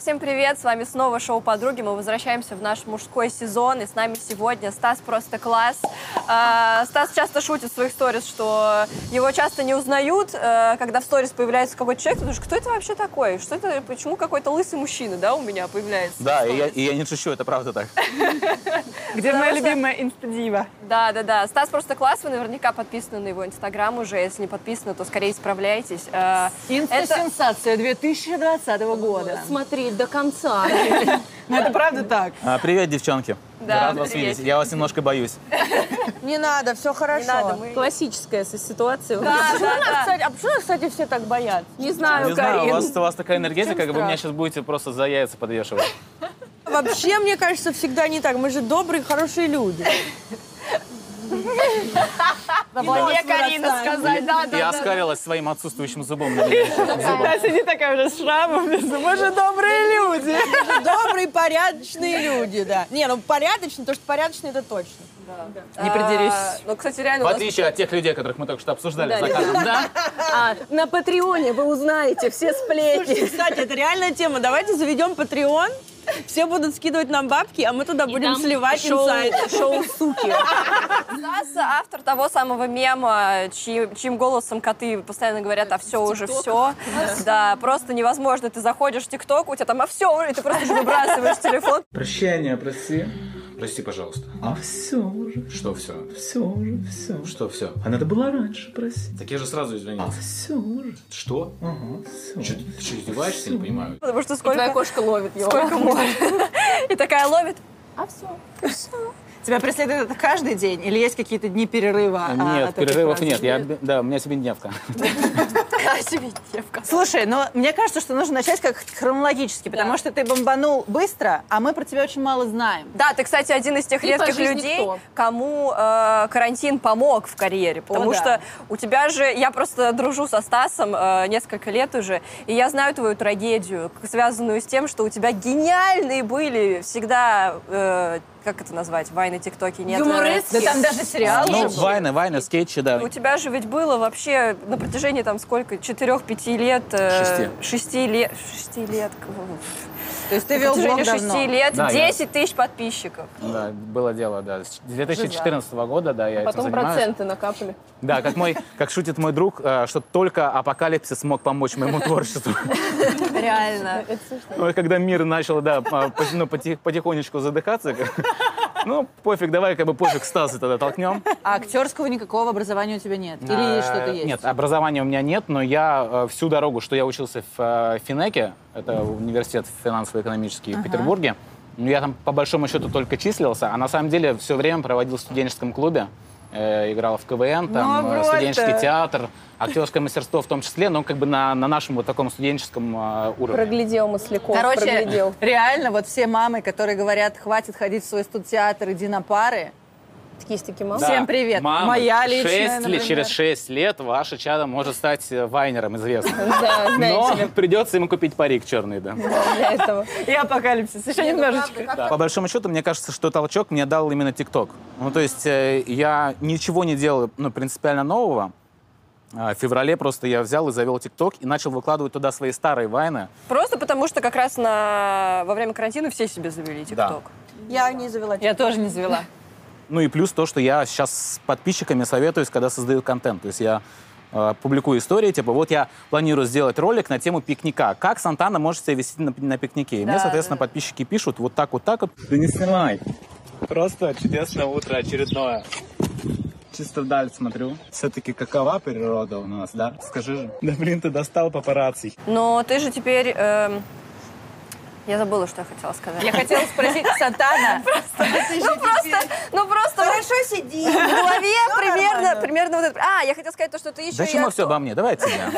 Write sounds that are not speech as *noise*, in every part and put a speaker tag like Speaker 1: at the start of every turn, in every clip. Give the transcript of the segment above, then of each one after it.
Speaker 1: Всем привет, с вами снова шоу «Подруги». Мы возвращаемся в наш мужской сезон, и с нами сегодня Стас просто класс. А, Стас часто шутит в своих сторис, что его часто не узнают, э, когда в сторис появляется какой-то человек, ты думаешь, кто это вообще такой? Что это, почему какой-то лысый мужчина, да, у меня появляется? в
Speaker 2: Да, и я,
Speaker 1: сторис?
Speaker 2: и я не шучу, это правда так.
Speaker 3: Где
Speaker 1: Потому
Speaker 3: моя
Speaker 1: что-
Speaker 3: любимая инстадива?
Speaker 1: Да, да, да. Стас просто класс, вы наверняка подписаны на его инстаграм уже. Если не подписаны, то скорее исправляйтесь. Э, это-
Speaker 4: Инста-сенсация 2020 года.
Speaker 5: Смотри, до конца.
Speaker 3: Ну это правда так.
Speaker 2: А, Привет, девчонки.
Speaker 1: Да,
Speaker 2: Рад вас
Speaker 1: привет.
Speaker 2: видеть. Я вас немножко боюсь.
Speaker 4: *laughs* Не надо, все хорошо.
Speaker 1: Не надо, мы-
Speaker 5: Классическая со- ситуация.
Speaker 1: Да, да, да.
Speaker 4: а почему, нас, кстати, все так боятся?
Speaker 5: Не
Speaker 1: ну,
Speaker 5: знаю,
Speaker 2: Не знаю, у
Speaker 5: Карин.
Speaker 2: вас, у вас такая энергетика, как вы меня сейчас будете просто за яйца подвешивать.
Speaker 4: Вообще, мне кажется, всегда не так. Мы же добрые, хорошие люди.
Speaker 1: Мне Карина сказать, да, да, Ну,
Speaker 2: Я
Speaker 1: да.
Speaker 2: оскалилась своим отсутствующим зубом. на
Speaker 1: *laughs*
Speaker 2: меня.
Speaker 3: Она сидит такая уже с шрамом. Мы же добрые люди.
Speaker 4: Мы же добрые, порядочные люди, да. Не, ну порядочные, то, что порядочные, это точно.
Speaker 3: Не придерись.
Speaker 1: А, Ну, кстати, реально
Speaker 2: В
Speaker 1: у нас
Speaker 2: отличие от тех людей, которых мы только что обсуждали
Speaker 5: Да,
Speaker 2: за
Speaker 1: *laughs*
Speaker 2: кадром. Да?
Speaker 5: А, на Патреоне вы узнаете все сплетни.
Speaker 4: Кстати, это реальная тема. Давайте заведем Patreon. Все будут скидывать нам бабки, а мы туда будем
Speaker 5: там
Speaker 4: сливать
Speaker 5: шоу-
Speaker 4: инсайты. Шоу суки.
Speaker 1: Стас автор того самого мема, чьи- чьим голосом коты постоянно говорят, а все уже все. Да, просто невозможно. Ты заходишь в ТикТок, у тебя там, а все, и ты просто уже выбрасываешь телефон.
Speaker 6: Прощание, прости.
Speaker 2: Прости, пожалуйста.
Speaker 6: А все уже,
Speaker 2: Что все?
Speaker 6: все уже, все.
Speaker 2: Что все?
Speaker 6: А надо было раньше просить.
Speaker 2: Так я же сразу извинился.
Speaker 6: все уже.
Speaker 1: А.
Speaker 2: Что?
Speaker 6: Ага, все.
Speaker 2: Че, ты что, издеваешься? Не понимаю.
Speaker 1: Потому что
Speaker 5: Твоя
Speaker 1: сколько,
Speaker 5: кошка ловит его.
Speaker 1: сколько можно. И такая ловит.
Speaker 3: Тебя преследует это каждый день или есть какие-то дни перерыва? а,
Speaker 2: Нет,
Speaker 3: от этой
Speaker 2: перерывов
Speaker 3: фразы?
Speaker 2: нет. Я, да, у меня себе дневка.
Speaker 3: Слушай, но мне кажется, что нужно начать как хронологически, потому что ты бомбанул быстро, а мы про тебя очень мало знаем.
Speaker 1: Да, ты, кстати, один из тех
Speaker 5: Ты по
Speaker 1: редких
Speaker 5: жизни
Speaker 1: людей,
Speaker 5: кто?
Speaker 1: кому э, карантин помог в карьере. Потому
Speaker 3: да.
Speaker 1: что у тебя же... Я просто дружу со Стасом э, несколько лет уже, и я знаю твою трагедию, к- связанную с тем, что у тебя гениальные были всегда... э, как это назвать? Вайны, тиктоки? Нет. э,
Speaker 5: Юмористки.
Speaker 3: Да там даже сериал
Speaker 2: Ну,
Speaker 3: уже был.
Speaker 2: Вайна, Вайна, скетчи, да.
Speaker 1: У тебя же ведь было вообще на протяжении там сколько? Четырех-пяти лет? э, Шести лет. Шести лет.
Speaker 3: То есть ты
Speaker 1: На
Speaker 3: вел блог
Speaker 1: протяжении шести
Speaker 3: давно.
Speaker 1: лет
Speaker 2: Да, я-
Speaker 1: 10 тысяч подписчиков.
Speaker 2: Да, было дело, да. С 2014 года, да, я
Speaker 1: А
Speaker 2: этим
Speaker 5: Потом
Speaker 2: занимаюсь.
Speaker 5: проценты накапали.
Speaker 2: Да, как мой, как шутит мой друг, э, что только апокалипсис смог помочь моему творчеству. *laughs*
Speaker 3: *laughs*
Speaker 1: Реально.
Speaker 2: Ой, Когда мир начал, да, по- по- ну, поти- потихонечку задыхаться, *laughs* как- ну, пофиг, давай как бы пофиг Стаса тогда толкнем.
Speaker 3: А актерского никакого образования у тебя нет? Или
Speaker 2: А,
Speaker 3: что-то есть?
Speaker 2: Нет, образования у меня нет, но я э, всю дорогу, что я учился в э, Финеке, это университет финансово-экономический в Петербурге, ну, я там по большому счету только числился, а на самом деле все время проводил в студенческом клубе, э, играл в КВН, там,
Speaker 3: Ну,
Speaker 2: э,
Speaker 3: вот
Speaker 2: студенческий
Speaker 3: так.
Speaker 2: театр, актерское мастерство в том числе, но как бы на, на нашем вот таком студенческом э, уровне.
Speaker 5: Проглядел Масляков,
Speaker 3: Короче, *laughs*
Speaker 5: проглядел.
Speaker 3: Реально, вот все мамы, которые говорят, хватит ходить в свой студтеатр, иди на пары,
Speaker 5: Есть такие мамы.
Speaker 3: Да. Всем привет. Моя личная,
Speaker 2: шесть ли-
Speaker 3: например.
Speaker 2: Через 6 лет ваше чадо может стать э, вайнером
Speaker 3: *laughs*
Speaker 2: известным.
Speaker 5: Да,
Speaker 2: Но
Speaker 5: знаете ли,
Speaker 2: придется ему купить парик черный, да.
Speaker 5: для этого.
Speaker 3: И апокалипсис. Еще немножечко.
Speaker 2: По большому счету, мне кажется, что толчок мне дал именно ТикТок. Ну, то есть э, я ничего не делал ну, принципиально нового. А, В феврале просто я взял и завел ТикТок и начал выкладывать туда свои старые вайны.
Speaker 1: Просто потому, что как раз на... во время карантина все себе завели
Speaker 2: Да.
Speaker 1: ТикТок.
Speaker 4: Я не завела
Speaker 3: Я тоже не завела.
Speaker 2: Ну и плюс то, что я сейчас с подписчиками советуюсь, когда создаю контент. То есть я э, публикую истории, типа, вот я планирую сделать ролик на тему пикника. Как Сантана может себя вести на, на пикнике? И мне, соответственно, подписчики пишут вот так, вот так вот.
Speaker 6: Да не снимай. Просто чудесное утро очередное. Чисто вдаль смотрю. Все-таки какова природа у нас, да? Скажи же. Да блин, ты достал папарацци.
Speaker 1: Но ты же теперь... эм, Я забыла, что я хотела сказать.
Speaker 3: Я хотела спросить *laughs* Сатана.
Speaker 1: Ну просто, ну просто вот
Speaker 4: Хорошо сиди.
Speaker 1: в голове примерно, примерно вот это. А, я хотела сказать то, что ты еще
Speaker 2: Да
Speaker 1: и
Speaker 2: чему
Speaker 1: акту-
Speaker 2: все обо мне? Давай от тебя.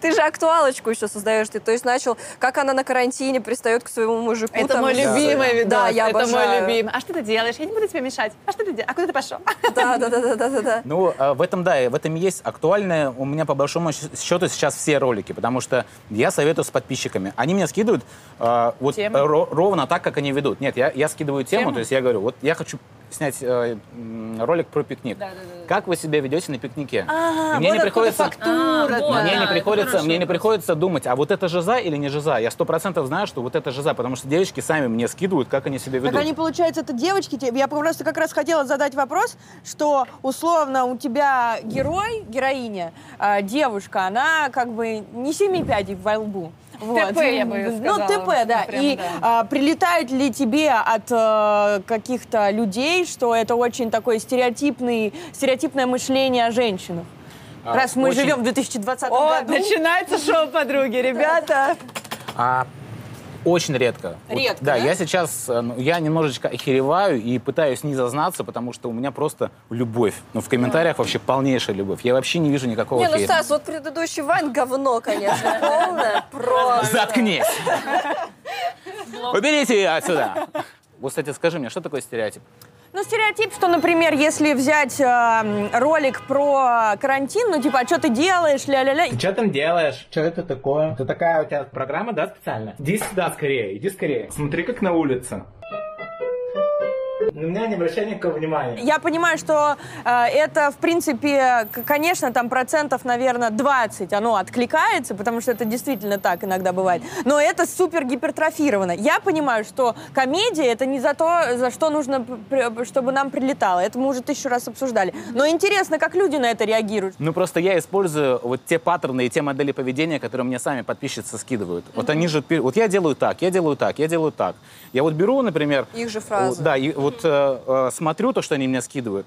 Speaker 1: Ты же актуалочку еще создаешь, ты, то есть начал, как она на карантине пристает к своему мужику.
Speaker 3: Это
Speaker 1: там.
Speaker 3: мой любимый видос.
Speaker 1: Да, я
Speaker 3: Это мой
Speaker 1: обожаю.
Speaker 3: любимый. А что ты делаешь? Я не буду тебе мешать. А что ты делаешь? А куда ты пошел?
Speaker 1: Да, да, да, да, да, да, да.
Speaker 2: Ну, э, в этом, да, и в этом и есть актуальное у меня, по большому щ- счету, сейчас все ролики, потому что я советую с подписчиками. Они мне скидывают э, вот
Speaker 3: Темы?
Speaker 2: э, ро- ровно так, как они ведут. Нет, я, я скидываю тему, то есть я говорю, вот я хочу снять э, м, ролик про пикник. Как вы себя ведете на пикнике? И мне
Speaker 3: вот
Speaker 2: не
Speaker 3: откуда
Speaker 2: приходится,
Speaker 3: фактура,
Speaker 2: мне
Speaker 3: да,
Speaker 2: не
Speaker 3: это
Speaker 2: приходится,
Speaker 3: хорошо.
Speaker 2: мне не приходится думать, а вот это жиза или не жиза. Я сто процентов знаю, что вот это жиза, потому что девочки сами мне скидывают, как они себя ведут.
Speaker 4: Так они, получается, это девочки. те- Я просто как раз хотела задать вопрос, что условно у тебя герой, героиня, а, девушка, она как бы не семи пядей во лбу. Вот.
Speaker 1: ТП, я бы сказала.
Speaker 4: Ну, ТП, да.
Speaker 1: Прям,
Speaker 4: и
Speaker 1: да.
Speaker 4: а, прилетает ли тебе от э, каких-то людей, что это очень такое стереотипный, стереотипное мышление о женщинах?
Speaker 2: А,
Speaker 4: Раз мы
Speaker 2: очень-
Speaker 4: живем в 2020
Speaker 3: О,
Speaker 4: году.
Speaker 3: начинается шоу подруги, ребята.
Speaker 2: А, очень редко. Вот,
Speaker 4: Редко,
Speaker 2: да,
Speaker 4: да?
Speaker 2: я сейчас, э, ну, я немножечко охереваю и пытаюсь не зазнаться, потому что у меня просто любовь. Ну, в комментариях вообще полнейшая любовь. Я вообще не вижу никакого
Speaker 1: Не, ну,
Speaker 2: хейта.
Speaker 1: Стас, вот предыдущий Вайн говно, конечно,
Speaker 5: *laughs*
Speaker 1: полное, просто.
Speaker 2: Заткнись! Уберите ее отсюда! Вот, кстати, скажи мне, что такое стереотип?
Speaker 4: Ну, стереотип, что, например, если взять э, м, ролик про карантин, ну, типа, а что ты делаешь, ля-ля-ля,
Speaker 6: Ты что там делаешь? Что это такое? Это такая у тебя программа, да, специально? Иди сюда скорее, иди скорее. Смотри, как на улице. На меня не обращай никакого внимания.
Speaker 4: Я понимаю, что э, это, в принципе, к- конечно, там процентов, наверное, 20 оно откликается, потому что это действительно так иногда бывает. Но это супер гипертрофировано. Я понимаю, что комедия это не за то, за что нужно, п- пр- чтобы нам прилетало. Это мы уже тысячу раз обсуждали. Но интересно, как люди на это реагируют.
Speaker 2: Ну, просто я использую вот те паттерны и те модели поведения, которые мне сами подписчицы скидывают. Вот они же... пи- Вот я делаю так, я делаю так, я делаю так. Я вот беру, например...
Speaker 1: Их же фразы.
Speaker 2: о, Да, и вот э, э, смотрю то, что они мне скидывают.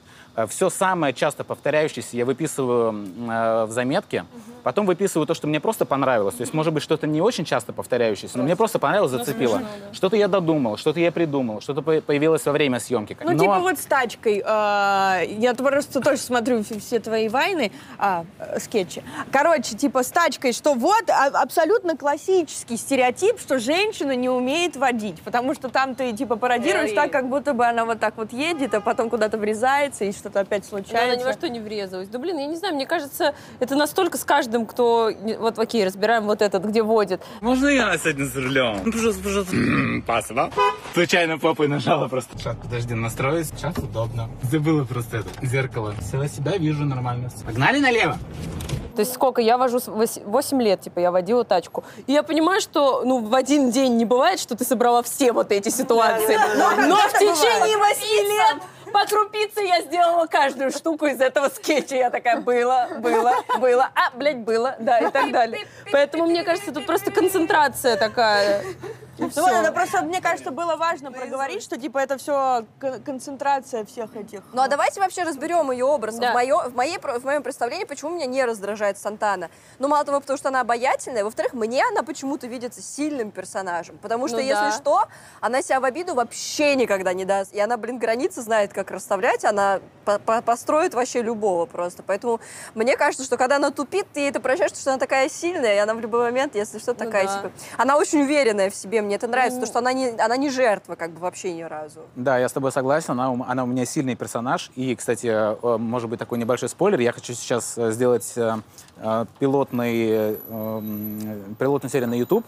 Speaker 2: Все самое часто повторяющееся я выписываю м, э, в заметке. Потом выписываю то, что мне просто понравилось. То есть, может быть, что-то не очень часто повторяющееся, но мне просто понравилось, зацепило. Что-то я додумал, что-то я придумал, что-то по- появилось во время съемки.
Speaker 4: Ну,
Speaker 2: Но-
Speaker 4: типа вот с тачкой. э, я просто тоже смотрю фи- все твои вайны, а, э, скетчи. Короче, типа с тачкой, что вот а- абсолютно классический стереотип, что женщина не умеет водить. Потому что там ты типа пародируешь
Speaker 5: Эй.
Speaker 4: так, как будто бы она вот так вот едет, а потом куда-то врезается и что-то опять
Speaker 5: Да, Ну, Она ни во
Speaker 4: случается.
Speaker 5: что не врезалась. Да блин, я не знаю, мне кажется, это настолько с каждым, кто... не- Вот окей, разбираем вот этот, где водит.
Speaker 6: Можно я сегодня за рулем? Ну, Пожалуйста, пожалуйста. Спасибо. Случайно попой нажала просто. Сейчас, подожди, настроюсь. Сейчас удобно. Забыла просто это зеркало. Всего себя вижу нормально. Погнали налево.
Speaker 5: То есть сколько? Я вожу... 8 лет, типа, я водила тачку. И я понимаю, что, ну, в один день не бывает, что ты собрала все вот эти ситуации. Но в течение 8 лет по крупице я сделала каждую штуку из этого скетча. Я такая, было, было, было, а, блядь, было, да, и так далее. Поэтому, мне кажется, тут просто концентрация такая. И
Speaker 4: Ну, вот
Speaker 5: всё.
Speaker 4: это просто, мне кажется, было важно проговорить, что типа это все концентрация всех этих.
Speaker 1: Ну а давайте вообще разберем ее образ.
Speaker 5: Да.
Speaker 1: В, моё- в, моей, про- в моем представлении, почему меня не раздражает Сантана. Ну, мало того, потому что она обаятельная, во-вторых, мне она почему-то видится сильным персонажем. Потому что,
Speaker 5: Ну
Speaker 1: если
Speaker 5: да.
Speaker 1: что, она себя в обиду вообще никогда не даст. И она, блин, границы знает, как расставлять. Она по- по- построит вообще любого просто. Поэтому мне кажется, что когда она тупит, ты ей это прощаешь, потому что она такая сильная, и она в любой момент, если что, такая,
Speaker 5: Ну да. Ну,
Speaker 1: типа... Она очень уверенная в себе, мне это нравится, потому что она не, она не жертва как бы вообще ни разу.
Speaker 2: Да, я с тобой согласен. Она, у- она у меня сильный персонаж. И, кстати, э, э, может быть такой небольшой спойлер. Я хочу сейчас э, сделать э, э, пилотный, э, м, пилотную серию на YouTube,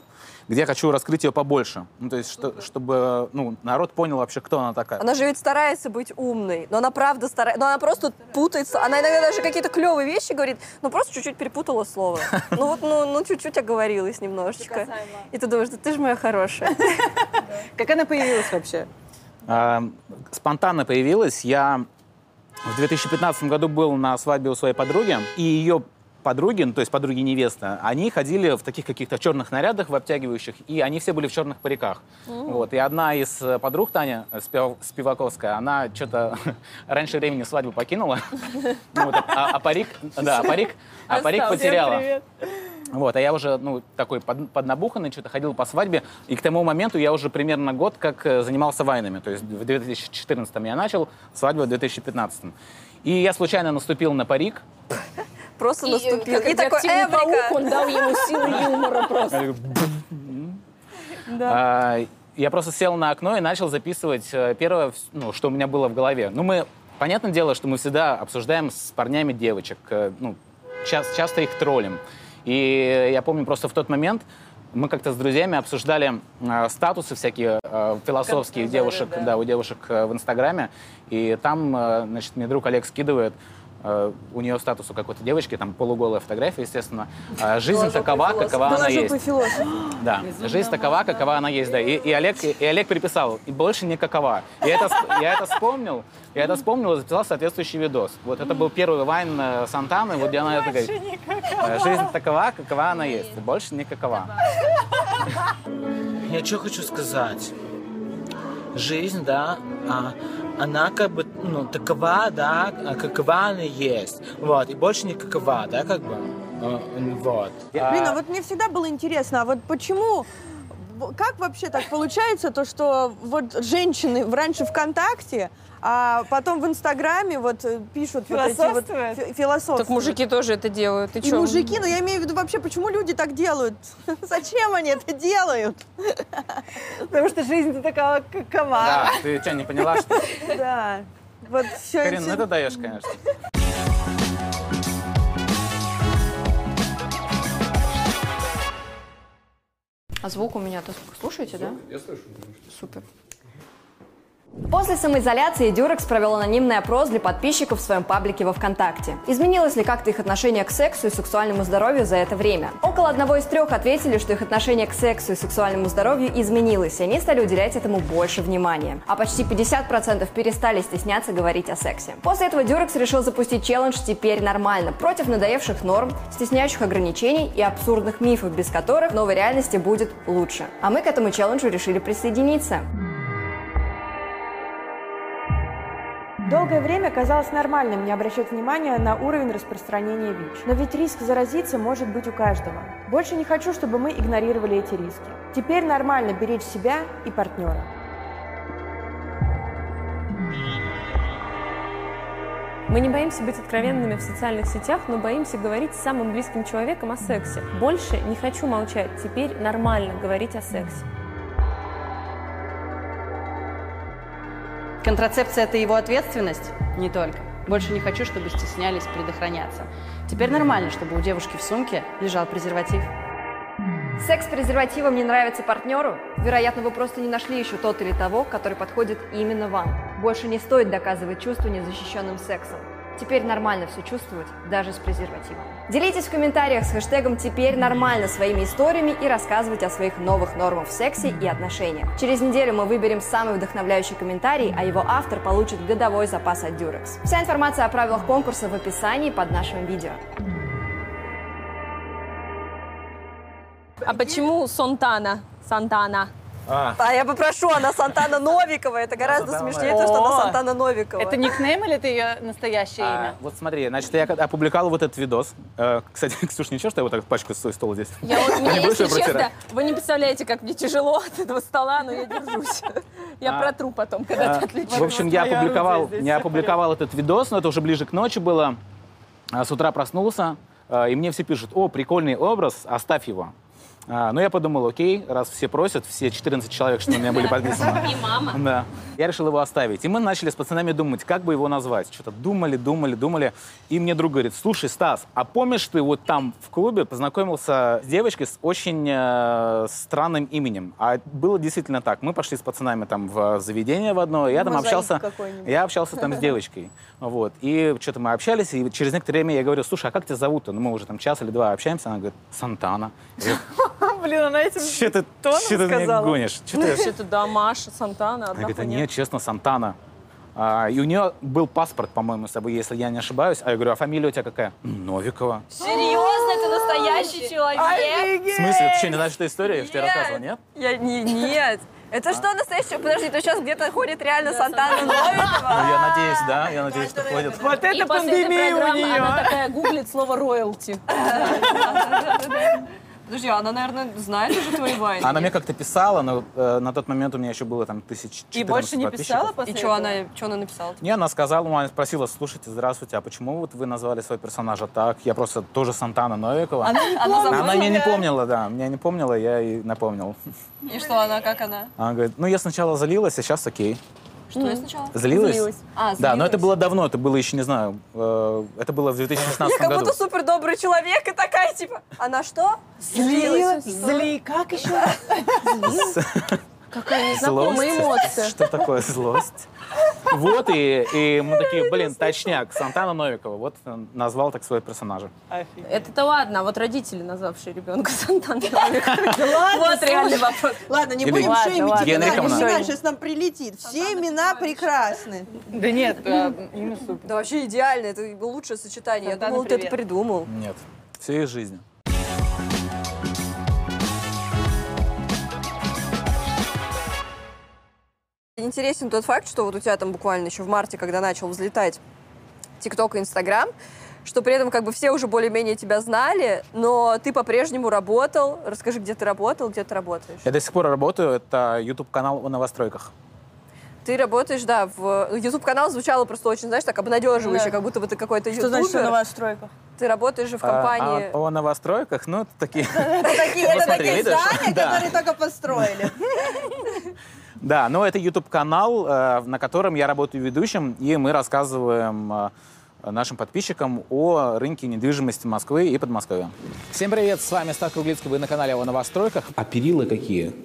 Speaker 2: где я хочу раскрыть ее побольше. Ну, то есть, что- чтобы э, ну, народ понял вообще, кто она такая.
Speaker 1: Она же ведь старается быть умной, но она правда старается, но она просто путается. Она иногда даже какие-то клевые вещи говорит, но просто чуть-чуть перепутала слово. Ну вот, ну, ну чуть-чуть оговорилась немножечко. И ты думаешь, да ты же моя хорошая.
Speaker 3: Как она появилась вообще?
Speaker 2: Э, спонтанно появилась. Я в 2015 году был на свадьбе у своей подруги, и ее подруги, ну, то есть подруги невесты, они ходили в таких каких-то черных нарядах, в обтягивающих, и они все были в черных париках. Вот. И одна из э, подруг, Таня э, Спив- Спиваковская, она что-то *laughs* раньше времени свадьбу покинула, Вот, а- а парик, да, а парик, а парик потеряла. Вот, а я уже, ну, такой под, поднабуханный, что-то ходил по свадьбе, и к тому моменту я уже примерно год как э, занимался вайнами, то есть в 2014 я начал, свадьба в 2015 И я случайно наступил на парик,
Speaker 1: Просто
Speaker 5: И, э,
Speaker 1: наступил.
Speaker 5: как
Speaker 1: И такой,
Speaker 5: радиоактивный паук,
Speaker 1: Эврика!
Speaker 5: он дал ему силы юмора просто.
Speaker 2: А, я просто сел на окно и начал записывать э, первое, вс- ну, что у меня было в голове. Ну, мы, понятное дело, что мы всегда обсуждаем с парнями девочек, э, ну, ча- часто их троллим. И я помню просто в тот момент Мы как-то с друзьями обсуждали э, статусы всякие э, философские девушек, да. у девушек э, в Инстаграме. И там, э, значит, мне друг Олег скидывает, э, у нее статус у какой-то девочки, там полуголая фотография, естественно. Э, Жизнь такова, какова она есть.
Speaker 4: Глазопый философ.
Speaker 2: Да, жизнь такова, какова она есть, да. И, и Олег, и Олег приписал, и больше не какова. Я это, с- я это вспомнил, я это вспомнил и записал соответствующий видос. Вот это был первый вайн э, Сантаны, вот где она это говорит. «Э, Жизнь такова, какова она есть, и больше не какова.
Speaker 7: Я что хочу сказать? Жизнь, да, а, она как бы, ну, такова, да, а какова она есть. Вот, и больше не какова, да, как бы. Э, Вот.
Speaker 4: Блин, а вот мне всегда было интересно, а вот почему, в- как вообще так получается то, что вот женщины в- раньше ВКонтакте, а потом в Инстаграме вот э, пишут вот эти вот
Speaker 3: Философствуют?
Speaker 4: фи- философствуют.
Speaker 5: Так мужики тоже это делают. Ты
Speaker 4: И
Speaker 5: чё?
Speaker 4: мужики, ну я имею в виду вообще, почему люди так делают? *laughs* Зачем они это
Speaker 5: *laughs*
Speaker 4: делают?
Speaker 3: Потому что жизнь такова, какова.
Speaker 2: Да, ты что, не поняла, что ли?
Speaker 4: Да. Вот все
Speaker 2: Карин, ну это даешь, конечно.
Speaker 1: А звук у меня-то слушаете, да? Я слышу. Супер. После самоизоляции Дюрекс провел анонимный опрос для подписчиков в своем паблике во ВКонтакте. Изменилось ли как-то их отношение к сексу и сексуальному здоровью за это время? Около одного из трех ответили, что их отношение к сексу и сексуальному здоровью изменилось, и они стали уделять этому больше внимания. А почти 50% перестали стесняться говорить о сексе. После этого Дюрекс решил запустить челлендж «Теперь нормально» против надоевших норм, стесняющих ограничений и абсурдных мифов, без которых в новой реальности будет лучше. А мы к этому челленджу решили присоединиться.
Speaker 8: Долгое время казалось нормальным не обращать внимания на уровень распространения ВИЧ. Но ведь риск заразиться может быть у каждого. Больше не хочу, чтобы мы игнорировали эти риски. Теперь нормально беречь себя и партнера.
Speaker 9: Мы не боимся быть откровенными в социальных сетях, но боимся говорить с самым близким человеком о сексе. Больше не хочу молчать, теперь нормально говорить о сексе.
Speaker 10: *laughs* Контрацепция – это его ответственность? Не только. Больше не хочу, чтобы стеснялись предохраняться. Теперь нормально, чтобы у девушки в сумке лежал презерватив.
Speaker 1: Секс с презервативом не нравится партнеру? Вероятно, вы просто не нашли еще тот или того, который подходит именно вам. Больше не стоит доказывать чувства незащищенным сексом. Теперь нормально все чувствовать, даже с презервативом. Делитесь в комментариях с хэштегом «Теперь нормально» своими историями и рассказывайте о своих новых нормах в сексе и отношениях. Через неделю мы выберем самый вдохновляющий комментарий, а его автор получит годовой запас от Durex. Вся информация о правилах конкурса в описании под нашим видео.
Speaker 5: А почему Сонтана? Сантана.
Speaker 4: А я попрошу, она Сантана Новикова, это гораздо смешнее, то, что она
Speaker 3: О.
Speaker 4: Сантана Новикова.
Speaker 3: Это никнейм или это ее настоящее
Speaker 2: А,
Speaker 3: имя?
Speaker 2: вот смотри, значит, я как- опубликовал вот этот видос. Э, Кстати, *laughs* Ксюш, ничего, что я вот так пачку с стола здесь?
Speaker 5: Я вот,
Speaker 2: *laughs*
Speaker 5: мне,
Speaker 2: Не будешь
Speaker 5: если
Speaker 2: её протирать?
Speaker 5: честно, вы не представляете, как мне тяжело от этого стола, но я
Speaker 2: *laughs*
Speaker 5: держусь. Я
Speaker 2: А.
Speaker 5: протру потом, когда ты отличишь.
Speaker 2: В общем, я опубликовал, я опубликовал этот видос, но это уже ближе к ночи было. А, С утра проснулся, а, и мне все пишут, о, прикольный образ, оставь его. А, Но я подумал, окей, раз все просят, все 14 человек, что на меня были
Speaker 5: *laughs*
Speaker 2: подписаны. И мама. Да. Я решил его оставить. И мы начали с пацанами думать, как бы его назвать. Что-то думали, думали, думали. И мне друг говорит, слушай, Стас, а помнишь, ты вот там в клубе познакомился с девочкой с очень э, странным именем? А было действительно так. Мы пошли с пацанами там в заведение в одно, и я там
Speaker 4: Мозаик
Speaker 2: общался...
Speaker 4: какой-нибудь.
Speaker 2: Я общался там с
Speaker 4: *laughs*
Speaker 2: девочкой, вот, и что-то мы общались, и через некоторое время я говорю, слушай, а как тебя зовут-то? Ну, мы уже там час или два общаемся, она говорит, Сантана.
Speaker 4: *laughs* блин, она этим
Speaker 2: Че ты, че ты меня
Speaker 4: сказала.
Speaker 2: гонишь? Че
Speaker 4: *laughs*
Speaker 2: ты
Speaker 5: Вообще-то, да, Маша, Сантана,
Speaker 2: она
Speaker 5: одна
Speaker 2: говорит, «Да
Speaker 5: хуйня.
Speaker 2: нет, честно, Сантана. А, и у нее был паспорт, по-моему, с собой, если я не ошибаюсь. А я говорю, а фамилия у тебя какая? Новикова.
Speaker 5: Серьезно, это настоящий
Speaker 1: А,
Speaker 5: человек?
Speaker 2: В смысле? Ты что, не знаешь эту историю? Я же тебе рассказывал, нет? А?
Speaker 1: Я не, нет. Это что настоящее? Подожди, ты сейчас где-то ходит реально Сантана Новикова?
Speaker 2: Ну, я надеюсь, да. Я надеюсь, что ходит.
Speaker 3: Вот это
Speaker 5: И после этой
Speaker 3: пандемия у
Speaker 5: программы
Speaker 3: нее.
Speaker 5: она такая гуглит слово роялти.
Speaker 1: Подожди, она, наверное, знает уже твой вайн.
Speaker 2: Она мне как-то писала, но э, на тот момент у меня еще было там тысяч
Speaker 3: И больше не писала после
Speaker 1: И что она, что она написала?
Speaker 2: Не, она сказала, ну, она спросила, слушайте, здравствуйте, а почему вот вы назвали своего персонажа так? Я просто тоже Сантана Новикова. А, Она,
Speaker 1: Она забыла?
Speaker 2: меня не помнила, да, меня не помнила, я и напомнил.
Speaker 1: И что она, как она?
Speaker 2: Она говорит, ну я сначала залилась, а сейчас окей.
Speaker 1: Что я сначала?
Speaker 2: Злилась?
Speaker 4: Злилась.
Speaker 1: А,
Speaker 2: Да, но
Speaker 1: злилась.
Speaker 2: это было давно, это было еще, не знаю, э, это было в 2016
Speaker 1: Как
Speaker 2: году.
Speaker 1: будто супер добрый человек и такая, типа, она что?
Speaker 3: Зли, зли, как еще?
Speaker 4: Э,
Speaker 5: Какая
Speaker 2: Злость?
Speaker 5: незнакомая эмоция.
Speaker 2: Что такое злость? Вот, и, и мы такие, блин, точняк, Сантана Новикова, вот э, назвал так своего персонажа.
Speaker 5: Это-то ладно, а вот родители, назвавшие ребенка
Speaker 1: *laughs*
Speaker 5: Сантаном.
Speaker 3: Вот
Speaker 5: Вот реальный вопрос.
Speaker 11: Ладно, не
Speaker 2: Елена-
Speaker 11: будем
Speaker 2: Ладно,
Speaker 11: шеймить
Speaker 2: ладно.
Speaker 11: имена,
Speaker 2: Елена
Speaker 11: не
Speaker 2: Яковлевна.
Speaker 11: знаю, сейчас нам прилетит. Все имена прекрасны.
Speaker 3: Да нет, э, имя супер.
Speaker 1: Да вообще идеально, это лучшее сочетание. Я
Speaker 3: Сантана,
Speaker 1: думала, ты это
Speaker 3: привет.
Speaker 1: придумал.
Speaker 2: Нет, все из жизни.
Speaker 1: Интересен тот факт, что вот у тебя там буквально еще в марте, когда начал взлетать ТикТок и Инстаграм, что при этом как бы все уже более-менее тебя знали, но ты по-прежнему работал. Расскажи, где ты работал, где ты работаешь.
Speaker 2: Я до сих пор работаю, это YouTube-канал о новостройках.
Speaker 1: Ты работаешь, да, в... э, YouTube-канал звучало просто очень, знаешь, так обнадеживающе, как будто бы ты какой-то
Speaker 4: Что значит на
Speaker 1: ютубер.
Speaker 4: новостройках?
Speaker 1: Ты работаешь же в
Speaker 2: А,
Speaker 1: компании...
Speaker 2: а о новостройках, ну, это такие...
Speaker 11: Это такие,
Speaker 2: Вот
Speaker 11: это
Speaker 2: смотри,
Speaker 11: такие
Speaker 2: видишь?
Speaker 11: здания,
Speaker 2: Да.
Speaker 11: которые только
Speaker 3: *laughs*
Speaker 11: построили.
Speaker 2: Да, но это YouTube-канал, э, на котором я работаю ведущим, и мы рассказываем э, нашим подписчикам о рынке недвижимости Москвы и Подмосковья.
Speaker 6: Всем привет, с вами Стас Круглицкий, вы на канале о новостройках. А перила какие?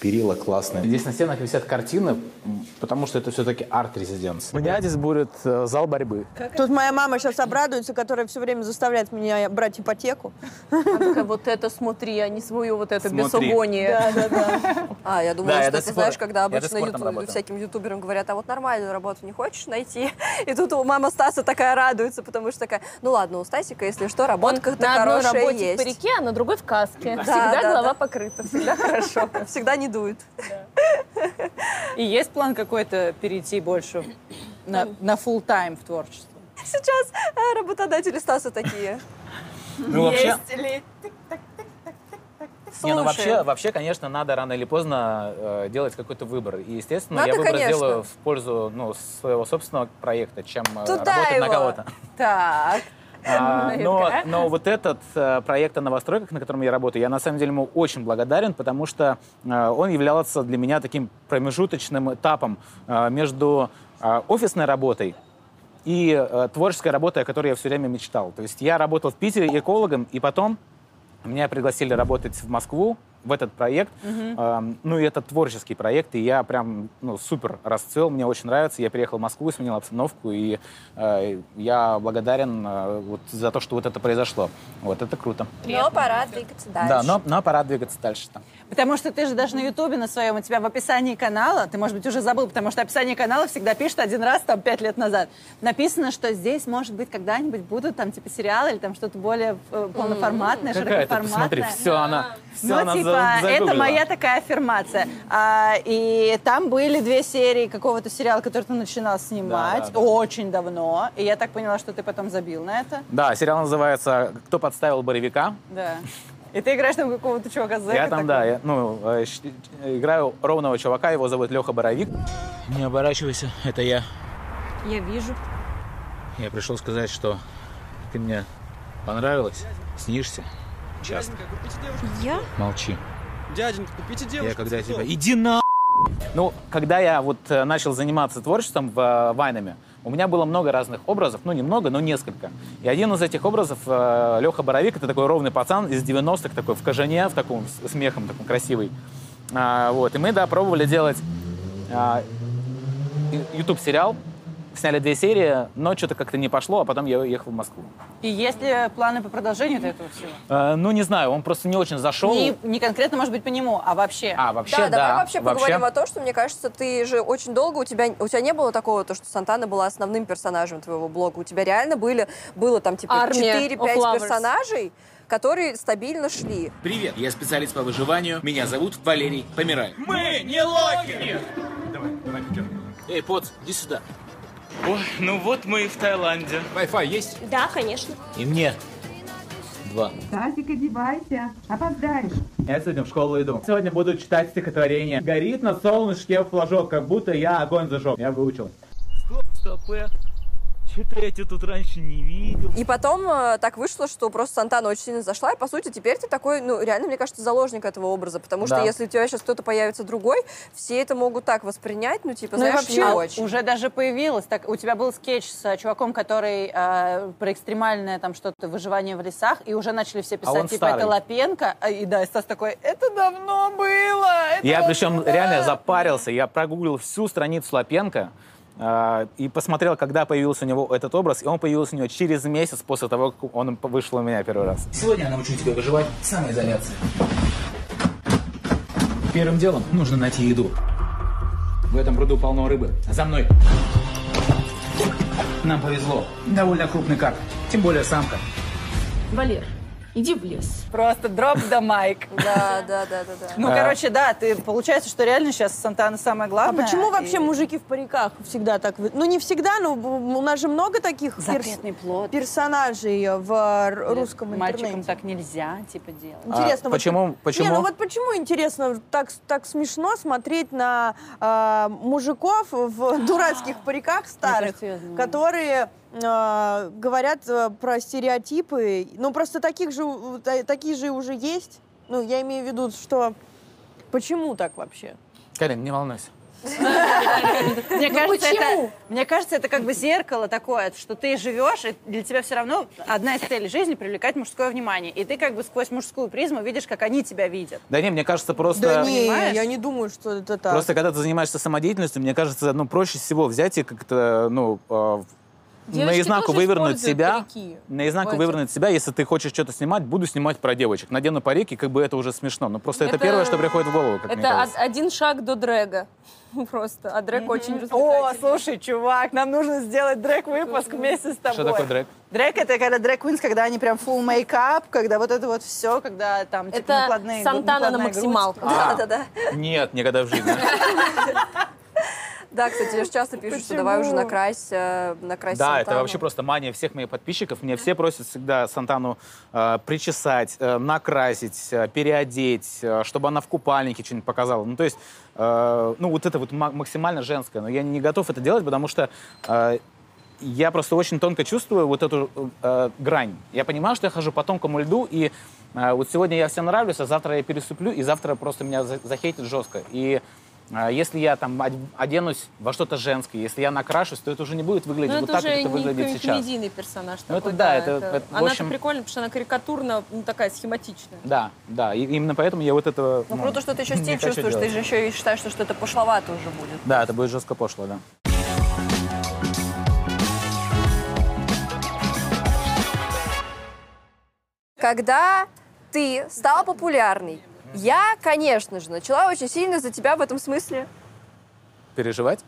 Speaker 6: Перила классные.
Speaker 2: Здесь на стенах висят картины, м, потому что это все-таки арт-резиденция. У меня здесь будет э, зал борьбы.
Speaker 4: Тут моя мама сейчас обрадуется, которая все время заставляет меня брать ипотеку.
Speaker 2: а.
Speaker 5: Вот это смотри, а не свою вот это
Speaker 2: Смотри.
Speaker 5: бесугония.
Speaker 1: А, я думала,
Speaker 2: Да, я
Speaker 1: что
Speaker 2: до
Speaker 1: ты
Speaker 2: сих пор-
Speaker 1: знаешь, когда
Speaker 2: я до
Speaker 1: обычно
Speaker 2: сих пор там
Speaker 1: юту-
Speaker 2: работаю.
Speaker 1: всяким ютуберам говорят, а вот нормальную работу не хочешь найти? *laughs* И тут у мама Стаса такая радуется, потому что такая, ну ладно, у Стасика, если что, работка-то
Speaker 5: На одной
Speaker 1: хорошая
Speaker 5: работе в
Speaker 1: есть.
Speaker 5: парике, а на другой в каске.
Speaker 1: да,
Speaker 5: Всегда
Speaker 1: да.
Speaker 5: голова покрыта, всегда хорошо.
Speaker 1: *laughs* Всегда не дует.
Speaker 3: И есть план какой-то перейти больше на, на full тайм в творчество?
Speaker 1: Сейчас э, работодатели Стаса такие.
Speaker 2: Ну, вообще, не, ну, вообще,
Speaker 1: Слушай.
Speaker 2: вообще, конечно, надо рано или поздно э, делать какой-то выбор. И, естественно,
Speaker 1: Надо,
Speaker 2: я выбор
Speaker 1: конечно.
Speaker 2: сделаю в пользу ну, своего собственного проекта, чем э,
Speaker 1: Туда
Speaker 2: работать на
Speaker 1: его.
Speaker 2: кого-то.
Speaker 3: Так.
Speaker 2: *laughs* А, но, но вот этот э, проект о новостройках, на котором я работаю, я на самом деле ему очень благодарен, потому что э, он являлся для меня таким промежуточным этапом э, между э, офисной работой и э, творческой работой, о которой я все время мечтал. То есть я работал в Питере экологом, и потом меня пригласили работать в Москву в этот проект. Эм, ну, и это творческий проект, и я прям ну, супер расцвел, мне очень нравится. Я переехал в Москву, сменил обстановку, и э, я благодарен э, вот, за то, что вот это произошло. Вот, это круто.
Speaker 1: Но Ну, пора двигаться дальше.
Speaker 2: Да, но, но пора двигаться дальше. Там.
Speaker 3: Потому что ты же даже на Ютубе на своем, у тебя в описании канала, ты, может быть, уже забыл, потому что описание канала всегда пишут один раз, там, пять лет назад. Написано, что здесь, может быть, когда-нибудь будут, там, типа, сериалы или там что-то более э, полноформатное,
Speaker 2: Какая ты, посмотри,
Speaker 3: широкоформатное.
Speaker 2: все она, все
Speaker 3: Ну,
Speaker 2: она за-
Speaker 3: типа, это
Speaker 2: загуглила.
Speaker 3: моя такая аффирмация. А, и там были две серии какого-то сериала, который ты начинал снимать
Speaker 2: Да, да, да.
Speaker 3: очень давно. И я так поняла, что ты потом забил на это.
Speaker 2: Да, сериал называется «Кто подставил Боровика».
Speaker 3: Да. И ты играешь там какого-то чувака зэка.
Speaker 2: Я там,
Speaker 3: такого.
Speaker 2: да, я, ну, э, щ- играю ровного чувака, его зовут Леха Боровик. Не оборачивайся, это я.
Speaker 10: Я вижу.
Speaker 2: Я пришел сказать, что ты мне понравилась, снишься часто. Я? Молчи.
Speaker 12: Дяденька, купите
Speaker 2: Я
Speaker 12: девушку.
Speaker 2: когда тебя...
Speaker 12: цветов.
Speaker 2: Иди на... Ну, когда я вот э, начал заниматься творчеством в э, Вайнами, у меня было много разных образов, ну, немного, но несколько. И один из этих образов, Леха Боровик, это такой ровный пацан из 90-х, такой в кожане, в таком с- смехом, таком красивый. А, вот, и мы, да, пробовали делать а, и- YouTube-сериал, сняли две серии, но что-то как-то не пошло, а потом я уехал в Москву.
Speaker 3: И есть ли планы по продолжению этого всего?
Speaker 2: Э, ну, не знаю, он просто не очень зашел.
Speaker 3: Не, не конкретно, может быть, по нему, а вообще.
Speaker 2: А, вообще,
Speaker 1: Да,
Speaker 2: да.
Speaker 1: давай вообще поговорим о том, что мне кажется, ты же очень долго у тебя у тебя не было такого, то что Сантана была основным персонажем твоего блога. У тебя реально были было там типа
Speaker 5: Армия
Speaker 1: 4-5
Speaker 5: of lovers.
Speaker 1: персонажей, которые стабильно шли.
Speaker 6: Привет, я специалист по выживанию, меня зовут Валерий Помирай. Мы не локеры! Давай, давай,
Speaker 2: Эй, Поц, иди сюда.
Speaker 6: Ой, ну вот мы и в Таиланде. Wi-Fi есть?
Speaker 9: Да, конечно.
Speaker 2: И мне. Два.
Speaker 12: Тазик одевайся, опоздаешь.
Speaker 2: Я сегодня в школу иду. Сегодня буду читать стихотворение. Горит на солнышке флажок, как будто я огонь зажег. Я выучил.
Speaker 6: Стоп, стоп, э.
Speaker 13: Что-то я тебя тут раньше не видел.
Speaker 1: И потом э, так вышло, что просто Сантана очень сильно зашла, и, по сути, теперь ты такой, ну, реально, мне кажется, заложник этого образа, потому что
Speaker 3: Да.
Speaker 1: если у тебя сейчас кто-то появится другой, все это могут так воспринять, ну, типа,
Speaker 3: Ну и
Speaker 1: знаешь, не
Speaker 3: вообще
Speaker 5: *laughs*
Speaker 1: очень.
Speaker 3: уже даже появилось. Так, у тебя был скетч с а, чуваком, который а, про экстремальное там что-то выживание в лесах, и уже начали все писать,
Speaker 2: А он
Speaker 3: типа, это
Speaker 2: старый.
Speaker 3: Лапенко. А, И да, и Стас такой, это давно было. это
Speaker 2: Я
Speaker 3: вот
Speaker 2: причем
Speaker 3: тогда».
Speaker 2: реально запарился, я прогуглил всю страницу Лапенко э, и посмотрел, когда появился у него этот образ, и он появился у него через месяц после того, как он вышел у меня первый раз.
Speaker 7: Сегодня я научу тебя выживать в самоизоляции.
Speaker 2: Первым делом нужно найти еду. В этом пруду полно рыбы. За мной. Нам повезло. Довольно крупный карп. Тем более самка.
Speaker 3: Валер, иди в лес. Просто дроп
Speaker 2: *laughs*
Speaker 3: да майк.
Speaker 1: Да, да, да, да, да.
Speaker 3: Ну,
Speaker 2: Да.
Speaker 3: короче, да, ты получается, что реально сейчас Сантана самое
Speaker 4: А
Speaker 3: главное. и-
Speaker 4: почему вообще мужики в париках всегда так? вы- Ну, не всегда, но б- у нас же много таких перс- персонажей в р- русском интернете.
Speaker 3: Мальчикам так нельзя, типа, делать.
Speaker 4: Интересно, вот
Speaker 2: А почему-
Speaker 4: по-
Speaker 2: почему?
Speaker 4: Не, ну вот почему интересно так с- так смешно смотреть на э, мужиков в *laughs* дурацких париках старых, которые э, говорят э, про стереотипы. Ну просто таких же у- та- такие же уже есть. Ну я имею в виду, что почему так вообще?
Speaker 2: Карин, не волнуйся.
Speaker 3: Мне
Speaker 4: Ну
Speaker 3: кажется,
Speaker 4: почему?
Speaker 3: это, мне кажется, это как бы зеркало такое, что ты живешь, и для тебя все равно одна из целей жизни привлекать мужское внимание. И ты как бы сквозь мужскую призму видишь, как они тебя видят.
Speaker 2: Да не, мне кажется, просто...
Speaker 4: Да не, я не думаю, что это так.
Speaker 2: Просто когда ты занимаешься самодеятельностью, мне кажется, ну, проще всего взять и как-то, ну, э, в-
Speaker 4: Девочки
Speaker 2: наизнанку
Speaker 4: тоже
Speaker 2: вывернуть
Speaker 4: используют
Speaker 2: себя.
Speaker 4: парики.
Speaker 2: Наизнанку
Speaker 4: Хватит.
Speaker 2: вывернуть себя, если ты хочешь что-то снимать, буду снимать про девочек. Надену парик, и как бы это уже смешно. Ну, просто это,
Speaker 5: Это-
Speaker 2: первое, что приходит в голову, как мне
Speaker 5: Это
Speaker 2: кажется.
Speaker 5: од- один шаг до дрэга. *laughs* Просто. А дрэг очень
Speaker 3: О, слушай, чувак, нам нужно сделать дрэк-выпуск вместе с тобой.
Speaker 2: Что такое дрэк?
Speaker 3: Дрэк это когда дрэк queens, когда они прям full мейкап, когда вот это вот все, когда там типа,
Speaker 5: Это
Speaker 3: накладные
Speaker 5: Сантана на
Speaker 3: максималку.
Speaker 5: максималках.
Speaker 2: А.
Speaker 3: да, да.
Speaker 2: Нет, никогда в жизни.
Speaker 1: Да, кстати, мне же часто пишут, что давай уже накрась, э, накрась
Speaker 2: Да, это
Speaker 1: Сантану.
Speaker 2: вообще просто мания всех моих подписчиков. Мне все просят всегда Сантану э, причесать, э, накрасить, э, переодеть, э, чтобы она в купальнике что-нибудь показала. Ну, то есть, э, ну, вот это вот ма- максимально женское. Но я не готов это делать, потому что э, я просто очень тонко чувствую вот эту э, грань. Я понимаю, что я хожу по тонкому льду, и э, вот сегодня я всем нравлюсь, а завтра я переступлю, и завтра просто меня за- захейтят жестко. И э, если я там од- оденусь во что-то женское, если я накрашусь, то это уже не будет выглядеть
Speaker 5: Ну,
Speaker 2: вот так,
Speaker 5: это
Speaker 2: как
Speaker 5: уже
Speaker 2: это
Speaker 5: не
Speaker 2: выглядит
Speaker 5: ком-
Speaker 2: сейчас.
Speaker 5: комедийный персонаж.
Speaker 2: Ну, это
Speaker 5: такой,
Speaker 2: да, это- это, в
Speaker 5: Она-то
Speaker 2: общем-
Speaker 5: прикольна, потому что она карикатурно, ну, такая схематичная.
Speaker 2: Да, да, и именно поэтому я вот это...
Speaker 1: Ну, круто, что ты еще
Speaker 2: *laughs* не
Speaker 1: стиль
Speaker 2: хочу
Speaker 1: чувствуешь, ты
Speaker 2: делать.
Speaker 1: же еще и считаешь, что это пошловато уже будет.
Speaker 2: Да, это будет жестко пошло, да.
Speaker 1: Когда ты стал популярный, я, конечно же, начала очень сильно за тебя в этом смысле.
Speaker 2: Переживать?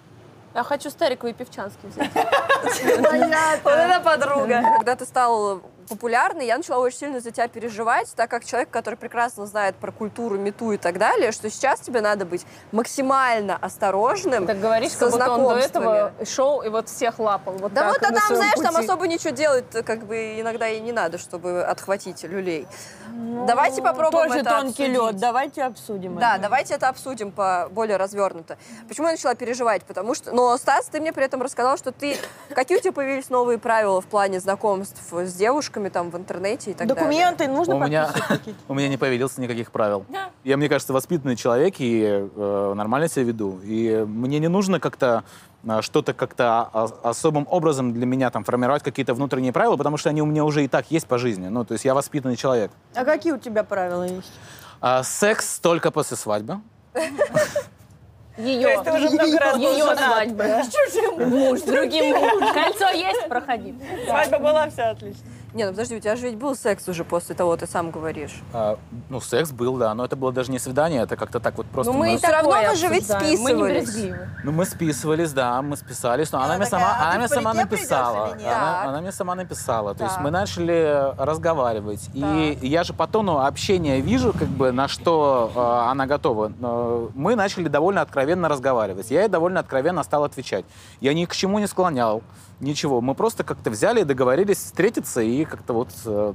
Speaker 5: Я хочу Старикова и Певчанский взять.
Speaker 1: Вот это подруга. Когда ты стал популярной, я начала очень сильно за тебя переживать, так как человек, который прекрасно знает про культуру, мету и так далее, что сейчас тебе надо быть максимально осторожным
Speaker 5: Так говоришь,
Speaker 1: со
Speaker 5: как будто он до
Speaker 1: знакомствами.
Speaker 5: этого шел и вот всех лапал. Вот
Speaker 1: Да
Speaker 5: так,
Speaker 1: вот, а
Speaker 5: на
Speaker 1: там,
Speaker 5: своем
Speaker 1: знаешь, там
Speaker 5: пути.
Speaker 1: особо ничего делать как бы иногда и не надо, чтобы отхватить люлей.
Speaker 5: Ну,
Speaker 1: давайте попробуем
Speaker 4: тоже
Speaker 1: это
Speaker 4: тонкий
Speaker 1: обсудить.
Speaker 4: лед, давайте обсудим
Speaker 1: Да,
Speaker 4: это.
Speaker 1: давайте это обсудим по более развернуто. Почему я начала переживать? Потому что, но Стас, ты мне при этом рассказал, что ты какие у тебя появились новые правила в плане знакомств с девушками там в интернете и так далее.
Speaker 4: Документы нужно
Speaker 2: у меня,
Speaker 4: подписывать?
Speaker 2: *laughs* у меня не появилось никаких правил.
Speaker 1: Да.
Speaker 2: Я, мне кажется, воспитанный человек и э, нормально себя веду. И мне не нужно как-то э, что-то как-то о- особым образом для меня там формировать какие-то внутренние правила, потому что они у меня уже и так есть по жизни. Ну, то есть я воспитанный человек.
Speaker 4: А какие у тебя правила есть?
Speaker 2: А, секс только после свадьбы.
Speaker 5: Ее.
Speaker 4: ты уже много раз был
Speaker 5: Ее
Speaker 4: женат.
Speaker 5: свадьба.
Speaker 4: Да.
Speaker 5: С чужим муж, с другим мужем. Кольцо есть? Проходи.
Speaker 1: Свадьба была,
Speaker 3: все отлично.
Speaker 1: Не, ну подожди, у тебя же ведь был секс уже после того, ты сам говоришь.
Speaker 2: А, ну, секс был, да, но это было даже не свидание, это как-то так вот просто...
Speaker 1: Ну, мы и
Speaker 2: всё
Speaker 1: такое обсуждаем, мы не брезгливы.
Speaker 2: списывались. Ну, мы списывались, да, мы списались, но она, мне сама,
Speaker 1: «А
Speaker 2: она мне сама написала. Она, она мне сама написала. То есть
Speaker 1: Так.
Speaker 2: мы начали разговаривать. И я же по тону общения вижу, как бы, на что э, она готова. Но мы начали довольно откровенно разговаривать. Я ей довольно откровенно стал отвечать. Я ни к чему не склонял, ничего. Мы просто как-то взяли и договорились встретиться, и как-то вот э,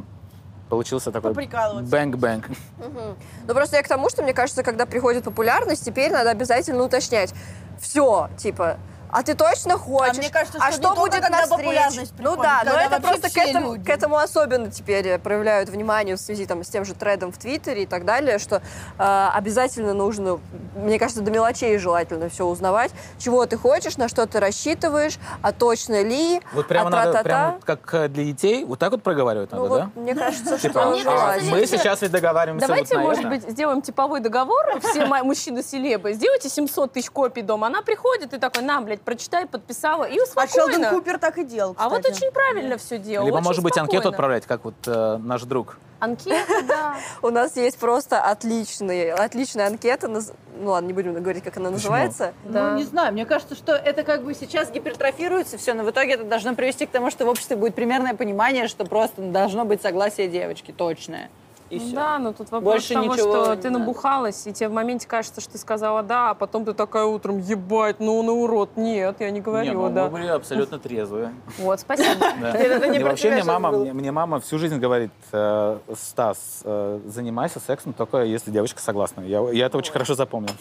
Speaker 2: получился такой...
Speaker 1: Поприкалываться.
Speaker 2: Бэнк-бэнк.
Speaker 1: Мгм. Ну просто я к тому, что мне кажется, когда приходит популярность, теперь надо обязательно уточнять. Все, типа, А ты точно хочешь?
Speaker 11: мне кажется, что
Speaker 1: а что
Speaker 11: не только
Speaker 1: будет
Speaker 11: когда
Speaker 1: на встрече?
Speaker 11: популярность
Speaker 1: Ну
Speaker 11: приходит,
Speaker 1: да, но
Speaker 11: когда
Speaker 1: это
Speaker 11: вообще
Speaker 1: просто к
Speaker 11: все
Speaker 1: этому,
Speaker 11: люди.
Speaker 1: к этому особенно теперь э, проявляют внимание в связи там, с тем же трендом в Твиттере и так далее, что э, обязательно нужно, мне кажется, до мелочей желательно все узнавать, чего ты хочешь, на что ты рассчитываешь, а точно ли,
Speaker 2: Вот прямо
Speaker 1: а
Speaker 2: надо,
Speaker 1: тра-та-та.
Speaker 2: прямо вот как э, для детей, вот так вот проговаривать
Speaker 1: Ну
Speaker 2: надо,
Speaker 1: вот,
Speaker 2: да?
Speaker 1: мне кажется, что...
Speaker 2: А, Типа,
Speaker 5: мне
Speaker 2: а,
Speaker 5: кажется,
Speaker 2: мы
Speaker 5: если-
Speaker 2: сейчас ведь договариваемся
Speaker 5: Давайте,
Speaker 2: вот на
Speaker 5: может
Speaker 2: это.
Speaker 5: быть, сделаем типовой договор, все мои мужчины-селебы, сделайте 700 тысяч копий дома. Она приходит и такой, на, блядь, прочитай, подписала, и
Speaker 11: А Шелдон
Speaker 5: спокойно.
Speaker 11: Купер так и делал,
Speaker 5: А вот
Speaker 11: кстати.
Speaker 5: очень правильно все делал.
Speaker 2: Либо,
Speaker 5: очень
Speaker 2: может быть, анкету
Speaker 5: спокойно.
Speaker 2: отправлять, как вот э, наш друг.
Speaker 5: Анкета, да.
Speaker 2: *laughs*
Speaker 1: У нас есть просто отличные, отличная анкета. наз- Ну ладно, не будем говорить, как она называется.
Speaker 3: Ну, не знаю, мне кажется, что это как бы сейчас гипертрофируется все, но в итоге это должно привести к тому, что в обществе будет примерное понимание, что просто должно быть согласие девочки, точное. И всё.
Speaker 5: Да, но тут вопрос
Speaker 3: Больше
Speaker 5: того,
Speaker 3: ничего
Speaker 5: что
Speaker 3: не
Speaker 5: ты
Speaker 3: надо.
Speaker 5: набухалась, и тебе в моменте кажется, что ты сказала «да», а потом ты такая утром «ебать, ну он и урод». Нет, я не
Speaker 2: Не,
Speaker 5: говорила
Speaker 2: ну,
Speaker 5: «да».
Speaker 2: мы были абсолютно
Speaker 5: *laughs*
Speaker 2: трезвые.
Speaker 5: Вот, спасибо.
Speaker 2: Да.
Speaker 5: Это не
Speaker 2: И
Speaker 5: про
Speaker 2: вообще
Speaker 5: тебя
Speaker 2: мне
Speaker 5: сейчас
Speaker 2: мама,
Speaker 5: было.
Speaker 2: мне, мне мама всю жизнь говорит, э, Стас, э, занимайся сексом только если девочка согласна. Я, я это очень хорошо запомнил.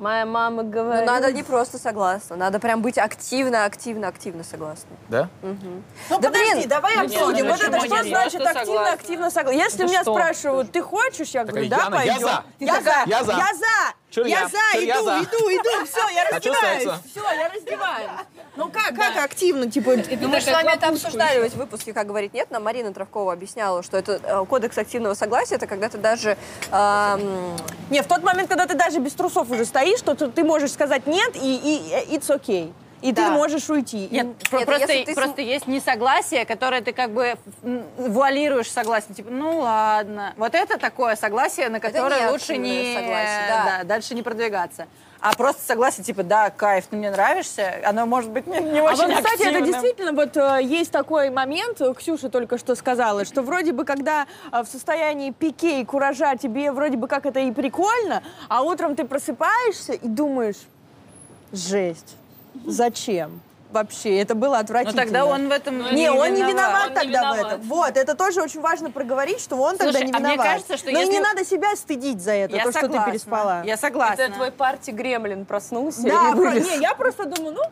Speaker 5: Моя мама
Speaker 1: Ну,
Speaker 5: говорит.
Speaker 1: надо не просто согласна, надо прям быть активно, активно, активно согласна.
Speaker 2: Да?
Speaker 1: Мгм.
Speaker 11: Ну,
Speaker 1: Да
Speaker 11: подожди,
Speaker 1: блин!
Speaker 11: давай
Speaker 1: Ну,
Speaker 11: обсудим.
Speaker 1: нет,
Speaker 11: Вот это
Speaker 1: почему
Speaker 11: что
Speaker 1: нет?
Speaker 11: значит
Speaker 1: Просто
Speaker 11: активно,
Speaker 1: согласна.
Speaker 11: активно
Speaker 4: согласна? Если
Speaker 11: Да
Speaker 4: меня
Speaker 11: что?
Speaker 4: спрашивают, ты хочешь? Я говорю, да,
Speaker 2: Яна, я
Speaker 4: пойдем.
Speaker 2: за. Ты
Speaker 4: Я
Speaker 2: такая,
Speaker 4: за,
Speaker 2: я за.
Speaker 4: я за,
Speaker 2: Чё я?
Speaker 4: я
Speaker 2: Чё
Speaker 4: за,
Speaker 2: я
Speaker 4: иду,
Speaker 2: за?
Speaker 4: иду, иду, все, я
Speaker 2: *laughs* А чё
Speaker 4: раздеваюсь.
Speaker 2: секса?
Speaker 4: Все, я раздеваюсь.
Speaker 11: Ну как, как активно, типа...
Speaker 1: Ну, мы же с вами это обсуждали ведь в выпуске, как говорить нет. Нам Марина Травкова объясняла, что это э, кодекс активного согласия, это когда ты даже... эм,
Speaker 4: Не, в тот момент, когда ты даже без трусов уже стоишь, то ты, ты можешь сказать нет, и, и it's okay. И
Speaker 3: Да.
Speaker 4: ты можешь уйти. И-
Speaker 3: Нет, про-
Speaker 4: Нет,
Speaker 3: просто,
Speaker 4: если ты с-
Speaker 3: просто есть несогласие, которое ты как бы м, вуалируешь согласие. Типа, ну ладно. Вот это такое согласие, на которое
Speaker 1: не
Speaker 3: лучше не
Speaker 1: активное согласие, да.
Speaker 3: да, дальше не продвигаться. А просто согласие, типа, да, кайф, ты мне нравишься, оно может быть не, не
Speaker 4: а
Speaker 3: очень
Speaker 4: вот, кстати, это
Speaker 3: активным.
Speaker 4: действительно вот э, есть такой момент, э, Ксюша только что сказала, что вроде бы когда э, в состоянии пике и куража тебе вроде бы как это и прикольно, а утром ты просыпаешься и думаешь, жесть, зачем? Вообще, это было отвратительно.
Speaker 3: Ну, тогда он в этом Ну,
Speaker 4: не,
Speaker 3: не
Speaker 4: он не
Speaker 3: виноват.
Speaker 4: виноват
Speaker 3: Он не
Speaker 4: тогда в
Speaker 3: виноват.
Speaker 4: этом. Вот, это тоже очень важно проговорить, что он тогда
Speaker 3: Слушай,
Speaker 4: не
Speaker 3: а мне
Speaker 4: виноват.
Speaker 3: кажется, что
Speaker 4: Но и
Speaker 3: если-
Speaker 4: не надо себя стыдить за это,
Speaker 3: Я
Speaker 4: то, что
Speaker 3: согласна.
Speaker 4: ты переспала.
Speaker 3: Я согласна.
Speaker 5: Это твой парти Гремлин проснулся
Speaker 3: Да,
Speaker 5: и
Speaker 3: про-
Speaker 5: вылез.
Speaker 3: не,
Speaker 4: я просто думаю, ну...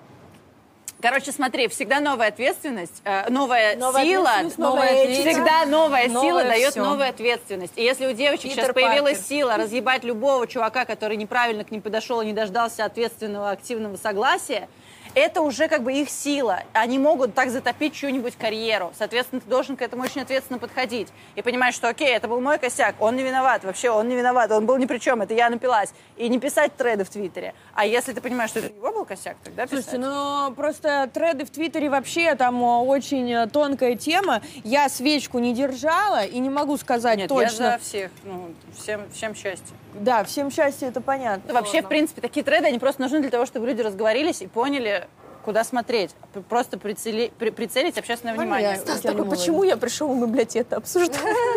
Speaker 3: Короче, смотри, всегда новая ответственность, э, новая,
Speaker 5: Новая
Speaker 3: сила,
Speaker 5: ответственность, новая этика.
Speaker 3: всегда новая
Speaker 5: Новое
Speaker 3: сила дает
Speaker 5: всё.
Speaker 3: новую ответственность. И если у девочек
Speaker 5: Питер
Speaker 3: сейчас появилась
Speaker 5: Паркер.
Speaker 3: сила разъебать любого чувака, который неправильно к ним подошел и не дождался ответственного активного согласия, это уже как бы их сила. Они могут так затопить чью-нибудь карьеру. Соответственно, ты должен к этому очень ответственно подходить. И понимать, что окей, это был мой косяк, он не виноват, вообще он не виноват, он был ни при чем, это я напилась. И не писать треды в Твиттере. А если ты понимаешь, что это его был косяк, тогда писать.
Speaker 4: Слушайте, ну просто треды в Твиттере вообще там э, очень э, тонкая тема. Я свечку не держала и не могу сказать
Speaker 3: Нет,
Speaker 4: точно.
Speaker 3: я за всех. Ну, всем, всем счастье.
Speaker 4: Да, всем счастье, это понятно.
Speaker 3: Ну, Вообще, в принципе, такие треды, они просто нужны для того, чтобы люди разговорились и поняли, куда смотреть. П- Просто прицели- при- прицелить общественное
Speaker 4: Ну,
Speaker 3: внимание.
Speaker 5: Стас такой, а почему я пришел, мы, блядь, это обсуждаем?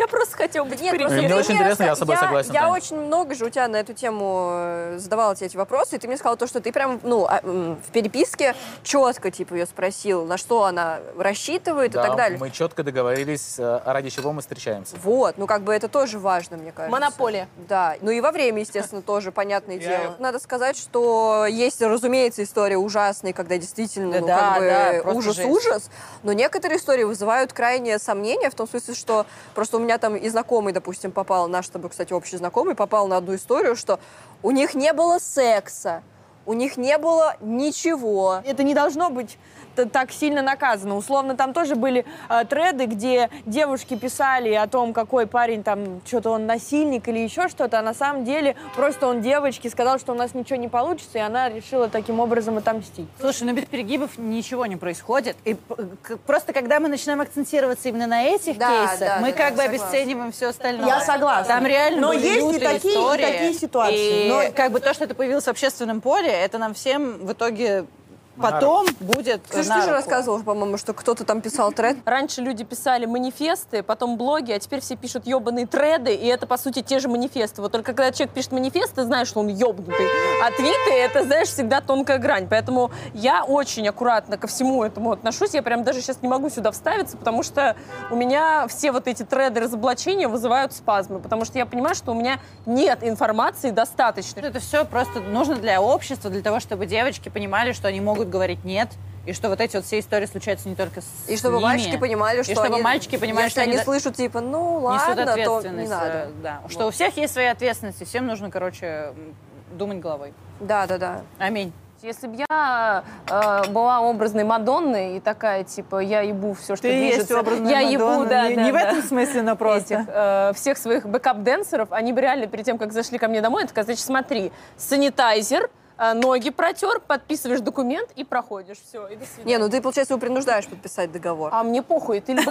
Speaker 1: *laughs*
Speaker 5: Я просто хотела быть
Speaker 1: Нет, просто
Speaker 5: при-
Speaker 1: ты
Speaker 2: Мне очень
Speaker 1: мне
Speaker 2: интересно, я
Speaker 1: раска-
Speaker 2: с тобой согласен,
Speaker 1: Я
Speaker 2: Таня.
Speaker 1: очень много же у тебя на эту тему э, задавала тебе эти вопросы, и ты мне сказала то, что ты прям, ну, а, м, в переписке четко, типа, ее спросил, на что она рассчитывает и так далее.
Speaker 2: мы четко договорились, э, ради чего мы встречаемся.
Speaker 1: Вот, ну как бы это тоже важно, мне кажется.
Speaker 5: Монополия.
Speaker 1: Да, ну и во время, естественно, тоже, понятное
Speaker 5: Я-
Speaker 1: дело. Надо сказать, что есть, разумеется, истории ужасные, когда действительно,
Speaker 3: Да
Speaker 1: ну,
Speaker 3: да,
Speaker 1: как
Speaker 3: да,
Speaker 1: бы
Speaker 3: просто жесть.
Speaker 1: ужас-ужас, но некоторые истории вызывают крайнее сомнение в том смысле, что просто у меня там и знакомый, допустим, попал, наш с тобой, кстати, общий знакомый, попал на одну историю, что у них не было секса, у них не было ничего.
Speaker 4: Это не должно быть т- так сильно наказано. Условно, там тоже были э, треды, где девушки писали о том, какой парень там, что-то он насильник или еще что-то, а на самом деле просто он девочке сказал, что у нас ничего не получится, и она решила таким образом отомстить.
Speaker 3: Слушай, ну без перегибов ничего не происходит. И п- к- просто когда мы начинаем акцентироваться именно на этих
Speaker 4: Да,
Speaker 3: кейсах,
Speaker 4: да,
Speaker 3: мы
Speaker 4: да,
Speaker 3: как бы
Speaker 4: да, согласна.
Speaker 3: обесцениваем все остальное.
Speaker 4: Я согласна.
Speaker 3: Там реально
Speaker 4: Но
Speaker 3: были
Speaker 4: есть и
Speaker 3: лютые
Speaker 4: такие, и
Speaker 3: истории.
Speaker 4: такие ситуации.
Speaker 3: И
Speaker 4: Но-
Speaker 3: как бы то, что это появилось в общественном поле, это нам всем в итоге потом будет
Speaker 1: Ксюша,
Speaker 3: на
Speaker 1: ты же
Speaker 3: руку.
Speaker 1: рассказывала, по-моему, что кто-то там писал тред.
Speaker 5: Раньше люди писали манифесты, потом блоги, а теперь все пишут ебаные треды, и это, по сути, те же манифесты. Вот только когда человек пишет манифест, ты знаешь, что он ебнутый. А твиты — это, знаешь, всегда тонкая грань. Поэтому я очень аккуратно ко всему этому отношусь. Я прям даже сейчас не могу сюда вставиться, потому что у меня все вот эти треды разоблачения вызывают спазмы, потому что я понимаю, что у меня нет информации достаточно.
Speaker 3: Это все просто нужно для общества, для того, чтобы девочки понимали, что они могут будут говорить нет. И что вот эти вот все истории случаются не только с
Speaker 1: И чтобы
Speaker 3: ними.
Speaker 1: мальчики понимали, что
Speaker 3: и чтобы
Speaker 1: они-
Speaker 3: мальчики понимали,
Speaker 1: если
Speaker 3: что они
Speaker 1: они
Speaker 3: да-
Speaker 1: слышат, типа, ну
Speaker 3: несут
Speaker 1: ладно, то не
Speaker 3: ответственность,
Speaker 1: надо.
Speaker 3: э, Да. Что у всех есть свои ответственности, всем нужно, короче, м, думать головой.
Speaker 1: Да, да, да.
Speaker 3: Аминь.
Speaker 5: Если бы я э, была образной Мадонной и такая, типа, я ебу все, что
Speaker 3: Ты и
Speaker 5: движется.
Speaker 3: есть образная
Speaker 5: я ебу,
Speaker 3: Мадонна.
Speaker 5: да,
Speaker 3: Не-
Speaker 5: да,
Speaker 3: не в
Speaker 5: да.
Speaker 3: этом смысле, но просто.
Speaker 5: Этих, э, всех своих бэкап-денсеров, они бы реально перед тем, как зашли ко мне домой, я такая, значит, смотри, санитайзер, э, ноги протер, подписываешь документ и проходишь. Все, и до свидания.
Speaker 1: Не, ну ты, получается, его принуждаешь подписать договор.
Speaker 5: А мне похуй, ты либо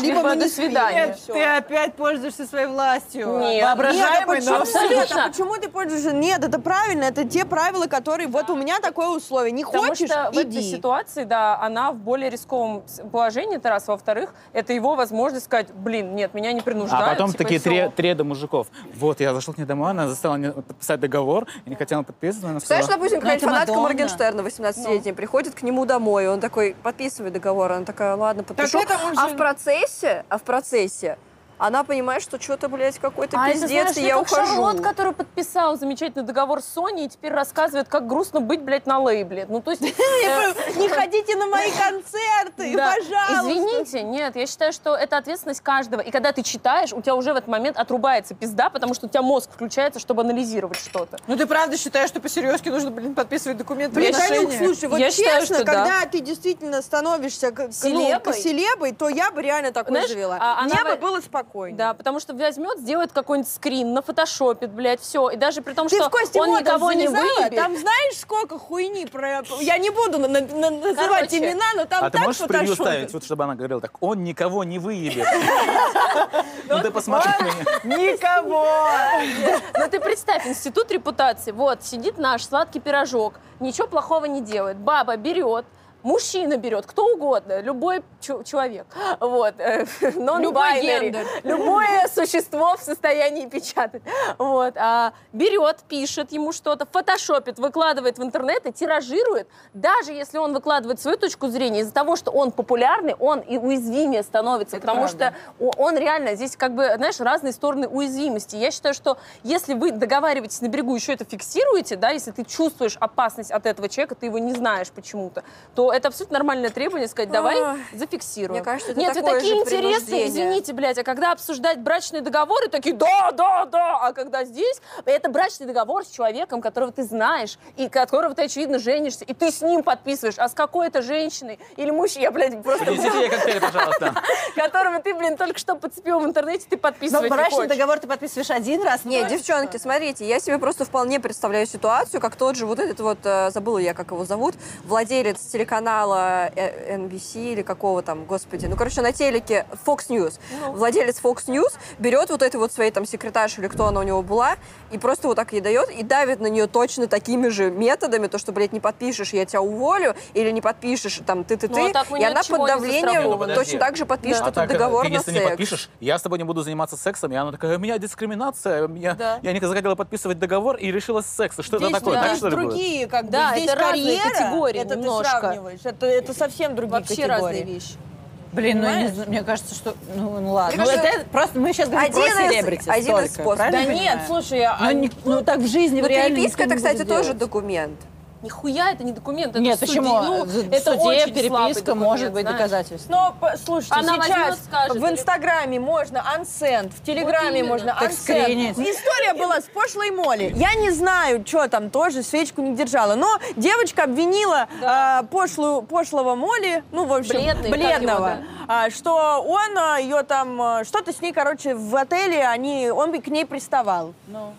Speaker 1: *laughs* Либо мы
Speaker 5: либо
Speaker 1: не
Speaker 5: до
Speaker 1: спим.
Speaker 5: свидания.
Speaker 1: Нет,
Speaker 5: Всё.
Speaker 3: Ты опять пользуешься своей властью.
Speaker 4: Нет.
Speaker 3: Воображаемой,
Speaker 4: Нет,
Speaker 3: но
Speaker 4: а почему?
Speaker 3: абсолютно.
Speaker 4: А почему ты пользуешься? Нет, это правильно, это те правила, которые... Вот у меня такое условие. Не
Speaker 5: Потому
Speaker 4: хочешь,
Speaker 5: что в этой
Speaker 4: иди.
Speaker 5: ситуации, да, она в более рисковом с- положении, это раз. Во-вторых, это его возможность сказать, блин, нет, меня не принуждают.
Speaker 2: А потом
Speaker 5: типа,
Speaker 2: такие
Speaker 5: и всё.
Speaker 2: три, треда мужиков. Вот, я зашел к ней домой, она заставила меня подписать договор, я не хотела подписывать, она сказала...
Speaker 1: Представляешь, допустим, какая-нибудь фанатка Моргенштерна
Speaker 4: Ну.
Speaker 1: 18-летняя приходит к нему домой, и он такой, подписывай договор, она такая, ладно, подпишу.
Speaker 5: это он
Speaker 1: а
Speaker 5: же-
Speaker 1: в процессе, а в процессе она понимает, что что-то, блядь, какой-то
Speaker 5: А это,
Speaker 1: пиздец,
Speaker 5: знаешь,
Speaker 1: и
Speaker 5: это
Speaker 1: я
Speaker 5: как
Speaker 1: ухожу.
Speaker 5: Шарлот, который подписал замечательный договор с Sony и теперь рассказывает, как грустно быть, блядь, на лейбле. Ну,
Speaker 1: *laughs*
Speaker 5: то есть...
Speaker 4: Не ходите на мои концерты,
Speaker 5: Да.
Speaker 4: пожалуйста.
Speaker 5: Извините, нет, я считаю, что это ответственность каждого. И когда ты читаешь, у тебя уже в этот момент отрубается пизда, потому что у тебя мозг включается, чтобы анализировать что-то.
Speaker 3: Ну ты правда считаешь, что по-серьезки нужно, блин, подписывать документы?
Speaker 4: Блин,
Speaker 5: Я
Speaker 4: Танюк,
Speaker 5: считаю-
Speaker 4: слушай, вот
Speaker 5: я считаю,
Speaker 4: честно,
Speaker 5: что да.
Speaker 4: когда ты действительно становишься к- к- ну,
Speaker 5: Селебой.
Speaker 4: к селебой, то я бы реально такой Типа
Speaker 5: Знаешь,
Speaker 4: завела.
Speaker 5: а она
Speaker 4: Мне
Speaker 5: во-
Speaker 4: бы было спокойно.
Speaker 5: Да, потому что возьмет, сделает какой-нибудь скрин, нафотошопит, блядь, все. И даже при том,
Speaker 4: Ты
Speaker 5: что
Speaker 4: в Кости
Speaker 5: он
Speaker 4: Модов
Speaker 5: никого не
Speaker 4: залезала?
Speaker 5: выебет.
Speaker 4: Там знаешь, сколько хуйни про... Я не буду на- на- на- называть
Speaker 5: Короче,
Speaker 4: имена, но там
Speaker 2: а ты
Speaker 4: так
Speaker 2: можешь превью
Speaker 4: фотошопят.
Speaker 2: ставить, вот, чтобы она говорила так, он никого не выебет. Ну ты посмотри на меня.
Speaker 3: Никого!
Speaker 5: Ну ты представь, институт репутации. Вот, сидит наш сладкий пирожок, ничего плохого не делает. Баба берет, мужчина берет, кто угодно, любой чу- человек. Вот, э, *laughs*
Speaker 4: Любой
Speaker 5: non-binary,
Speaker 4: гендер.
Speaker 5: Любое существо в состоянии печатать. Вот, а берет, пишет ему что-то, фотошопит, выкладывает в интернет и тиражирует. Даже если он выкладывает свою точку зрения, из-за того, что он популярный, он и уязвимее становится, потому
Speaker 3: правда.
Speaker 5: что о- он реально здесь как бы, знаешь, разные стороны уязвимости. Я считаю, что если вы договариваетесь на берегу, еще это фиксируете, да, если ты чувствуешь опасность от этого человека, ты его не знаешь почему-то, то это абсолютно нормальное требование сказать, давай
Speaker 1: Ой.
Speaker 5: зафиксируем.
Speaker 1: Мне кажется, это
Speaker 5: Нет,
Speaker 1: такое
Speaker 5: вы такие
Speaker 1: же
Speaker 5: интересные,
Speaker 1: принуждение.
Speaker 5: извините, блядь, а когда обсуждать брачные договоры, такие, да, да, да, а когда здесь, это брачный договор с человеком, которого ты знаешь, и которого ты, очевидно, женишься, и ты с ним подписываешь, а с какой-то женщиной или мужчиной, я, блядь, просто
Speaker 2: Принесите ей коктейль, пожалуйста.
Speaker 5: *laughs* которого ты, блин, только что подцепил в интернете, ты
Speaker 3: Но
Speaker 5: подписывать не
Speaker 3: брачный
Speaker 5: хочешь.
Speaker 3: договор ты подписываешь один раз.
Speaker 1: Не,
Speaker 3: ну,
Speaker 1: девчонки, смотрите, я себе просто вполне представляю ситуацию, как тот же вот этот вот, э, забыла я, как его зовут, владелец телеканала э, NBC или какого там, господи, ну, короче, на телеке Fox News.
Speaker 5: Ну.
Speaker 1: Владелец Fox News берет вот эту вот своей там секретарь или кто она у него была, и просто вот так ей дает, и давит на нее точно такими же методами, то, что, блядь, не подпишешь, я тебя уволю, или не подпишешь, там, ты-ты-ты,
Speaker 5: Ну, а так мы
Speaker 1: и
Speaker 5: ни от
Speaker 1: она
Speaker 5: чего
Speaker 1: под
Speaker 5: не
Speaker 1: давлением
Speaker 5: застрахованы.
Speaker 2: Не, ну, подожди.
Speaker 1: точно так же подпишет
Speaker 2: А
Speaker 1: этот
Speaker 2: так,
Speaker 1: договор
Speaker 2: ты,
Speaker 1: на
Speaker 2: если не
Speaker 1: секс.
Speaker 2: подпишешь, я с тобой не буду заниматься сексом. И она такая, у меня дискриминация, я,
Speaker 4: Да.
Speaker 2: я не захотела подписывать договор и решила с секса. Что это такое?
Speaker 4: да.
Speaker 2: Так, что ли, будет?
Speaker 4: другие, как бы,
Speaker 5: Да,
Speaker 4: здесь
Speaker 5: это разные
Speaker 4: карьера,
Speaker 5: категории
Speaker 4: это
Speaker 5: немножко.
Speaker 4: ты сравниваешь, это, это совсем другие
Speaker 5: Вообще
Speaker 4: категории.
Speaker 5: разные вещи.
Speaker 3: Блин, ну, я не знаю, мне кажется, что... Ну, ну ладно.
Speaker 4: Мне
Speaker 3: Ну,
Speaker 4: кажется,
Speaker 3: это просто мы сейчас говорим
Speaker 1: один
Speaker 3: про
Speaker 1: из-
Speaker 3: селебрити
Speaker 1: один из
Speaker 3: столько,
Speaker 1: способов.
Speaker 3: правильно
Speaker 1: Да
Speaker 3: я
Speaker 1: нет,
Speaker 3: понимаю?
Speaker 5: слушай, а-
Speaker 3: Ну, не- ну, так в жизни
Speaker 1: Ну,
Speaker 3: реально
Speaker 1: переписка,
Speaker 3: никто не
Speaker 1: это, кстати,
Speaker 3: будет
Speaker 1: тоже
Speaker 3: делать.
Speaker 1: документ.
Speaker 5: Нихуя это не документ, это
Speaker 3: Нет,
Speaker 5: суде-
Speaker 3: почему?
Speaker 5: ну,
Speaker 3: З- в
Speaker 5: это
Speaker 3: суде
Speaker 5: очень слабый
Speaker 3: переписка
Speaker 5: документ,
Speaker 3: может быть
Speaker 5: знаешь.
Speaker 3: доказательством.
Speaker 4: Но ну, по- слушайте,
Speaker 5: Она возьмет,
Speaker 4: сейчас
Speaker 5: скажет,
Speaker 4: в Инстаграме можно ансент, в
Speaker 5: Вот
Speaker 4: Телеграме
Speaker 5: именно.
Speaker 4: можно
Speaker 3: Так
Speaker 4: ансент.
Speaker 3: скринить.
Speaker 4: История была с пошлой Молли. Я не знаю, что там тоже, свечку не держала. Но девочка обвинила а, пошлую, пошлого Молли, ну, в общем,
Speaker 5: Бледный, как
Speaker 4: бледного,
Speaker 5: его,
Speaker 4: а, что он а, ее там, а, что-то с ней, короче, в отеле, они, он бы к ней приставал.
Speaker 3: Ну.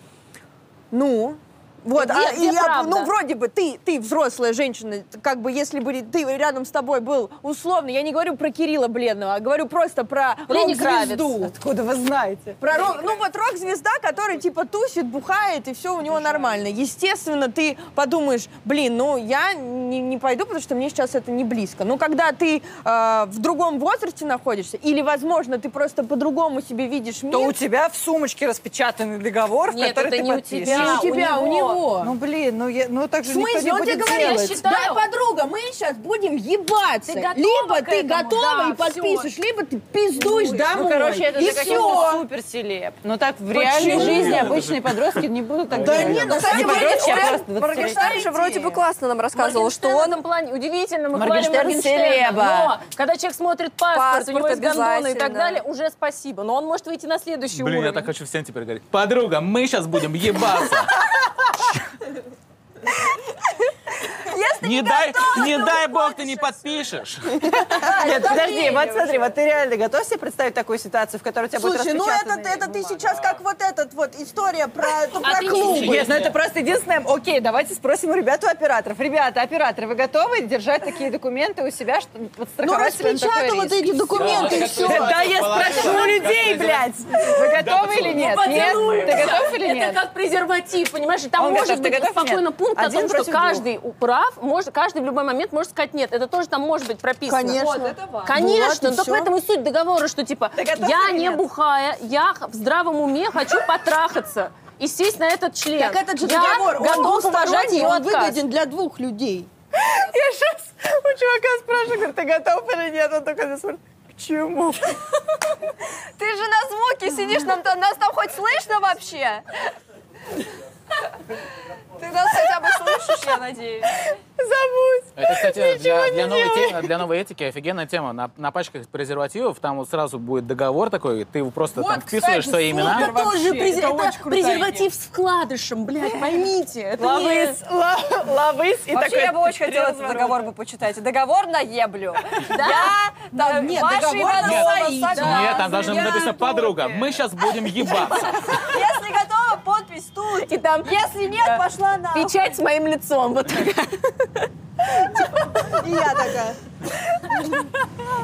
Speaker 4: Ну, вот,
Speaker 5: Где-
Speaker 4: а,
Speaker 5: где
Speaker 4: и я бы-
Speaker 5: правда?
Speaker 4: ну, вроде бы, ты, ты взрослая женщина, как бы, если бы ты рядом с тобой был, условно, я не говорю про Кирилла Бледного, а говорю просто про
Speaker 5: Лени
Speaker 4: рок-звезду.
Speaker 3: Откуда вы знаете?
Speaker 4: Про рок- ну вот рок-звезда, который типа тусит, бухает, и все у него нормально. Естественно, ты подумаешь, блин, ну я не, не пойду, потому что мне сейчас это не близко. Но когда ты э, в другом возрасте находишься, или, возможно, ты просто по-другому себе видишь мир...
Speaker 3: То у тебя в сумочке распечатанный договор, в
Speaker 5: Нет,
Speaker 3: который
Speaker 5: это
Speaker 3: ты
Speaker 5: не у
Speaker 3: подпишешь.
Speaker 5: тебя,
Speaker 4: Не у тебя, у него. что?
Speaker 3: Ну, блин, ну, я, ну так
Speaker 4: В
Speaker 3: же никто не
Speaker 4: смысле? Он тебе
Speaker 3: будет
Speaker 4: говорит,
Speaker 3: делать.
Speaker 4: да, подруга, мы сейчас будем ебаться.
Speaker 11: Ты готова
Speaker 4: либо
Speaker 11: к
Speaker 4: ты
Speaker 11: этому?
Speaker 4: готова
Speaker 11: Да,
Speaker 4: и подписываешь, либо ты пиздуешь домой.
Speaker 3: Ну, короче, это
Speaker 4: и
Speaker 3: же какой-то
Speaker 4: все.
Speaker 3: суперселеп. Ну, так в реальной
Speaker 4: Почему?
Speaker 3: жизни
Speaker 4: Нет,
Speaker 3: обычные подростки не будут так
Speaker 4: Да
Speaker 3: делать.
Speaker 4: нет, ну, кстати,
Speaker 3: Не подростки, а
Speaker 4: Моргенштерн-
Speaker 3: просто 20-летние.
Speaker 1: Моргенштерн же вроде бы классно нам рассказывал, что
Speaker 9: Моргенштерн в
Speaker 1: он...
Speaker 9: этом плане удивительно, мы
Speaker 1: Моргенштерн
Speaker 9: хвалим Моргенштерна,
Speaker 1: селеба.
Speaker 9: но когда человек смотрит паспорт, у него
Speaker 1: Паспорт
Speaker 9: есть гандоны и так
Speaker 1: обязательно.
Speaker 9: далее, уже спасибо. Но он может выйти на следующий
Speaker 2: Блин, я
Speaker 9: уровень.
Speaker 2: так хочу всем теперь говорить. Подруга, мы сейчас будем ебаться. Не дай, не дай бог ты не подпишешь.
Speaker 3: Нет, подожди, вот смотри, вот ты реально готов себе представить такую ситуацию, в которой у тебя будет
Speaker 11: Слушай, ну это,
Speaker 3: распечатанная
Speaker 11: это ты сейчас как вот этот вот история про, ну, про
Speaker 3: Про
Speaker 11: клубы.
Speaker 3: клубы. Нет, ну это просто единственное. Окей, давайте спросим у ребят у операторов. Ребята, операторы, вы готовы держать такие документы у себя, чтобы подстраховать
Speaker 11: Ну,
Speaker 3: себя на такой
Speaker 11: распечатала ты
Speaker 3: риск?
Speaker 11: эти документы, и всё.
Speaker 3: Да, да, я
Speaker 11: Положила,
Speaker 3: спрошу у людей, блядь. Вы готовы или нет? Нет? Ты готов или
Speaker 9: Ну, Это
Speaker 3: нет?
Speaker 9: как презерватив, понимаешь? Там
Speaker 3: Он
Speaker 9: может
Speaker 3: готов, ты
Speaker 9: быть
Speaker 3: готов,
Speaker 9: спокойно
Speaker 3: нет?
Speaker 9: пункт о
Speaker 3: Один
Speaker 9: том, что
Speaker 3: против двух.
Speaker 9: каждый у- прав, может, каждый в любой момент может сказать нет. Это тоже там может быть прописано.
Speaker 11: Конечно. Вот, это важно. Вот, и
Speaker 9: Конечно, только
Speaker 11: всё.
Speaker 9: в этом и суть договора, что типа
Speaker 11: готов
Speaker 9: я
Speaker 11: или
Speaker 9: не
Speaker 11: нет?
Speaker 9: бухая, я х- в здравом уме хочу потрахаться и сесть на этот член.
Speaker 11: Так этот же
Speaker 9: Я
Speaker 11: договор, он
Speaker 9: готов уважать
Speaker 11: двусторонний,
Speaker 9: ее
Speaker 11: он
Speaker 9: отказ.
Speaker 11: выгоден для двух людей.
Speaker 3: Я сейчас у чувака спрашиваю, говорю, ты готов или нет? Он только на смотрит. Почему?
Speaker 1: Ты же на звуке сидишь, нам, там- нас там хоть слышно вообще? Ты нас хотя бы слышишь, я надеюсь.
Speaker 3: Забудь.
Speaker 2: Это, кстати, для, для новой те- для новой этики офигенная тема. На, на пачках презервативов там вот сразу будет договор такой, ты просто там вписываешь свои имена.
Speaker 5: Это тоже презер-
Speaker 3: это
Speaker 5: это
Speaker 3: очень крутая
Speaker 5: презерватив с вкладышем, блядь, поймите. Это не-
Speaker 3: Лавыс, ла- лавыс и
Speaker 1: Вообще,
Speaker 3: такой...
Speaker 1: я бы очень хотела этот договор бы почитать. Договор на еблю. Я там
Speaker 11: Нет,
Speaker 1: ваши
Speaker 11: договор на
Speaker 1: имена
Speaker 11: союз.
Speaker 1: согласна.
Speaker 2: Нет, там должно быть написано подруга. Мы сейчас будем ебаться.
Speaker 1: Если готова, подпись тут.
Speaker 5: И там
Speaker 1: Если нет, пошла на.
Speaker 5: печать с моим лицом. Вот такая.
Speaker 11: И я такая.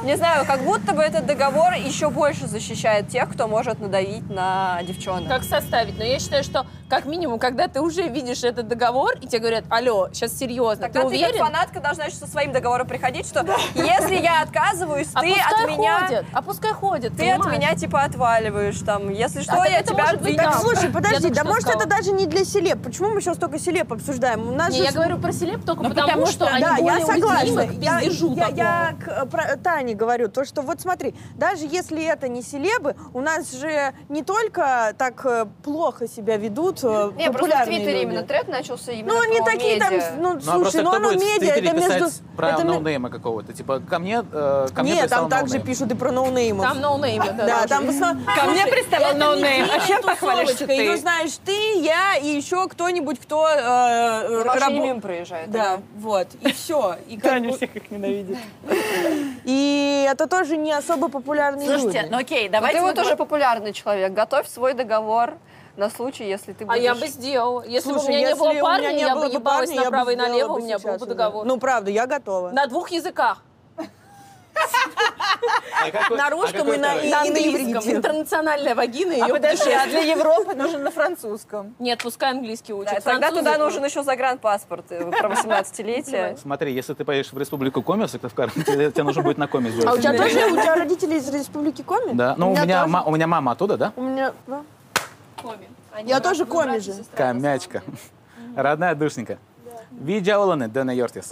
Speaker 1: Не знаю, как будто бы этот договор еще больше защищает тех, кто может надавить на девчонок.
Speaker 5: Как составить? Но я считаю, что как минимум, когда ты уже видишь этот договор, и тебе говорят, алло, сейчас серьезно,
Speaker 1: Тогда
Speaker 5: ты
Speaker 1: а ты,
Speaker 5: уверен?
Speaker 1: как фанатка должна еще со своим договором приходить, что если я отказываюсь,
Speaker 5: а
Speaker 1: ты
Speaker 5: пускай
Speaker 1: от меня...
Speaker 5: ходят, а пускай ходят,
Speaker 1: Ты от
Speaker 5: понимаешь?
Speaker 1: меня типа отваливаешь там. Если что,
Speaker 5: так
Speaker 1: я
Speaker 5: это
Speaker 1: тебя
Speaker 5: может быть
Speaker 1: обвиняю.
Speaker 5: так.
Speaker 11: Слушай,
Speaker 5: Я
Speaker 11: подожди,
Speaker 5: только
Speaker 11: да
Speaker 5: что
Speaker 11: может это
Speaker 5: сказала.
Speaker 11: даже не для селеб. Почему мы сейчас только селеб обсуждаем? У нас
Speaker 5: Не,
Speaker 11: же
Speaker 5: я
Speaker 11: с-
Speaker 5: говорю про селеб только
Speaker 11: Ну,
Speaker 5: потому, что они
Speaker 11: да,
Speaker 5: более
Speaker 11: я согласна.
Speaker 5: уязвимы к
Speaker 11: Я,
Speaker 5: пиздежу
Speaker 11: я- я
Speaker 5: такому.
Speaker 11: к э, про- Тане говорю, то что вот смотри, даже если это не селебы, у нас же не только так э, плохо себя ведут э,
Speaker 1: Не, просто в
Speaker 11: популярные
Speaker 1: Твиттере
Speaker 11: люди.
Speaker 1: именно тред начался именно
Speaker 11: Ну, они
Speaker 1: про
Speaker 11: такие
Speaker 1: медиа.
Speaker 11: там, ну,
Speaker 2: Ну, а
Speaker 11: слушай,
Speaker 2: просто
Speaker 11: ну
Speaker 2: кто
Speaker 11: оно
Speaker 2: будет в
Speaker 11: медиа, это
Speaker 2: Твиттере
Speaker 11: между...
Speaker 2: писать про
Speaker 11: это ме-
Speaker 2: ноунейма какого-то? Типа, ко мне... э, ко мне
Speaker 11: Нет,
Speaker 2: пристал
Speaker 11: там также
Speaker 2: ноунейм.
Speaker 11: пишут и про ноунеймов.
Speaker 5: Там ноунеймы, да,
Speaker 11: Да,
Speaker 5: тоже.
Speaker 11: там в основном...
Speaker 3: Ко мне приставил ноунейм. А чем похвалишься ты?
Speaker 11: Ее
Speaker 4: знаешь ты, я и еще кто-нибудь, кто э,
Speaker 1: Вообще
Speaker 4: рабо-
Speaker 1: мимо проезжает.
Speaker 4: Да, вот, и все. И, как бы-
Speaker 3: всех их ненавидит.
Speaker 11: *laughs* И это тоже не особо популярные
Speaker 3: Слушайте,
Speaker 11: люди.
Speaker 5: типа,
Speaker 3: ну окей,
Speaker 1: Но
Speaker 3: давайте...
Speaker 1: ты
Speaker 3: мы
Speaker 1: вот тоже популярный человек. Готовь свой договор на случай, если ты будешь...
Speaker 5: А я бы сделала. Если бы у
Speaker 11: Слушай,
Speaker 5: меня не
Speaker 11: если
Speaker 5: было
Speaker 11: у меня
Speaker 5: парня,
Speaker 11: не
Speaker 5: я
Speaker 11: было
Speaker 5: бы ебалась
Speaker 11: парня, я бы
Speaker 5: направо и
Speaker 11: сделала
Speaker 5: налево, у
Speaker 11: бы
Speaker 5: меня был
Speaker 11: сейчас
Speaker 5: бы
Speaker 11: уже.
Speaker 5: договор.
Speaker 11: Ну, правда, я готова.
Speaker 5: На двух языках.
Speaker 2: А какой-
Speaker 11: на
Speaker 2: а
Speaker 11: русском
Speaker 2: какой
Speaker 11: и на-
Speaker 2: второй?
Speaker 11: и-
Speaker 5: На
Speaker 11: на
Speaker 5: английском.
Speaker 11: иврите.
Speaker 5: Интернациональная вагина и
Speaker 3: А
Speaker 5: ее
Speaker 3: подожди, а для Европы нужен на французском.
Speaker 5: Нет, пускай английский учит.
Speaker 1: Да, тогда
Speaker 5: Французы-
Speaker 1: туда нужен еще загранпаспорт э, про 18-летие.
Speaker 2: Смотри, если ты поедешь в республику комикс, то в кар- *laughs* тебе тебе нужно будет на комикс
Speaker 11: А у
Speaker 2: делать.
Speaker 11: тебя тоже, *laughs* у тебя родители из республики Коми?
Speaker 2: Да, ну у меня,
Speaker 11: тоже.
Speaker 2: ма- у меня мама оттуда, да?
Speaker 11: У меня, да. Я тоже коми же.
Speaker 2: Камячка. Родная душненькая. Видя Оланы, Дэна Йортис.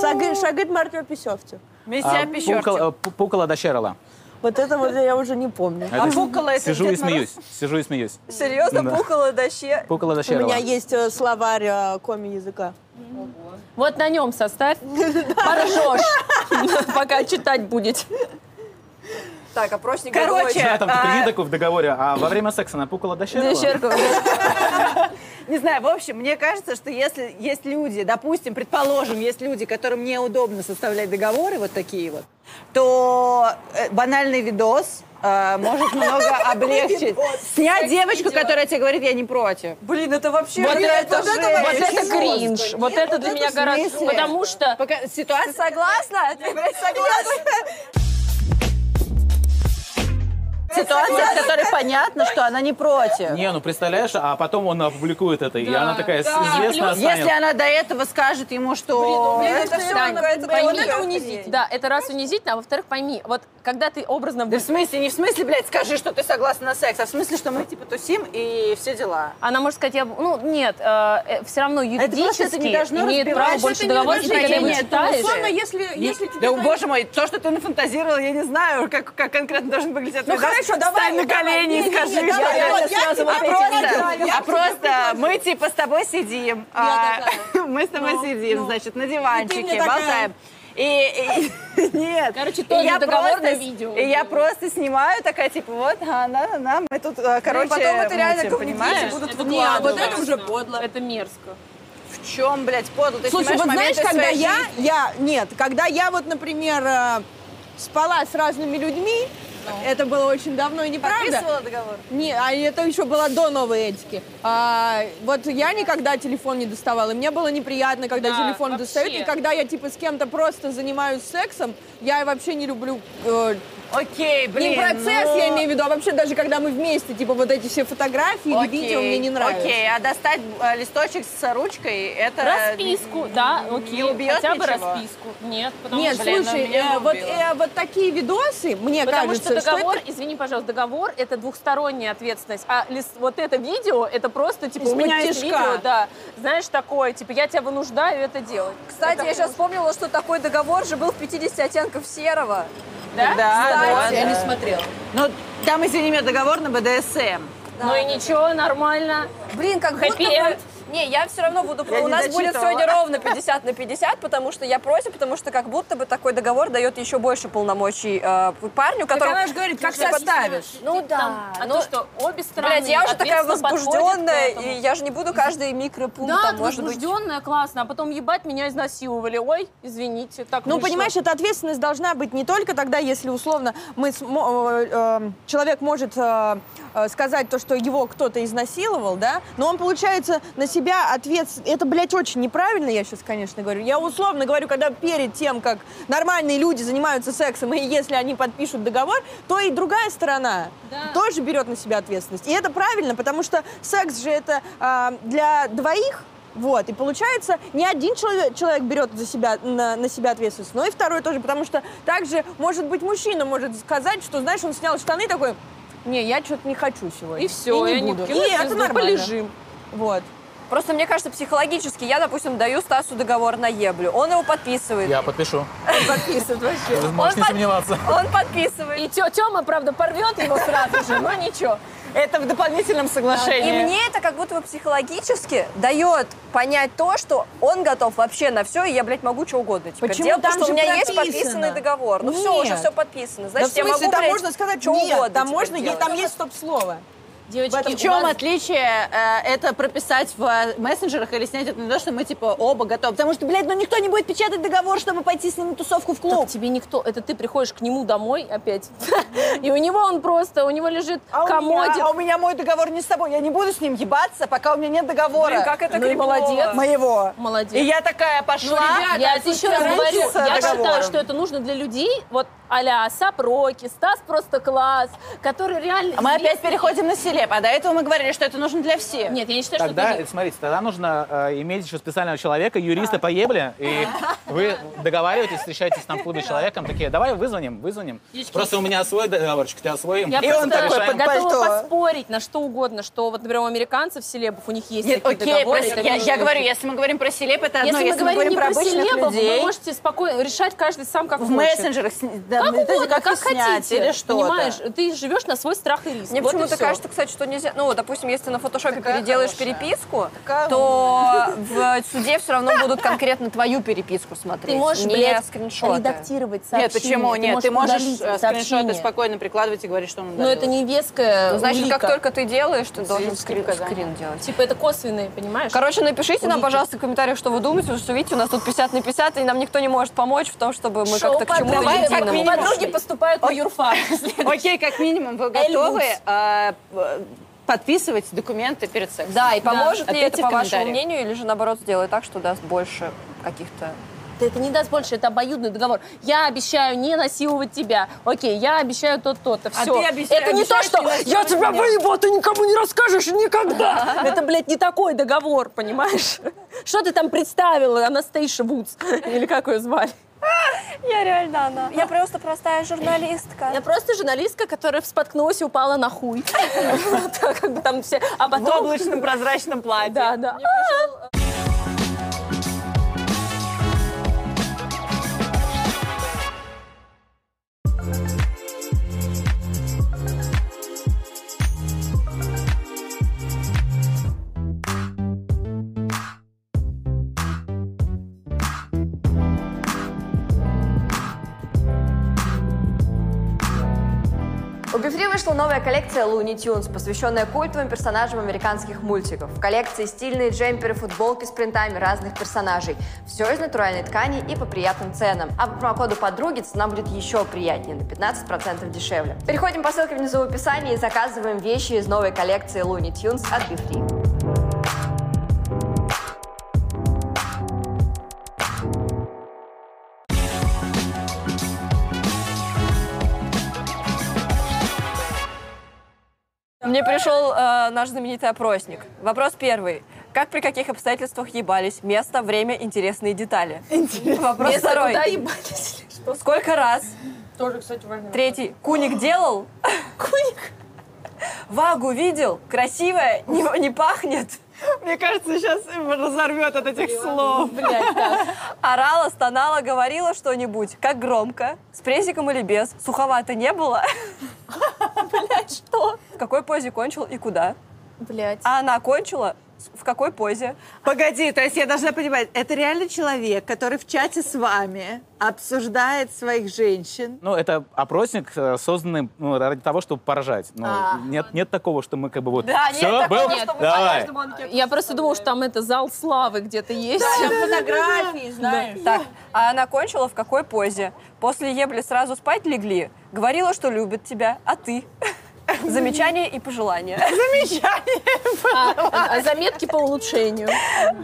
Speaker 11: Шагает, шагает Мартин Писевцев.
Speaker 2: А, пукала- пу- Пукала до Шерола.
Speaker 11: Вот это вот я уже не помню.
Speaker 2: Это с-
Speaker 3: пукала это
Speaker 2: А Сижу
Speaker 3: Дед
Speaker 2: и смеюсь, сижу и смеюсь.
Speaker 1: Серьезно,
Speaker 2: Да.
Speaker 1: пукала дощи?
Speaker 2: Пукала до
Speaker 11: У
Speaker 2: Шерола.
Speaker 11: меня есть э, словарь э, коми-языка.
Speaker 5: Вот на нем *laughs* составь. Поржешь, *laughs* пока читать будет.
Speaker 1: Так, опросник А,
Speaker 3: Короче,
Speaker 1: другой.
Speaker 2: Да, там прикинь такой в договоре, а во время секса напукала до Шерола?
Speaker 3: Не знаю, в общем, мне кажется, что если есть люди, допустим, предположим, есть люди, которым неудобно составлять договоры вот такие вот, то э, банальный видос э, может много облегчить. Снять девочку, которая тебе говорит, я не против.
Speaker 1: Блин, это вообще...
Speaker 5: Вот
Speaker 1: Блин,
Speaker 5: это,
Speaker 1: же-
Speaker 5: вот это кринж. Вот это для меня гораздо... Потому что...
Speaker 3: Пока
Speaker 1: Ты
Speaker 3: ситуация...
Speaker 1: согласна? Ты, блядь, согласна?
Speaker 5: Ты
Speaker 3: ситуация, в которой понятно, что она не против.
Speaker 2: Не, ну представляешь, а потом он опубликует это, и
Speaker 3: Да,
Speaker 2: она такая
Speaker 3: да.
Speaker 2: известная станет.
Speaker 3: Если она до этого скажет ему, что...
Speaker 5: Блин,
Speaker 3: это всё
Speaker 5: Тань,
Speaker 3: равно, это
Speaker 5: пойми,
Speaker 3: понятно.
Speaker 5: Да, это раз унизительно, а во-вторых, пойми, вот когда ты образно...
Speaker 3: Да в смысле, не в смысле, блядь, скажи, что ты согласна на секс, а в смысле, что мы типа тусим и все дела.
Speaker 9: Она может сказать, я... б- ну нет,
Speaker 5: э,
Speaker 9: все равно
Speaker 3: просто это
Speaker 9: юридически
Speaker 3: не должно
Speaker 9: имеет
Speaker 3: разбирать.
Speaker 9: право
Speaker 3: Значит,
Speaker 9: больше
Speaker 3: это не
Speaker 9: договора,
Speaker 3: должно
Speaker 9: когда его
Speaker 3: значение, это
Speaker 11: Ну,
Speaker 9: читаешь.
Speaker 3: условно,
Speaker 4: если, если
Speaker 3: да, боже мой, то, что ты нафантазировал, я не знаю, как, как конкретно должен выглядеть.
Speaker 4: Ну
Speaker 3: этот раз.
Speaker 4: хорошо, давай,
Speaker 3: Встань на
Speaker 4: давай.
Speaker 3: колени
Speaker 4: Не-не-не,
Speaker 3: и скажи,
Speaker 4: давай,
Speaker 3: что
Speaker 4: вот
Speaker 3: я
Speaker 4: я
Speaker 3: сразу
Speaker 4: тебе
Speaker 3: вот эти
Speaker 4: предложу,
Speaker 3: вот-
Speaker 4: я тебе
Speaker 3: А просто мы типа с тобой сидим. а, *laughs* Мы с тобой
Speaker 4: Ну,
Speaker 3: сидим, значит, на диванчике,
Speaker 5: такая.
Speaker 3: болтаем. И, и- нет.
Speaker 5: Короче,
Speaker 3: И
Speaker 5: тоже договор
Speaker 3: просто-
Speaker 5: на видео.
Speaker 3: И я просто снимаю такая, типа, вот, а, на, на, на, мы тут, а, короче,
Speaker 4: Ну, потом это реально
Speaker 3: мутим,
Speaker 4: комментарии
Speaker 3: понимаешь?
Speaker 4: будут
Speaker 3: Это
Speaker 4: выкладывать.
Speaker 5: а
Speaker 3: подло.
Speaker 4: Вот это уже
Speaker 5: подло. Это мерзко.
Speaker 3: В чем, блядь, подло? Ты
Speaker 4: Слушай,
Speaker 3: снимаешь
Speaker 4: вот знаешь,
Speaker 3: моменты
Speaker 4: когда
Speaker 3: своей
Speaker 4: я,
Speaker 3: жизни.
Speaker 4: я, нет, когда я вот, например, э, спала с разными людьми,
Speaker 3: Ну.
Speaker 4: это было очень давно и неправда.
Speaker 3: Подписывала договор?
Speaker 4: Не, а это еще было до новой этики. А, вот я никогда телефон не доставала, и мне было неприятно, когда
Speaker 5: Да,
Speaker 4: телефон
Speaker 5: вообще.
Speaker 4: достают, и когда я типа с кем-то просто занимаюсь сексом, я вообще не люблю. э,
Speaker 3: Окей, блин,
Speaker 4: не процесс,
Speaker 3: ну-
Speaker 4: я имею в виду, а вообще даже когда мы вместе, типа вот эти все фотографии или
Speaker 3: Окей,
Speaker 4: видео мне не нравятся.
Speaker 3: Окей, а достать э, листочек с ручкой, это...
Speaker 5: Э, Расписку, да, окей,
Speaker 3: не убьет
Speaker 5: хотя бы
Speaker 3: ничего?
Speaker 5: расписку. Нет, потому
Speaker 4: Нет,
Speaker 5: что...
Speaker 3: ну
Speaker 5: ну,
Speaker 4: слушай, э, вот, э, вот такие видосы, мне
Speaker 5: Потому
Speaker 4: кажется,
Speaker 5: что договор,
Speaker 4: это-
Speaker 5: извини, пожалуйста, договор это двухсторонняя ответственность, а лис- вот это видео это просто типа
Speaker 4: Из
Speaker 5: у меня
Speaker 4: под
Speaker 5: есть
Speaker 4: тишка.
Speaker 5: видео, да, знаешь такое, типа я тебя вынуждаю это делать.
Speaker 1: Кстати, я сейчас вспомнила, что такой договор же был в 50 оттенков серого.
Speaker 3: Да, да,
Speaker 1: Кстати.
Speaker 3: да. Ну, там, извини меня, договор на БДСМ.
Speaker 5: Ну и ничего, нормально.
Speaker 1: Блин, как
Speaker 5: Happy
Speaker 1: будто
Speaker 5: end.
Speaker 1: бы- Не, я все равно буду...
Speaker 5: Я
Speaker 1: у
Speaker 5: не
Speaker 1: нас будет
Speaker 5: дочитывала.
Speaker 1: сегодня ровно 50 на 50, потому что я против, потому что как будто бы такой договор дает еще больше полномочий э, парню, который...
Speaker 4: она же говорит, как
Speaker 1: Ты под-
Speaker 4: составишь.
Speaker 1: Ну да.
Speaker 5: а
Speaker 1: ну,
Speaker 5: то, что обе стороны
Speaker 1: Блядь, я уже такая
Speaker 5: ответственно подходят к
Speaker 1: возбужденная,
Speaker 5: этому.
Speaker 1: и я же не буду каждый микропункт
Speaker 5: Да,
Speaker 1: там, может быть...
Speaker 5: возбужденная, классно, а потом ебать меня изнасиловали. Ой, извините, так
Speaker 4: Ну,
Speaker 5: вышло.
Speaker 4: понимаешь, эта ответственность должна быть не только тогда, если условно мы смо- э, э, человек может э, э, сказать то, что его кто-то изнасиловал, да, но он, получается, на себя ответственность... Это, блядь, очень неправильно, я сейчас, конечно, говорю. Я условно говорю, когда перед тем, как нормальные люди занимаются сексом, и если они подпишут договор, то и другая сторона тоже берет на себя ответственность. И это правильно, потому что секс же это а, для двоих, вот, и получается, не один человек, человек берет за себя, на, на себя ответственность, но и второй тоже, потому что также, может быть, мужчина может сказать, что, знаешь, он снял штаны такой, не, я что-то не хочу сегодня.
Speaker 5: И всё,
Speaker 4: и
Speaker 5: и
Speaker 4: не
Speaker 5: они
Speaker 4: буду.
Speaker 5: в кино
Speaker 4: И это
Speaker 5: съездят,
Speaker 4: нормально.
Speaker 5: полежим.
Speaker 4: Вот.
Speaker 1: Просто мне кажется, психологически я, допустим, даю Стасу договор на еблю. Он его подписывает.
Speaker 2: Я подпишу.
Speaker 1: подписывает
Speaker 2: Вы можете не
Speaker 1: под-
Speaker 2: сомневаться.
Speaker 1: Он подписывает.
Speaker 5: И Тёма, правда, порвет его сразу же, но ничего.
Speaker 3: Это в дополнительном соглашении.
Speaker 1: И
Speaker 4: Э.
Speaker 1: мне это как будто бы психологически дает понять то, что он готов вообще на все, и я, блядь, могу что угодно. Типа,
Speaker 4: Почему?
Speaker 1: делать,
Speaker 4: Там
Speaker 1: потому что
Speaker 4: же
Speaker 1: у меня есть
Speaker 4: прописано.
Speaker 1: подписанный договор. Ну все,
Speaker 4: Нет.
Speaker 1: уже все подписано.
Speaker 4: Да в
Speaker 1: Значит,
Speaker 4: смысле,
Speaker 1: я могу,
Speaker 4: там
Speaker 1: блядь,
Speaker 4: можно сказать,
Speaker 1: что
Speaker 4: нет,
Speaker 1: угодно.
Speaker 4: там
Speaker 1: типа,
Speaker 4: можно, е-
Speaker 1: делать.
Speaker 4: там есть стоп-слово.
Speaker 5: Девочки,
Speaker 3: в чем отличие э, это прописать в э, мессенджерах или снять это на то, что мы типа оба готовы? Потому что, блядь, ну никто не будет печатать договор, чтобы пойти с ним на тусовку в клуб.
Speaker 5: Так тебе никто, это ты приходишь к нему домой опять, *laughs* и у него он просто, у него лежит
Speaker 3: А у,
Speaker 5: комодик.
Speaker 3: меня, а у меня мой договор не с тобой. Я не буду с ним ебаться, пока у меня нет договора.
Speaker 5: Блин, как это
Speaker 3: ну и
Speaker 5: крипово.
Speaker 3: молодец. Моего.
Speaker 5: Молодец.
Speaker 3: И я такая
Speaker 5: Ну,
Speaker 3: пошла.
Speaker 5: ребята, я еще раз
Speaker 3: раньше
Speaker 5: говорю,
Speaker 3: с
Speaker 5: я
Speaker 3: договором.
Speaker 5: считаю, что это нужно для людей, вот а-ля Асап Роки, Стас просто класс, который реально...
Speaker 3: А мы опять
Speaker 5: известный.
Speaker 3: переходим на селеп. А до этого мы говорили, что это нужно для всех.
Speaker 5: Нет, я не считаю, что
Speaker 2: Тогда,
Speaker 5: это-
Speaker 2: смотрите, тогда нужно э, иметь еще специального человека, юриста по ебле, и вы договариваетесь, встречаетесь там в клубе с человеком, такие, давай вызвоним, вызвоним.
Speaker 5: Девочки,
Speaker 2: Просто у меня свой договорчик, у тебя свой.
Speaker 5: Я
Speaker 2: и он
Speaker 5: просто
Speaker 2: так решаем.
Speaker 5: готова поспорить на что угодно, что вот, например, у американцев, селебов, у них есть
Speaker 3: Нет,
Speaker 5: такие
Speaker 3: окей,
Speaker 5: договоры.
Speaker 3: про-
Speaker 5: это
Speaker 3: я,
Speaker 5: вижу.
Speaker 3: я говорю, если мы говорим про селеп, это
Speaker 5: Если
Speaker 3: одно,
Speaker 5: мы
Speaker 3: если мы говорим
Speaker 5: говорим не
Speaker 3: про
Speaker 5: про
Speaker 3: обычных
Speaker 5: селебов, вы
Speaker 3: людей,
Speaker 5: можете спокойно решать каждый сам как
Speaker 3: в
Speaker 5: хочет.
Speaker 3: мессенджерах, сни- да,
Speaker 5: как
Speaker 3: ну, это
Speaker 5: угодно,
Speaker 3: как
Speaker 5: как,
Speaker 3: их снять
Speaker 5: хотите,
Speaker 3: или что-то.
Speaker 5: понимаешь? Ты живешь на свой страх и риск.
Speaker 1: Мне
Speaker 5: вот и
Speaker 1: почему-то
Speaker 5: всё.
Speaker 1: кажется, кстати, что нельзя... Ну, допустим, если ты на фотошопе переделаешь переписку,
Speaker 5: Такая
Speaker 1: то в суде все равно будут конкретно твою переписку смотреть,
Speaker 5: Ты можешь,
Speaker 1: не
Speaker 5: блядь,
Speaker 1: скриншоты.
Speaker 5: редактировать
Speaker 3: Нет,
Speaker 5: сообщение.
Speaker 3: почему? Нет, ты можешь э,
Speaker 5: удалить
Speaker 3: скриншоты
Speaker 5: сообщение.
Speaker 3: спокойно прикладывать и говорить, что он
Speaker 5: Но Ну, это не веская
Speaker 1: Ну, значит, как
Speaker 5: улика.
Speaker 1: только ты делаешь, ты должен
Speaker 5: Скрин-
Speaker 1: скрин, скрин делать.
Speaker 5: Типа это косвенные, понимаешь?
Speaker 1: Короче, напишите нам,
Speaker 5: Улики.
Speaker 1: пожалуйста, в комментариях, что вы думаете, потому что, видите, у нас тут 50 на 50, и нам никто не может помочь в том, чтобы мы
Speaker 5: Шоу
Speaker 1: как-то к чему-то
Speaker 5: подруги. Как
Speaker 1: единому.
Speaker 5: минимум. Подруги поступают на юрфак.
Speaker 3: *laughs* Окей, как минимум, вы готовы э, п- подписывать документы перед сексом?
Speaker 1: Да, и поможет ли
Speaker 3: Ответьте
Speaker 1: это,
Speaker 3: в
Speaker 1: по вашему
Speaker 3: комментариях.
Speaker 1: мнению, или же, наоборот, сделает так, что даст больше каких-то
Speaker 5: это не даст больше, это обоюдный договор. Я обещаю не насиловать тебя. Окей, я обещаю то, то-то.
Speaker 4: А
Speaker 5: Все.
Speaker 4: ты обещ-
Speaker 5: это не то,
Speaker 4: обещаешь
Speaker 5: что
Speaker 4: не насиловать
Speaker 5: я тебя
Speaker 4: меня».
Speaker 5: выебу, а ты никому не
Speaker 4: *laughs*
Speaker 5: расскажешь никогда. Это, блядь, не такой договор, понимаешь? Что ты там представила, Анастейша Вудс? Или как ее звали?
Speaker 1: Я реально она. Я просто простая журналистка.
Speaker 5: Я просто журналистка, которая споткнулась и упала на *laughs* хуй. Вот так, как бы там все... А потом... В облачном прозрачном платье. Да, да.
Speaker 1: У Бифри вышла новая коллекция Looney Tunes, посвященная культовым персонажам американских мультиков. В коллекции стильные джемперы, футболки с принтами разных персонажей. Все из натуральной ткани и по приятным ценам. А по промокоду подруги цена будет еще приятнее, на 15% дешевле. Переходим по ссылке внизу в описании и заказываем вещи из новой коллекции Looney Tunes от Бифри. Мне пришел э, наш знаменитый опросник. Вопрос первый. Как при каких обстоятельствах ебались? Место, время, интересные детали. Вопрос
Speaker 5: Место,
Speaker 1: второй.
Speaker 5: куда ебались?
Speaker 1: Сколько раз?
Speaker 5: Тоже, кстати, важно.
Speaker 1: Третий. Куник делал? Куник. Вагу видел? Красивая? Не, не пахнет? Мне кажется, сейчас разорвет от этих слов. Орала, стонала, говорила что-нибудь. Как громко? С прессиком или без? Суховато не было?
Speaker 5: *laughs*
Speaker 1: Блять, что? В какой позе кончил и куда?
Speaker 5: Блять.
Speaker 1: А она кончила? С- В какой позе?
Speaker 3: Погоди, то есть я должна понимать, это реально человек, который в чате с вами обсуждает своих женщин.
Speaker 2: Ну, это опросник, э, созданный ну, ради того, чтобы поражать. Ну,
Speaker 3: А.
Speaker 2: нет, нет такого, что мы как бы вот...
Speaker 5: Да, нет
Speaker 2: «Всё, был?
Speaker 5: такого, нет.
Speaker 2: Давай.
Speaker 5: Я просто думала, что там это зал славы где-то есть.
Speaker 1: фотографии, знаешь. Так, а она кончила в какой позе? После ебли сразу спать легли? Говорила, что любит тебя, а
Speaker 5: *laughs*
Speaker 1: ты? Замечания и пожелания.
Speaker 5: А, а заметки по улучшению.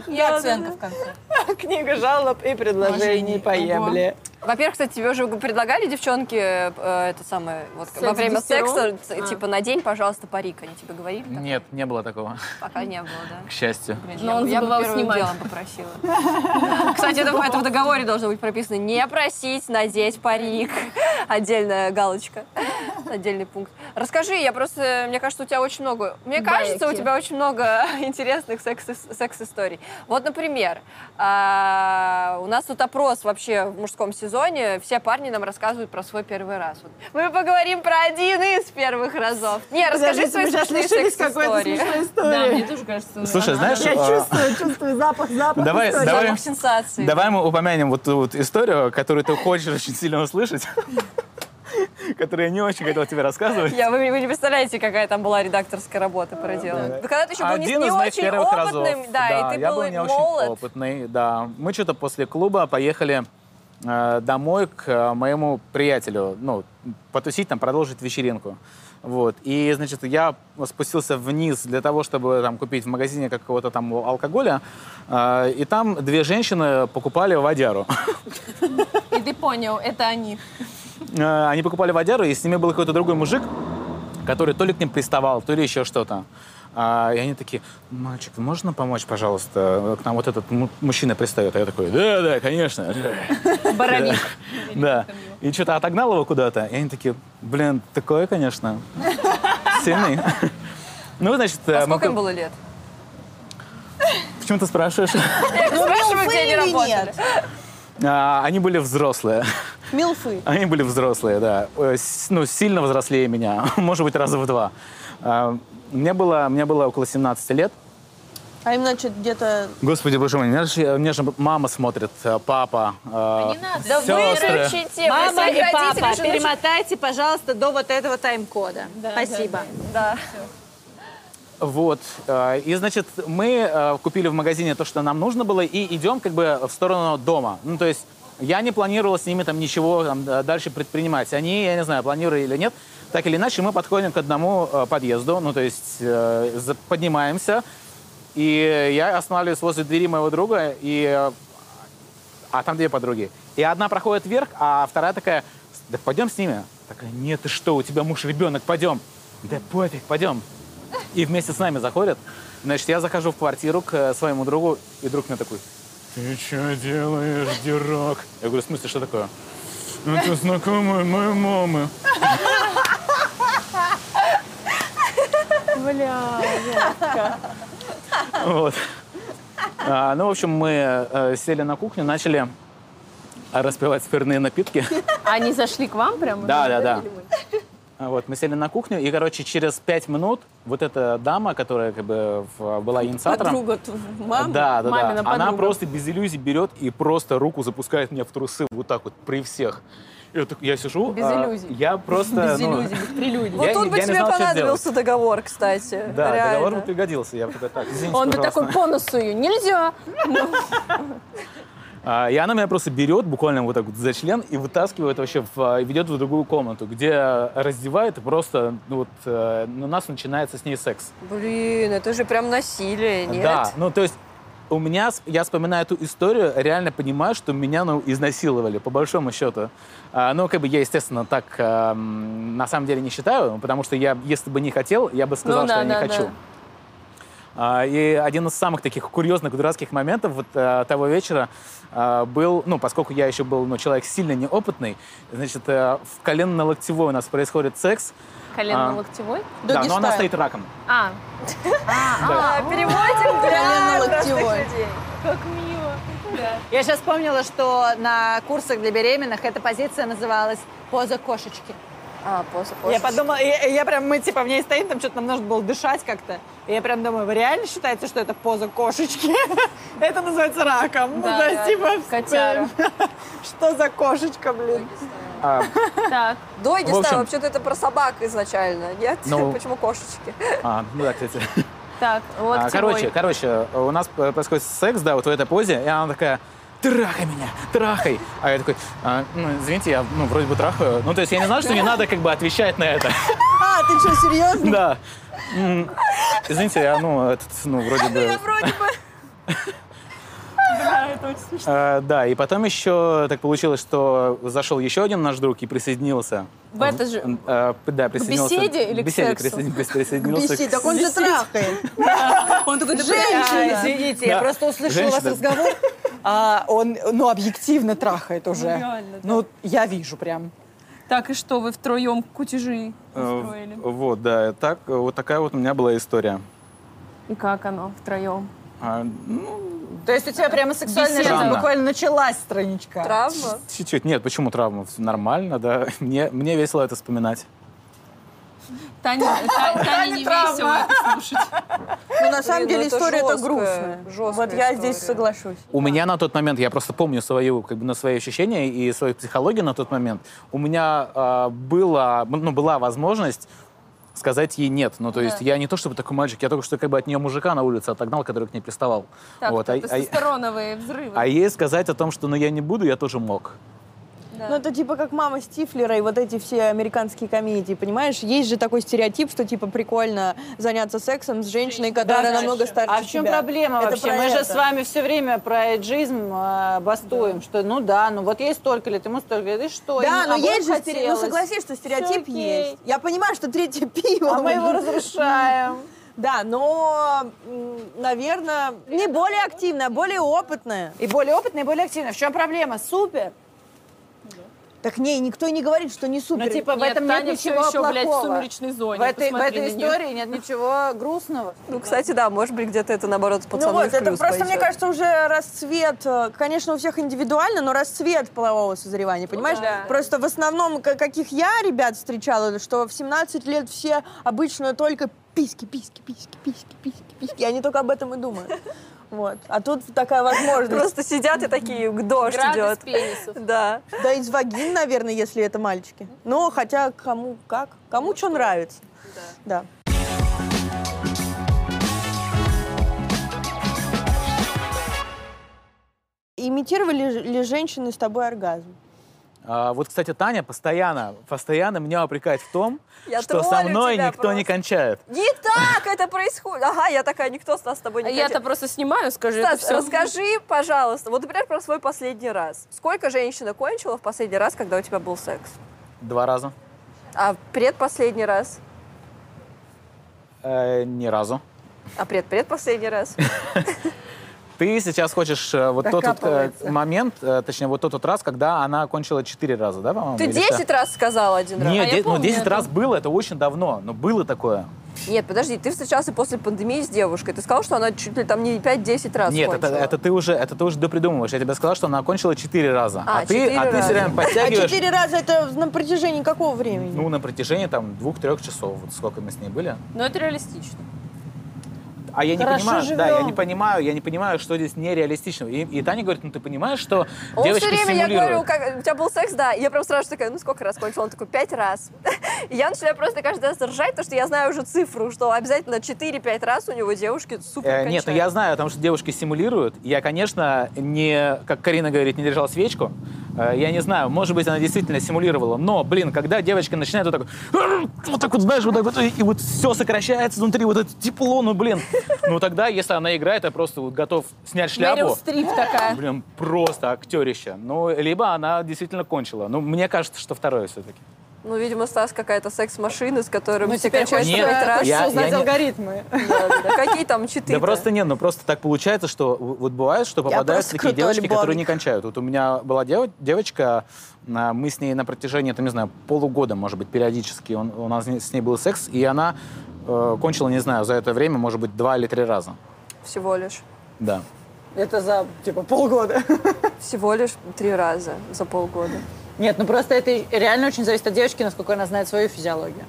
Speaker 3: И оценка в конце. Книга *laughs* жалоб и предложений поемли.
Speaker 1: Во-первых, кстати, тебе уже предлагали девчонки э, это самое, вот,
Speaker 5: Секс
Speaker 1: во время
Speaker 5: дистерон?
Speaker 1: секса, ц-
Speaker 5: А.
Speaker 1: типа, надень, пожалуйста, парик. Они тебе говорили? так?
Speaker 2: Нет, не было такого, *laughs*
Speaker 1: Пока не было, да.
Speaker 2: к счастью.
Speaker 1: Блин,
Speaker 5: Но он
Speaker 1: я, бы- я
Speaker 5: забывал
Speaker 1: бы первым
Speaker 5: снимать.
Speaker 1: делом
Speaker 5: *laughs*
Speaker 1: попросила. Кстати, это, это в договоре должно быть прописано. Не просить надеть парик. *laughs* Отдельная галочка. Отдельный пункт. Расскажи, я просто... Мне кажется, у тебя очень много... Мне кажется, у
Speaker 5: Байки.
Speaker 1: тебя очень много *laughs* интересных секс- секс-историй. вот, например, а, у нас тут опрос вообще в мужском сезоне. Все парни нам рассказывают про свой первый раз. Вот Мы поговорим про один из первых разов. Не, расскажи
Speaker 3: Подождите,
Speaker 1: свои
Speaker 3: мы сейчас
Speaker 1: смешные
Speaker 3: лишились какой-то
Speaker 1: секс-истории.
Speaker 3: смешной истории.
Speaker 5: тоже кажется.
Speaker 2: Слушай, знаешь,
Speaker 3: Я
Speaker 2: а,
Speaker 3: чувствую, чувствую запах, запах.
Speaker 2: Давай,
Speaker 3: истории.
Speaker 2: давай.
Speaker 1: Запах сенсации.
Speaker 2: Давай мы упомянем вот ту вот историю, которую ты хочешь очень сильно услышать, *laughs* которую я не очень хотел тебе рассказывать.
Speaker 1: Я, вы, вы не представляете, какая там была редакторская работа проделана. Да, Когда ты еще был не,
Speaker 2: Один
Speaker 1: не
Speaker 2: из моих
Speaker 1: очень
Speaker 2: первых
Speaker 1: опытным,
Speaker 2: разов.
Speaker 1: да, и ты
Speaker 2: я
Speaker 1: был,
Speaker 2: не
Speaker 1: молод.
Speaker 2: очень опытный, да. Мы что-то после клуба поехали э, домой к э, моему приятелю, ну, потусить там, продолжить вечеринку. Вот. И, значит, я спустился вниз для того, чтобы там купить в магазине какого-то там алкоголя. Э, И там две женщины покупали водяру.
Speaker 5: И ты понял, это они.
Speaker 2: Э, они покупали водяру, и с ними был какой-то другой мужик, который то ли к ним приставал, то ли еще что-то. А, и они такие, мальчик, можно помочь, пожалуйста? К нам вот этот му- мужчина пристает. А я такой, да, да, конечно.
Speaker 5: Боровик.
Speaker 2: *laughs* Да. И что-то отогнал его куда-то. И они такие, блин, такое, конечно. Сильный. *laughs* Ну, значит, э,
Speaker 1: А
Speaker 2: мы
Speaker 1: сколько им
Speaker 2: ку-
Speaker 1: было лет?
Speaker 2: почему ты спрашиваешь?
Speaker 1: Спрашиваю, где они
Speaker 3: или
Speaker 1: работали.
Speaker 2: А, Они были взрослые.
Speaker 3: Милфы.
Speaker 2: *laughs* Они были взрослые, да. Э, с- Ну, сильно взрослее меня, *laughs* может быть, раза в два. А, Мне было, мне было около 17 лет.
Speaker 11: А им, значит, где-то...
Speaker 2: Господи, боже мой, меня же- мне же мама смотрит, э, папа, э,
Speaker 1: Да
Speaker 2: сестры.
Speaker 1: выключите.
Speaker 3: Мама
Speaker 1: вы
Speaker 3: и
Speaker 1: своих родителей
Speaker 3: папа,
Speaker 1: же нач-
Speaker 3: перемотайте, пожалуйста, до вот этого тайм-кода. Спасибо.
Speaker 1: Да.
Speaker 2: Вот. э, И, значит, мы э, купили в магазине то, что нам нужно было, и идем как бы в сторону дома. Ну, то есть я не планировал с ними там ничего там, э, дальше предпринимать. Они, я не знаю, планировали или нет. Так или иначе, мы подходим к одному э, подъезду, ну, то есть э, за- поднимаемся, и я останавливаюсь возле двери моего друга, и э, а там две подруги. И одна проходит вверх, а вторая такая, да пойдем с ними. Такая, нет, ты что, у тебя муж, ребенок, пойдем. Да пофиг, пойдем. И вместе с нами заходят. Значит, я захожу в квартиру к э, своему другу, и друг мне такой, ты что делаешь, дурак? Я говорю, в смысле, что такое? Это знакомая моей мамы.
Speaker 11: Бля,
Speaker 2: Вот. А, ну, в общем, мы э, сели на кухню, начали распивать спиртные напитки.
Speaker 5: Они зашли к вам прямо?
Speaker 2: Да, да, да. А Вот, мы сели на кухню, и, короче, через пять минут вот эта дама, которая как бы в- была инициатором...
Speaker 4: Подруга, тв- мама?
Speaker 2: Да, да, да.
Speaker 4: Мамина
Speaker 2: Она
Speaker 4: подруга.
Speaker 2: просто без иллюзий берет и просто руку запускает мне в трусы вот так вот при всех. И вот так я сижу...
Speaker 1: Без
Speaker 2: а,
Speaker 1: иллюзий.
Speaker 2: Я просто... ну,
Speaker 1: прелюдий.
Speaker 2: Я
Speaker 1: Вот
Speaker 2: не-
Speaker 1: тут бы
Speaker 2: я не
Speaker 1: тебе
Speaker 2: знал, что
Speaker 1: понадобился договор, кстати.
Speaker 2: Да,
Speaker 1: реально.
Speaker 2: договор бы пригодился. Я бы такой, так, извините,
Speaker 5: Он бы
Speaker 2: пожалуйста.
Speaker 5: такой по носу ее, нельзя.
Speaker 2: А, И она меня просто берет буквально вот так вот за член и вытаскивает вообще, в, а, и ведет в другую комнату, где раздевает и просто ну, вот э, на нас начинается с ней секс.
Speaker 1: Блин, это же прям насилие, нет?
Speaker 2: Да, ну то есть у меня, с- я вспоминаю эту историю, реально понимаю, что меня ну, изнасиловали, по большому счету. А, ну, как бы я, естественно, так эм, на самом деле не считаю, потому что я, если бы не хотел, я бы сказал,
Speaker 5: Ну
Speaker 2: что
Speaker 5: да,
Speaker 2: я
Speaker 5: да,
Speaker 2: не хочу.
Speaker 5: да.
Speaker 2: А, И один из самых таких курьезных дурацких моментов вот э, того вечера э, был, ну, поскольку я еще был ну, человек сильно неопытный, значит, э, в коленно-локтевой у нас происходит секс. А,
Speaker 5: Колено-локтевой?
Speaker 2: Да, но она стоит раком.
Speaker 5: А.
Speaker 1: А, переводим
Speaker 3: Колено
Speaker 1: для
Speaker 3: локтевой.
Speaker 1: простых людей.
Speaker 3: Как мило. Я сейчас вспомнила, что на курсах для беременных эта позиция называлась «поза кошечки».
Speaker 1: А, поза
Speaker 3: Я
Speaker 1: кошечки.
Speaker 3: подумала, я, я прям, мы типа в ней стоим, там что-то нам нужно было дышать как-то. И я прям думаю, вы реально считаете, что это поза кошечки? *laughs* это называется раком. Ну,
Speaker 5: Да,
Speaker 3: то есть,
Speaker 5: да.
Speaker 3: типа,
Speaker 5: Котяра.
Speaker 3: *laughs* что за кошечка, блин?
Speaker 2: А,
Speaker 5: Так.
Speaker 1: Доги
Speaker 2: В общем-
Speaker 1: стало, вообще-то это про собак изначально, нет?
Speaker 2: Ну.
Speaker 1: *laughs* Почему кошечки?
Speaker 2: а, ну да, кстати.
Speaker 5: Так,
Speaker 2: А, короче, короче, у нас э, происходит секс, да, вот в этой позе, и она такая, трахай меня, трахай. А я такой, «А, ну, извините, я, ну, вроде бы трахаю. Ну, то есть я не знал, что не надо как бы отвечать на это.
Speaker 3: А, ты что, серьезно?
Speaker 2: Да. М, Извините, я, ну, этот, ну, вроде бы...
Speaker 3: Да, это очень смешно.
Speaker 2: Э, Да, и потом еще так получилось, что зашел еще один наш друг и присоединился.
Speaker 5: В это же-
Speaker 2: Э, Да, присоединился.
Speaker 5: беседе или к
Speaker 2: беседе
Speaker 5: сексу?
Speaker 2: присоедин- прис- присоединился. к-
Speaker 3: Ну, так он же трахает. *laughs* Он такой,
Speaker 5: «Да,
Speaker 3: женщина.
Speaker 5: блядь,
Speaker 3: Извините,
Speaker 2: Да.
Speaker 3: я просто услышала у вас
Speaker 2: Женщина.
Speaker 3: разговор. А, он, ну, объективно трахает уже.
Speaker 5: реально, да.
Speaker 3: Ну, я вижу прям.
Speaker 5: Так, и что, вы втроем кутежи
Speaker 2: Э,
Speaker 5: устроили?
Speaker 2: Вот, да, так, э, вот такая вот у меня была история.
Speaker 5: И как оно втроем?
Speaker 2: А, ну,
Speaker 3: То есть у тебя прямо сексуальная
Speaker 2: Беседа.
Speaker 3: жизнь
Speaker 2: Травма.
Speaker 3: буквально началась страничка.
Speaker 1: Травма?
Speaker 2: Чуть-чуть. Нет, почему травма? Всё Нормально, да. *laughs* Мне, мне весело это вспоминать.
Speaker 5: Таня, Та- Тане не весело это слушать.
Speaker 4: Ну, на самом
Speaker 1: Блин, ну
Speaker 4: деле
Speaker 1: это
Speaker 4: история-то
Speaker 1: жесткая,
Speaker 4: грустная.
Speaker 1: жесткая
Speaker 4: Вот я
Speaker 1: история.
Speaker 4: здесь соглашусь.
Speaker 2: У меня на тот момент, я просто помню свою, как бы, на свои ощущения и свою психологию на тот момент, у меня а, была, ну, была возможность сказать ей нет. Ну, то есть я не то чтобы такой мальчик, я только что как бы от нее мужика на улице отогнал, который к ней приставал.
Speaker 5: Так,
Speaker 2: вот, а, а-
Speaker 5: тестостероновые взрывы.
Speaker 2: а ей сказать о том, что ну я не буду, я тоже мог.
Speaker 4: Ну, это типа как мама Стифлера и вот эти все американские комедии, понимаешь? Есть же такой стереотип, что типа прикольно заняться сексом с женщиной, которая намного старше
Speaker 3: А в чем
Speaker 4: тебя.
Speaker 3: проблема
Speaker 4: Это
Speaker 3: вообще?
Speaker 4: про
Speaker 3: Мы же
Speaker 4: это.
Speaker 3: с вами все время про эйджизм э, бастуем, что ну да, ну вот ей столько лет, ему столько лет, и что?
Speaker 4: Да,
Speaker 3: ему-
Speaker 4: но
Speaker 3: а вот
Speaker 4: есть же стереотип. Ну,
Speaker 3: хотелось.
Speaker 4: согласись, что стереотип
Speaker 3: Всё окей.
Speaker 4: есть. Я понимаю, что третье *laughs* пиво.
Speaker 3: А мы *laughs* его разрушаем.
Speaker 4: *laughs* Да, но, наверное, не более активное, а более опытное.
Speaker 3: И более опытная, и более активная. В чем проблема? Супер.
Speaker 4: Так не, никто и не говорит, что не супер.
Speaker 3: Ну, типа, в
Speaker 5: Нет,
Speaker 3: этом
Speaker 5: Таня
Speaker 3: нет
Speaker 5: всё
Speaker 3: ничего
Speaker 5: ещё, блядь, в
Speaker 3: плохого.
Speaker 5: «Сумеречной зоне».
Speaker 3: В этой, в
Speaker 5: Посмотри
Speaker 3: этой
Speaker 5: на неё.
Speaker 3: истории нет ничего грустного.
Speaker 1: Ну, кстати, да, может быть, где-то это, наоборот,
Speaker 4: Ну
Speaker 1: пацаны
Speaker 4: вот,
Speaker 1: в
Speaker 4: это
Speaker 1: плюс
Speaker 4: просто, мне
Speaker 1: пойдет.
Speaker 4: кажется, уже расцвет, э, конечно, у всех индивидуально, но расцвет полового созревания, понимаешь?
Speaker 1: Ну да.
Speaker 4: Просто в основном, к- каких я ребят встречала, что в 17 лет все обычно только письки, письки, письки, письки, письки, письки, и они только об этом и думают. Вот. А тут такая возможность.
Speaker 1: Просто сидят и такие, дождь идет.
Speaker 5: пенисов.
Speaker 1: Да.
Speaker 4: Да из вагин, наверное, если это мальчики. Но хотя кому как, кому что нравится. Да. Имитировали ж- ли женщины с тобой оргазм?
Speaker 2: А, вот, кстати, Таня постоянно, постоянно меня упрекает в том,
Speaker 1: Я
Speaker 2: что со
Speaker 1: троллю
Speaker 2: мной
Speaker 1: тебя
Speaker 2: никто не кончает.
Speaker 1: Не так это происходит. Ага, я такая, никто с нас с
Speaker 2: А
Speaker 1: тобой не
Speaker 5: Я-то
Speaker 1: хотел.
Speaker 5: просто снимаю, скажи, это
Speaker 1: Стас,
Speaker 5: все.
Speaker 1: расскажи, пожалуйста, вот, например, про свой последний раз. Сколько женщина кончила в последний раз, когда у тебя был секс?
Speaker 2: Два раза.
Speaker 1: А предпоследний раз?
Speaker 2: Э, ни разу.
Speaker 1: А предпредпоследний раз?
Speaker 2: Ты сейчас хочешь э, вот тот вот, э,
Speaker 1: Докапывается.
Speaker 2: момент, э, точнее, вот тот вот раз, когда она кончила четыре раза, да, по-моему?
Speaker 1: Ты
Speaker 2: или что?
Speaker 1: 10 раз сказал один раз. А
Speaker 2: Нет, де- ну 10 раз было, это очень давно, но было такое.
Speaker 1: Нет, подожди, ты встречался после пандемии с девушкой. Ты сказал, что она чуть ли там не 5-10 раз
Speaker 2: Нет, это,
Speaker 1: кончила.
Speaker 2: это ты уже это ты уже допридумываешь. Я тебе сказал, что она кончила 4 раза.
Speaker 1: А,
Speaker 2: ты, а
Speaker 1: четыре
Speaker 2: ты все
Speaker 1: раза.
Speaker 2: время
Speaker 4: А
Speaker 2: подтягиваешь.
Speaker 4: четыре раза это на протяжении какого времени?
Speaker 2: Ну, на протяжении там двух-трех часов, вот сколько мы с ней были.
Speaker 5: Но Ну, это реалистично.
Speaker 2: А я не
Speaker 5: Хорошо
Speaker 2: понимаю, да, я
Speaker 5: живем.
Speaker 2: не понимаю, я не понимаю, что здесь нереалистично. И, и Таня говорит, ну ты понимаешь, что
Speaker 1: Он
Speaker 2: девочки
Speaker 1: все Ну, время, я
Speaker 2: симулируют.
Speaker 1: говорю, как, у тебя был секс, да, и я прям сразу же такая, ну сколько раз кончил? Он такой, пять раз. *laughs* И я начинаю просто каждый раз ржать, потому что я знаю уже цифру, что обязательно 4-5 раз у него девушки супер
Speaker 2: Э, нет, ну я знаю, потому что девушки симулируют. Я, конечно, не, как Карина говорит, не держал свечку. Э, Я не знаю, может быть, она действительно симулировала. Но, блин, когда девочка начинает вот так вот, «Ар!» вот так вот, знаешь, вот так вот, и и вот все сокращается внутри, вот это тепло, ну, блин. Ну, тогда, если она играет, я просто вот готов снять
Speaker 5: Мэрил
Speaker 2: шляпу.
Speaker 5: Стрип такая.
Speaker 2: Блин, просто актерище. Ну, либо она действительно кончила. Ну, мне кажется, что второе все-таки.
Speaker 1: Ну, видимо, Стас какая-то секс-машина, с которой
Speaker 3: Ну,
Speaker 1: мы
Speaker 3: теперь
Speaker 1: теперь
Speaker 3: хочется,
Speaker 1: чаще пять раз.
Speaker 2: я- я не-
Speaker 3: алгоритмы.
Speaker 1: Какие там четыре?
Speaker 2: Да просто не, ну просто так получается, что в- вот бывает, что
Speaker 1: просто
Speaker 2: попадаются такие
Speaker 1: крутой
Speaker 2: девочки, которые
Speaker 1: бабник.
Speaker 2: не кончают. Вот у меня была дева- девочка, а, мы с ней на протяжении, там, не знаю, полугода, может быть, периодически он- у нас с ней- с ней был секс, и она э, кончила, не знаю, за это время, может быть, два или три раза.
Speaker 1: Всего лишь.
Speaker 2: Да.
Speaker 3: Это за, типа, полгода.
Speaker 1: Всего лишь три раза за полгода.
Speaker 3: Нет, ну просто это реально очень зависит от девочки, насколько она знает свою физиологию.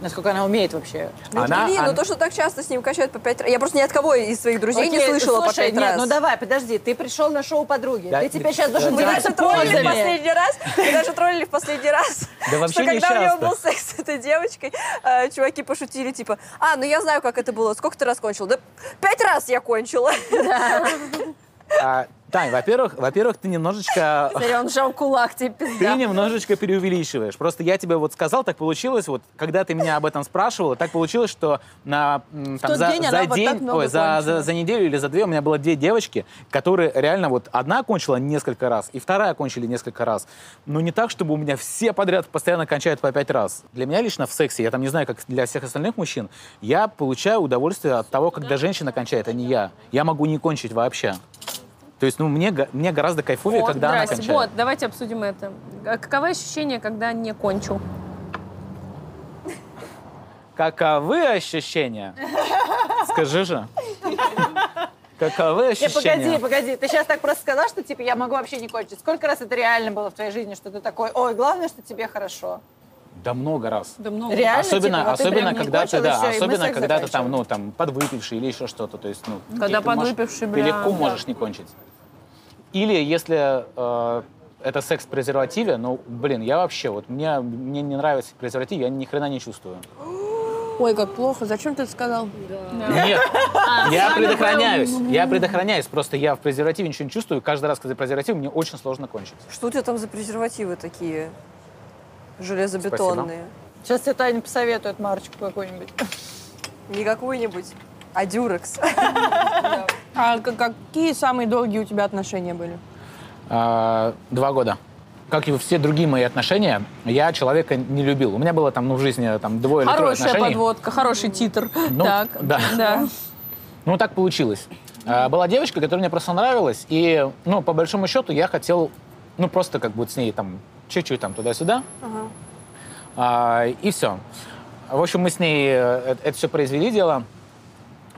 Speaker 3: Насколько она умеет вообще.
Speaker 1: Ну, блин, ну то, что так часто с ним качают по пять раз. Я просто ни от кого из своих друзей не
Speaker 3: Окей,
Speaker 1: слышала по
Speaker 3: слушай,
Speaker 1: пять
Speaker 3: нет,
Speaker 1: раз.
Speaker 3: ну давай, подожди, ты пришел на шоу подруги,
Speaker 1: Да,
Speaker 3: ты теперь сейчас
Speaker 1: да,
Speaker 3: должен
Speaker 1: Мы
Speaker 3: делиться
Speaker 1: даже троллили в
Speaker 3: пользой.
Speaker 1: последний раз, мы даже троллили в последний раз,
Speaker 2: Да вообще
Speaker 1: что
Speaker 2: не
Speaker 1: когда у него
Speaker 2: часто.
Speaker 1: был секс с этой девочкой, э, чуваки пошутили, типа, а, ну я знаю, как это было, сколько ты раз кончил? Да пять раз я кончила.
Speaker 2: А, Тань, во-первых, во-первых, ты немножечко...
Speaker 5: Смотри, он сжал кулак тебе
Speaker 2: Ты
Speaker 5: *laughs* пизда.
Speaker 2: немножечко преувеличиваешь. Просто я тебе вот сказал, так получилось, вот когда ты меня об этом спрашивала, так получилось, что на, м, там,
Speaker 5: тот
Speaker 2: за,
Speaker 5: день
Speaker 2: за
Speaker 5: она вот
Speaker 2: день,
Speaker 5: так много
Speaker 2: ой, за,
Speaker 5: кончила.
Speaker 2: за- за неделю или за две у меня было две девочки, которые реально вот одна кончила несколько раз, и вторая кончили несколько раз. Но не так, чтобы у меня все подряд постоянно кончают по пять раз. Для меня лично в сексе, я там не знаю, как для всех остальных мужчин, я получаю удовольствие от того, когда женщина кончает, а не я. Я могу не кончить вообще. То есть, ну, мне, го- мне гораздо кайфовее,
Speaker 5: Вот,
Speaker 2: когда она
Speaker 5: здрасте.
Speaker 2: кончает.
Speaker 5: Вот, давайте обсудим это. А Каково ощущение, когда не кончу?
Speaker 2: Каковы ощущения? Скажи же. Каковы
Speaker 3: Не, Э, погоди,
Speaker 2: ощущения?
Speaker 3: погоди, ты сейчас так просто сказал, что типа я могу вообще не кончить. Сколько раз это реально было в твоей жизни, что ты такой, ой, главное, что тебе хорошо.
Speaker 2: Да много раз.
Speaker 5: Да много.
Speaker 3: Реально,
Speaker 2: особенно,
Speaker 3: типа, вот ты
Speaker 2: особенно,
Speaker 3: прям не
Speaker 2: когда ты,
Speaker 3: кончил, и
Speaker 2: да,
Speaker 3: всё, и мы
Speaker 2: особенно,
Speaker 3: секс
Speaker 2: когда ты там,
Speaker 3: заканчиваем.
Speaker 2: ну, там, подвыпивший или еще что-то, то есть, ну,
Speaker 5: Когда
Speaker 2: ты можешь-
Speaker 5: подвыпивший,
Speaker 2: ты
Speaker 5: бля,
Speaker 2: легко
Speaker 5: да.
Speaker 2: можешь не кончить. Или если э, это секс в презервативе, ну, блин, я вообще, вот, мне, мне не нравится презерватив, я ни хрена не чувствую.
Speaker 4: Ой, как плохо. Зачем ты это сказал?
Speaker 2: Нет,
Speaker 4: А,
Speaker 2: я
Speaker 4: Саня
Speaker 2: предохраняюсь,
Speaker 3: ну,
Speaker 4: прям-
Speaker 2: я предохраняюсь, просто я в презервативе ничего не чувствую, каждый раз, когда презерватив, мне очень сложно кончить.
Speaker 1: Что у тебя там за презервативы такие железобетонные?
Speaker 3: Сейчас тебе Таня посоветует марочку какую-нибудь.
Speaker 1: *laughs* Не какую-нибудь, а дюрекс.
Speaker 4: А к- какие самые долгие у тебя отношения были?
Speaker 2: А, Два года. Как и все другие мои отношения, я человека не любил. У меня было там ну, в жизни там двое или трое
Speaker 5: Хорошая
Speaker 2: отношений.
Speaker 5: подводка, хороший титр.
Speaker 2: Ну,
Speaker 5: так,
Speaker 2: да.
Speaker 5: да.
Speaker 2: Ну, так получилось. А, Была девочка, которая мне просто нравилась, и, ну, по большому счету, я хотел, ну, просто как бы с ней там чуть-чуть там туда-сюда, А, и все. В общем, мы с ней э, это, все произвели дело.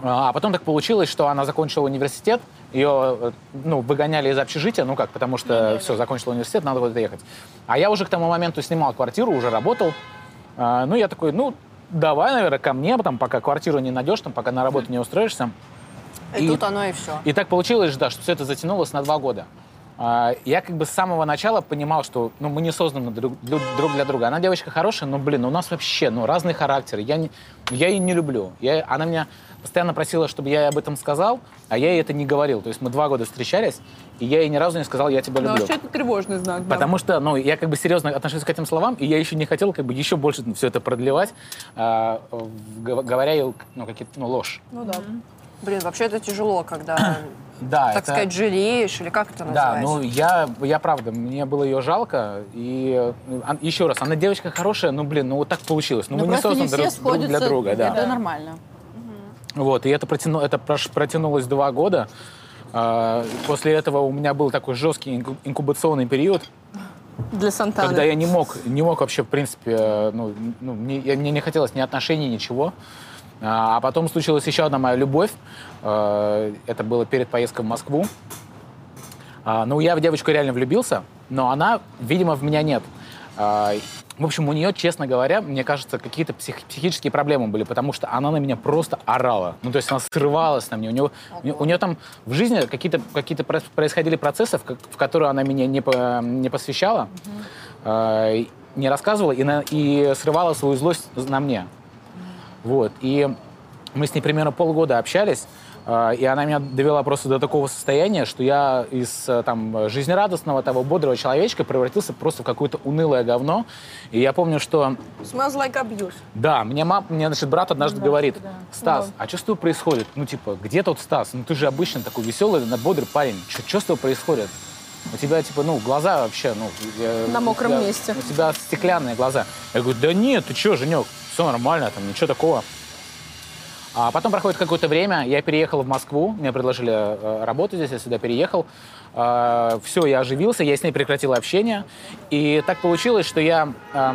Speaker 2: А потом так получилось, что она закончила университет, ее э, ну, выгоняли из общежития, ну как, потому что все, закончила университет, надо куда-то ехать. А я уже к тому моменту снимал квартиру, уже работал. А, ну, я такой, ну, давай, наверное, ко мне, потом, пока квартиру не найдешь, там, пока на работу не устроишься.
Speaker 4: И, тут оно и все.
Speaker 2: И так получилось, да, что все это затянулось на два года. А, Я как бы с самого начала понимал, что ну, мы не созданы друг, друг- друг для друга. Она девочка хорошая, но, блин, у нас вообще ну, разные характеры. Я, не, я ее не люблю. Я, она меня постоянно просила, чтобы я ей об этом сказал, а я ей это не говорил. То есть мы два года встречались, и я ей ни разу не сказал, я тебя люблю.
Speaker 3: это тревожный знак. да.
Speaker 2: Потому что, ну, я как бы серьезно отношусь к этим словам, и я еще не хотел как бы еще больше все это продлевать, а, в- гов- говоря ей, ну, какие-то, ну, ложь.
Speaker 1: Ну да. *laughs* Блин, вообще это тяжело,
Speaker 2: *coughs*
Speaker 1: когда,
Speaker 2: Да,
Speaker 1: так
Speaker 2: А это-
Speaker 1: сказать, жалеешь или как это
Speaker 2: Да,
Speaker 1: называется.
Speaker 2: ну я, я правда, мне было ее жалко. И ну, а- еще раз, она девочка хорошая, ну блин, ну вот так получилось. Ну,
Speaker 3: Ну,
Speaker 2: мы не
Speaker 3: просто
Speaker 2: созданы
Speaker 3: все
Speaker 2: друг, друг для
Speaker 3: сходятся,
Speaker 2: друга, да.
Speaker 3: Это нормально.
Speaker 2: Вот, и это, протяну, это прош- протянулось два года. А, После этого у меня был такой жесткий инку- инкубационный период,
Speaker 5: Для Сантаны.
Speaker 2: когда я не мог, не мог вообще, в принципе, э, ну, ну, мне, я- мне не хотелось ни отношений, ничего. А а потом случилась еще одна моя любовь. Э, Это было перед поездкой в Москву. А, Ну, я в девочку реально влюбился, но она, видимо, в меня нет. А, В общем, у нее, честно говоря, мне кажется, какие-то псих- психические проблемы были, потому что она на меня просто орала. Ну, то есть она срывалась на мне. У нее, у нее там в жизни какие-то какие происходили процессы, в, ко- в которые она меня не, по- не посвящала, а, и не рассказывала и, на- и срывала свою злость на мне. Вот. И мы с ней примерно полгода общались, э, и она меня довела просто до такого состояния, что я из э, там э, жизнерадостного того бодрого человечка превратился просто в какое-то унылое говно. И я помню, что
Speaker 4: Smells like abuse.
Speaker 2: да, мне мам, мне значит брат однажды говорит, Стас, а что с тобой происходит? Ну типа, где тот Стас? Ну ты же обычно такой веселый, на- бодрый парень. Что с тобой происходит? У тебя типа, ну глаза вообще, ну э,
Speaker 5: На
Speaker 2: у
Speaker 5: мокром
Speaker 2: тебя-
Speaker 5: месте.
Speaker 2: У тебя стеклянные глаза. Я говорю, да нет, ты чё, Женек, все нормально, там ничего такого. А потом проходит какое-то время, я переехал в Москву, мне предложили э, работу здесь, я сюда переехал. все, я оживился, я с ней прекратил общение. И так получилось, что я э,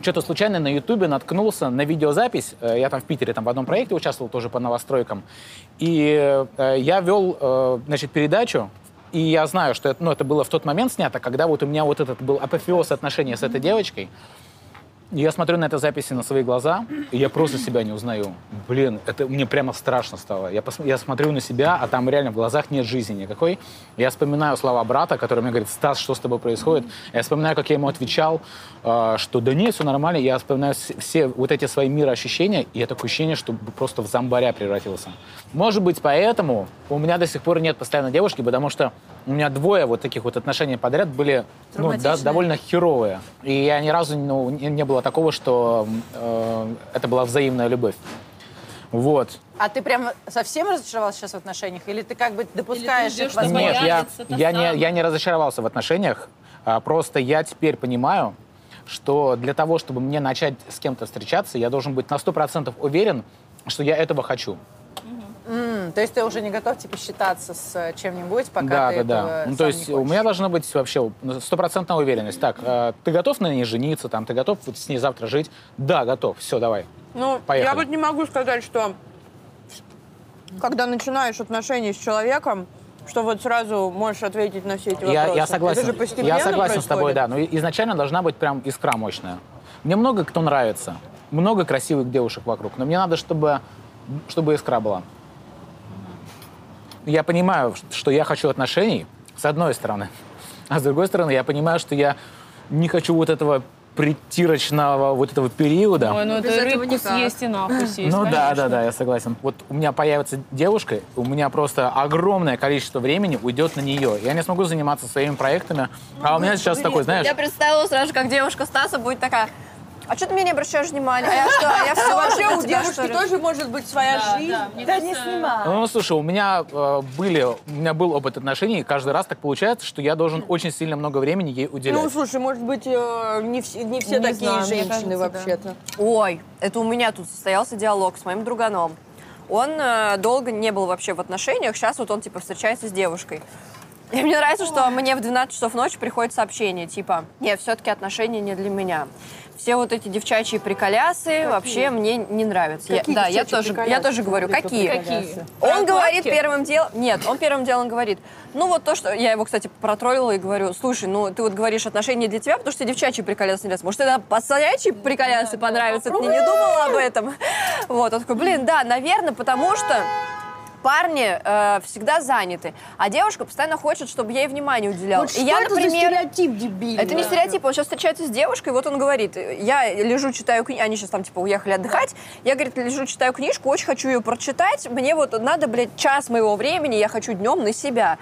Speaker 2: что-то случайно на Ютубе наткнулся на видеозапись. Э, Я там в Питере там в одном проекте участвовал тоже по новостройкам. И э, я вел, э, значит, передачу. И я знаю, что это, ну, это было в тот момент снято, когда вот у меня вот этот был апофеоз отношения с этой девочкой. И Я смотрю на это записи на свои глаза, и я просто себя не узнаю. Блин, это мне прямо страшно стало. Я, пос- я смотрю на себя, а там реально в глазах нет жизни никакой. Я вспоминаю слова брата, который мне говорит, Стас, что с тобой происходит? Я вспоминаю, как я ему отвечал, э, что да нет, все нормально. Я вспоминаю с- все вот эти свои мироощущения, и я такое ощущение, что просто в зомбаря превратился. Может быть, поэтому у меня до сих пор нет постоянно девушки, потому что у меня двое вот таких вот отношений подряд были ну, да-
Speaker 6: Травматичные.
Speaker 2: довольно херовые. И я ни разу ну, не, не было такого, что э, это была взаимная любовь. Вот.
Speaker 3: А ты прям совсем разочаровалась сейчас в отношениях? Или ты как бы допускаешь их
Speaker 2: Нет,
Speaker 3: возможность?
Speaker 2: я, я, не, я не разочаровался в отношениях. а, Просто я теперь понимаю, что для того, чтобы мне начать с кем-то встречаться, я должен быть на 100% уверен, что я этого хочу.
Speaker 3: М, то есть ты уже не готов типа считаться с э, чем-нибудь, пока
Speaker 2: да, да,
Speaker 3: ты
Speaker 2: да.
Speaker 3: этого
Speaker 2: Ну,
Speaker 3: сам
Speaker 2: то есть
Speaker 3: не
Speaker 2: у меня должна быть вообще ну, стопроцентная уверенность. Так, э, ты готов на ней жениться, там, ты готов вот с ней завтра жить? Да, готов. Все, давай.
Speaker 4: Ну,
Speaker 2: Поехали.
Speaker 4: я вот не могу сказать, что когда начинаешь отношения с человеком, что вот сразу можешь ответить на все эти вопросы.
Speaker 2: Я, я согласен.
Speaker 4: Это же постепенно
Speaker 2: я согласен с тобой,
Speaker 4: происходит.
Speaker 2: да. Но и- изначально должна быть прям искра мощная. Мне много кто нравится, много красивых девушек вокруг, но мне надо, чтобы, чтобы искра была. Я понимаю, ш- что я хочу отношений, с одной стороны. А с другой стороны, я понимаю, что я не хочу вот этого притирочного вот этого периода.
Speaker 14: Ой, ну
Speaker 9: без
Speaker 14: это
Speaker 9: этого
Speaker 14: рыбку
Speaker 9: никак.
Speaker 14: съесть и нахуй съесть.
Speaker 2: Ну да,
Speaker 14: конечно.
Speaker 2: да, да, я согласен. Вот у меня появится девушка, у меня просто огромное количество времени уйдет на нее. Я не смогу заниматься своими проектами. А у меня сейчас такой, знаешь,
Speaker 1: Я представила сразу же, как девушка Стаса будет такая... А что ты меня не обращаешь внимания? А я что, а я все
Speaker 4: Ну, вообще у девушки тоже может быть своя жизнь. Да не снимай.
Speaker 2: ну слушай, у меня э, были, у меня был опыт отношений, и каждый раз так получается, что я должен очень сильно много времени ей уделять.
Speaker 4: Ну, слушай, может быть, э, не все, не все
Speaker 1: Не
Speaker 4: такие
Speaker 1: знаю, мне
Speaker 4: женщины
Speaker 1: кажется,
Speaker 4: вообще-то.
Speaker 1: Ой, это у меня тут состоялся диалог с моим друганом. Он э, долго не был вообще в отношениях, сейчас вот он типа встречается с девушкой. И мне нравится, что мне в 12 часов ночи приходит сообщение, типа, не, все-таки отношения не для меня. Все вот эти девчачьи приколясы вообще мне не нравятся. Я-
Speaker 5: Какие
Speaker 1: да, я
Speaker 5: девчачьи
Speaker 1: тоже, я
Speaker 5: приколясы?
Speaker 1: тоже говорю,
Speaker 5: Смотри,
Speaker 1: какие?
Speaker 5: какие приколясы.
Speaker 1: Он говорит
Speaker 5: Прокладки?
Speaker 1: первым делом, нет, он первым делом говорит, ну вот то, что, я его, кстати, протроллила и говорю, слушай, ну ты вот говоришь, отношения не для тебя, потому что тебе девчачьи приколясы не нравятся. Может, это пацанячьи приколясы понравятся? Ты не думала об этом? Вот, он такой, блин, да, наверное, потому что парни э, всегда заняты, а девушка постоянно хочет, чтобы я ей внимание уделяла.
Speaker 11: Вот
Speaker 1: и я,
Speaker 11: что это за
Speaker 1: например,
Speaker 11: стереотип дебильный?
Speaker 1: Это не стереотип, он сейчас встречается с девушкой, вот он говорит, я лежу, читаю книжку, они сейчас там типа уехали отдыхать, я, говорит, лежу, читаю книжку, очень хочу ее прочитать, мне вот надо, блядь, час моего времени, я хочу днем на себя.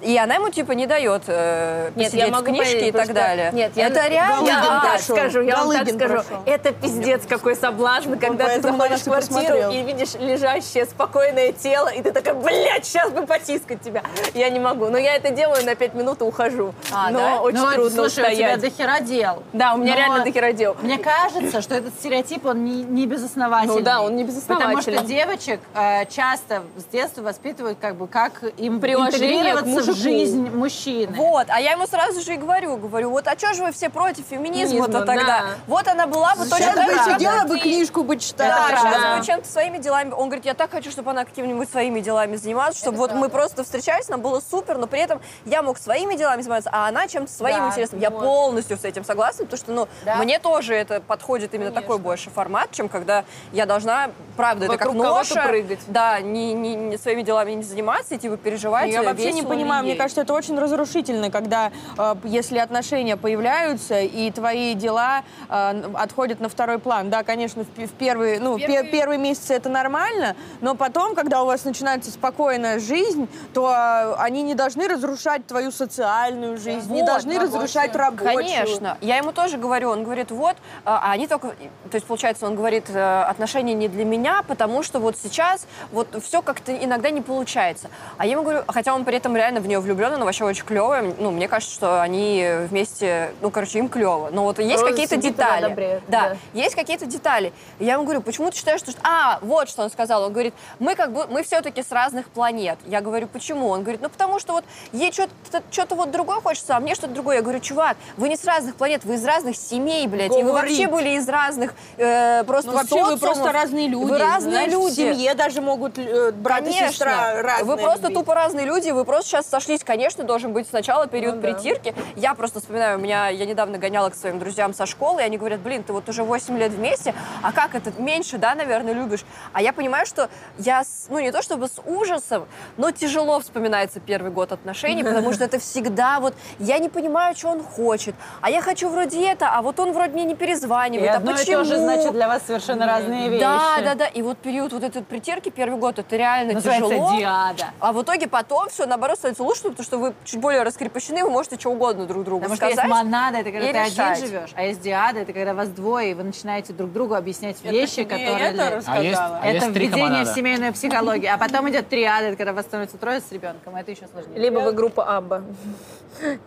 Speaker 1: И она ему типа не дает э,
Speaker 14: Ну. Нет,
Speaker 1: посидеть
Speaker 14: я
Speaker 1: в
Speaker 14: могу
Speaker 1: книжке
Speaker 14: поверить,
Speaker 1: и так
Speaker 14: просто-
Speaker 1: далее.
Speaker 14: Нет, я
Speaker 1: это реально.
Speaker 14: Я вам так
Speaker 1: пошел.
Speaker 14: скажу, я вам так
Speaker 1: Галыгин
Speaker 14: скажу.
Speaker 1: пошел.
Speaker 14: Это пиздец, какой соблазн, когда ты
Speaker 1: поэтому на
Speaker 14: заходишь в
Speaker 1: нас и
Speaker 14: квартиру
Speaker 1: посмотрел.
Speaker 14: и видишь лежащее спокойное тело, и ты такая, блядь, сейчас бы потискать тебя. Я не могу. Но я это делаю на 5 минут и ухожу. Но
Speaker 3: да?
Speaker 14: очень
Speaker 3: Ну,
Speaker 14: трудно
Speaker 3: слушай, у тебя
Speaker 14: устоять.
Speaker 3: дохера дел.
Speaker 14: Да, у меня
Speaker 3: Но
Speaker 14: реально дохера дел.
Speaker 3: Мне кажется, что этот стереотип, он не, не безосновательный.
Speaker 14: Ну да, он не безосновательный.
Speaker 3: Потому что девочек э, часто с детства воспитывают, как бы, как им
Speaker 1: Приложение к
Speaker 3: интегрироваться в
Speaker 1: мужику.
Speaker 3: жизнь мужчины.
Speaker 1: *laughs* Вот, а я ему сразу же и говорю, говорю, вот а что же вы все против феминизма-то
Speaker 3: Феминизма,
Speaker 1: тогда?
Speaker 3: да.
Speaker 1: Вот она была бы
Speaker 4: Сейчас
Speaker 1: точно
Speaker 4: бы
Speaker 1: так же,
Speaker 4: сидела
Speaker 1: как
Speaker 4: бы,
Speaker 1: ты.
Speaker 4: книжку бы читала.
Speaker 1: Да,
Speaker 4: Это
Speaker 1: сейчас
Speaker 4: правда.
Speaker 1: бы чем-то своими делами. Он говорит, я так хочу, чтобы она какими-нибудь своими делами занималась, чтобы вот мы просто встречались, нам было супер, но при этом я мог своими делами заниматься, а она чем-то своим
Speaker 14: Да,
Speaker 1: интересным. Я
Speaker 14: вот.
Speaker 1: полностью с этим согласна, потому что, ну,
Speaker 14: Да.
Speaker 1: мне тоже это подходит именно такой больше формат, чем когда я должна, правда, это как
Speaker 14: Вокруг кого-то
Speaker 1: ноша.
Speaker 14: прыгать.
Speaker 1: Да, не, не- не своими делами не заниматься и типа переживать.
Speaker 4: Ну, Я вообще не
Speaker 1: весело ли
Speaker 4: понимаю, мне
Speaker 1: ей.
Speaker 4: кажется, это очень разрушительно, когда э, если отношения появляются и твои дела э, н- отходят на второй план. Да, конечно, в, пе- в первые, ну, пе- первые... месяцы это нормально, но потом, когда у вас начинается спокойная жизнь, то э, они не должны разрушать твою социальную жизнь, не
Speaker 1: Вот,
Speaker 4: должны разрушать рабочую.
Speaker 1: Конечно. Я ему тоже говорю, он говорит, вот, а а они только, то есть получается, он говорит, э, отношения не для меня, потому что вот сейчас вот все как-то иногда не получается. А я ему говорю, хотя он при этом реально в нее влюблен, она вообще очень клевая, ну, мне кажется, что они вместе, ну, короче, им клево. Но вот есть
Speaker 14: Роза
Speaker 1: какие-то
Speaker 14: сидит,
Speaker 1: детали.
Speaker 14: она добреет,
Speaker 1: да,
Speaker 14: да.
Speaker 1: есть какие-то детали. И я ему говорю, почему ты считаешь, что... А, вот что он сказал. Он говорит, мы как бы, мы все-таки с разных планет. Я говорю, почему? Он говорит, ну потому что вот ей что-то что-то вот другое хочется, а мне что-то другое. Я говорю, чувак, вы не с разных планет, вы из разных семей, блядь. И вы
Speaker 4: Говорит.
Speaker 1: вообще были из разных э, просто
Speaker 4: Ну, вообще вы
Speaker 1: социумов.
Speaker 4: просто разные люди.
Speaker 1: Вы разные
Speaker 4: знаешь,
Speaker 1: люди.
Speaker 4: В семье даже могут э, брат
Speaker 1: Конечно.
Speaker 4: и сестра разные.
Speaker 1: Вы просто
Speaker 4: любить.
Speaker 1: тупо разные люди, вы просто сейчас сошлись. Конечно, должен быть сначала период
Speaker 4: Ну да.
Speaker 1: притирки. Я просто вспоминаю, у меня я недавно гоняла к своим друзьям со школы, и они говорят, блин, ты вот уже 8 лет вместе, а как это, меньше, да, наверное, любишь? А я понимаю, что я, с- ну не то чтобы с ужасом, но тяжело вспоминается первый год
Speaker 3: *laughs*
Speaker 1: отношений, потому что это всегда вот, я не понимаю, что он хочет, а я хочу вроде это, а вот он вроде мне не перезванивает,
Speaker 3: И
Speaker 1: а
Speaker 3: одно и
Speaker 1: почему?
Speaker 3: то же, значит, для вас совершенно разные вещи.
Speaker 1: Да, да, да. И вот период вот этой притирки первый год, это реально
Speaker 3: Называется
Speaker 1: тяжело.
Speaker 3: диада.
Speaker 1: А в итоге потом все, наоборот, становится лучше, потому что вы чуть более раскрепощены, вы можете что угодно друг другу
Speaker 3: Потому что
Speaker 1: сказать.
Speaker 3: есть монада, это
Speaker 1: и
Speaker 3: когда ты
Speaker 1: решать.
Speaker 3: один живешь, а есть диада, это когда вас двое, и вы начинаете друг другу объяснять вещи,
Speaker 4: не
Speaker 3: которые...
Speaker 4: это рассказала. А есть- а
Speaker 3: это
Speaker 4: есть
Speaker 3: введение в
Speaker 4: трихомонада.
Speaker 3: семейную психологию. А потом идет триада, это когда вас становится трое с ребенком, это еще сложнее.
Speaker 14: Либо вы группа Абба.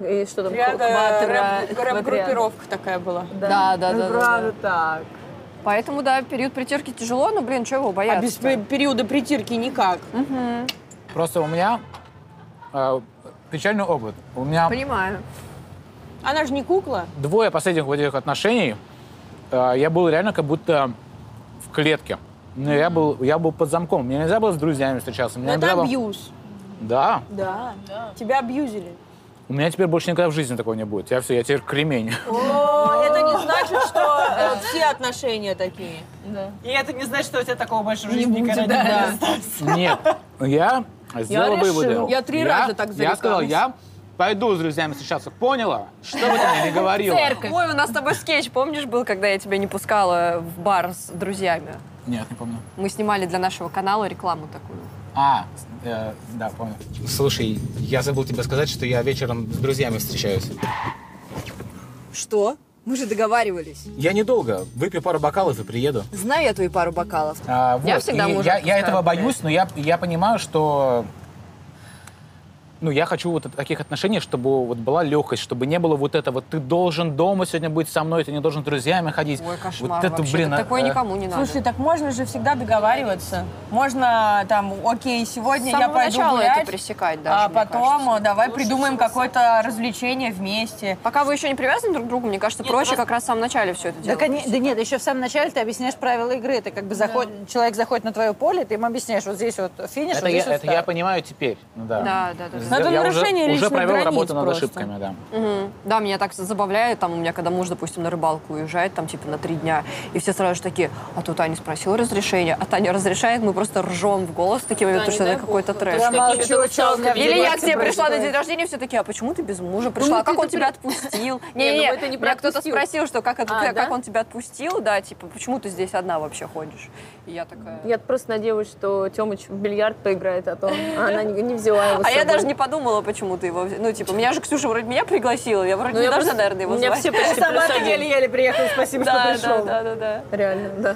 Speaker 14: И что там? Кватро,
Speaker 4: э, группировка такая была.
Speaker 1: Да, да, да.
Speaker 3: Ну,
Speaker 1: да, да.
Speaker 3: правда так.
Speaker 1: Поэтому, да, период притирки тяжело, но, блин, чего его бояться?
Speaker 4: А без пе- периода притирки никак.
Speaker 2: Просто у меня э, печальный опыт. У меня
Speaker 1: Понимаю.
Speaker 4: Она же не кукла.
Speaker 2: двое последних вот этих отношений, э, я был реально как будто в клетке. Но я был, я был под замком. Мне нельзя было с друзьями встречаться. Мне
Speaker 4: Но
Speaker 2: нельзя
Speaker 4: это
Speaker 2: было-
Speaker 4: абьюз.
Speaker 2: Да.
Speaker 4: Да. Тебя абьюзили.
Speaker 2: У меня теперь больше никогда в жизни такого не будет. Я все, я теперь кремень.
Speaker 4: О, это не значит, что *laughs* э, все отношения такие.
Speaker 3: И это не значит, что у тебя такого больше в жизни никогда
Speaker 4: да.
Speaker 3: не будет.
Speaker 2: Нет, я сделал
Speaker 4: решил.
Speaker 2: выводы.
Speaker 4: Я три раза так
Speaker 2: Я
Speaker 4: зарекалась.
Speaker 2: сказал, я пойду с друзьями встречаться. Поняла? Что бы ты мне не говорила?
Speaker 1: Ой, у нас с тобой скетч, помнишь, был, когда я тебя не пускала в бар с друзьями?
Speaker 2: Нет, не помню.
Speaker 1: Мы снимали для нашего канала рекламу такую.
Speaker 2: А, э, да, помню. Слушай, я забыл тебе сказать, что я вечером с друзьями встречаюсь.
Speaker 14: Что? Мы же договаривались.
Speaker 2: Я недолго. Выпью пару бокалов и приеду.
Speaker 14: Знаю я твои пару бокалов.
Speaker 2: А, вот,
Speaker 14: Я всегда
Speaker 2: и
Speaker 14: мужа
Speaker 2: я, я
Speaker 14: отпускаю,
Speaker 2: этого
Speaker 14: блядь.
Speaker 2: боюсь, но я, я понимаю, что ну, я хочу вот от таких отношений, чтобы вот была легкость, чтобы не было вот этого, ты должен дома сегодня быть со мной, ты не должен с друзьями ходить.
Speaker 1: Ой, кошмар
Speaker 2: вот это,
Speaker 1: вообще,
Speaker 2: блин,
Speaker 1: так
Speaker 2: а,
Speaker 1: такое
Speaker 2: э,
Speaker 1: никому не надо.
Speaker 4: Слушай, так можно же всегда договариваться. Можно там, окей, сегодня
Speaker 1: С
Speaker 4: я
Speaker 1: самого
Speaker 4: пойду
Speaker 1: начала
Speaker 4: гулять,
Speaker 1: это пресекать даже,
Speaker 4: а
Speaker 1: мне
Speaker 4: потом
Speaker 1: кажется.
Speaker 4: э, давай придумаем какое-то развлечение вместе.
Speaker 1: Пока вы еще не привязаны друг к другу, мне кажется, проще как раз в самом начале все это
Speaker 3: Да,
Speaker 1: делать.
Speaker 3: коне- да нет, еще в самом начале ты объясняешь правила игры. Ты как бы заход- человек заходит на твое поле, ты ему объясняешь, вот здесь вот финиш,
Speaker 2: Это,
Speaker 3: вот
Speaker 2: я,
Speaker 3: здесь вот
Speaker 2: это я понимаю теперь. Ну,
Speaker 1: Да,
Speaker 2: да.
Speaker 1: Ну, да, да, да.
Speaker 2: Здесь я-
Speaker 4: это
Speaker 2: я уже,
Speaker 4: нарушение
Speaker 2: уже
Speaker 4: личных
Speaker 2: провел
Speaker 4: границ
Speaker 2: работу над
Speaker 4: просто.
Speaker 2: ошибками, да.
Speaker 1: Мгм. Да, меня так забавляет, там у меня, когда муж, допустим, на рыбалку уезжает, там, типа, на три дня, и все сразу же такие, а тут Аня спросила разрешение, а Таня разрешает, мы просто ржем в голос в такие
Speaker 14: Да,
Speaker 1: моменты, что
Speaker 14: не
Speaker 1: ну это
Speaker 14: дай
Speaker 1: какой-то
Speaker 14: бог.
Speaker 1: трэш.
Speaker 14: Я молчу,
Speaker 1: Такие,
Speaker 14: чё у меня в
Speaker 1: Или я к
Speaker 14: директе
Speaker 1: тебе пришла на
Speaker 14: происходит.
Speaker 1: день рождения, все такие, а почему ты без мужа пришла,
Speaker 14: ну
Speaker 1: как
Speaker 14: ты-
Speaker 1: он
Speaker 14: ты
Speaker 1: тебя
Speaker 14: при-
Speaker 1: отпустил?
Speaker 14: *laughs* Не, ну
Speaker 1: Не-не,
Speaker 14: это не
Speaker 1: меня кто-то
Speaker 14: пропустил.
Speaker 1: спросил, что как это-
Speaker 14: А,
Speaker 1: как
Speaker 14: да?
Speaker 1: он тебя отпустил, да, типа, почему ты здесь одна вообще ходишь? И я такая...
Speaker 9: Я просто надеялась, что Тёмыч в бильярд поиграет, а то она не, не взяла
Speaker 14: ну,
Speaker 9: его с
Speaker 1: А я
Speaker 9: собой.
Speaker 1: даже не подумала, почему ты его... вз- Ну, типа, меня же Ксюша вроде меня пригласила, я вроде
Speaker 9: Ну,
Speaker 1: не
Speaker 9: я
Speaker 1: должна,
Speaker 9: просто-
Speaker 1: наверное, его
Speaker 9: меня
Speaker 1: звать.
Speaker 9: все почти Сама ты просадили. еле-еле приехала, спасибо, что
Speaker 1: Да,
Speaker 9: пришел.
Speaker 1: Да, да, да, да.
Speaker 9: Реально, да.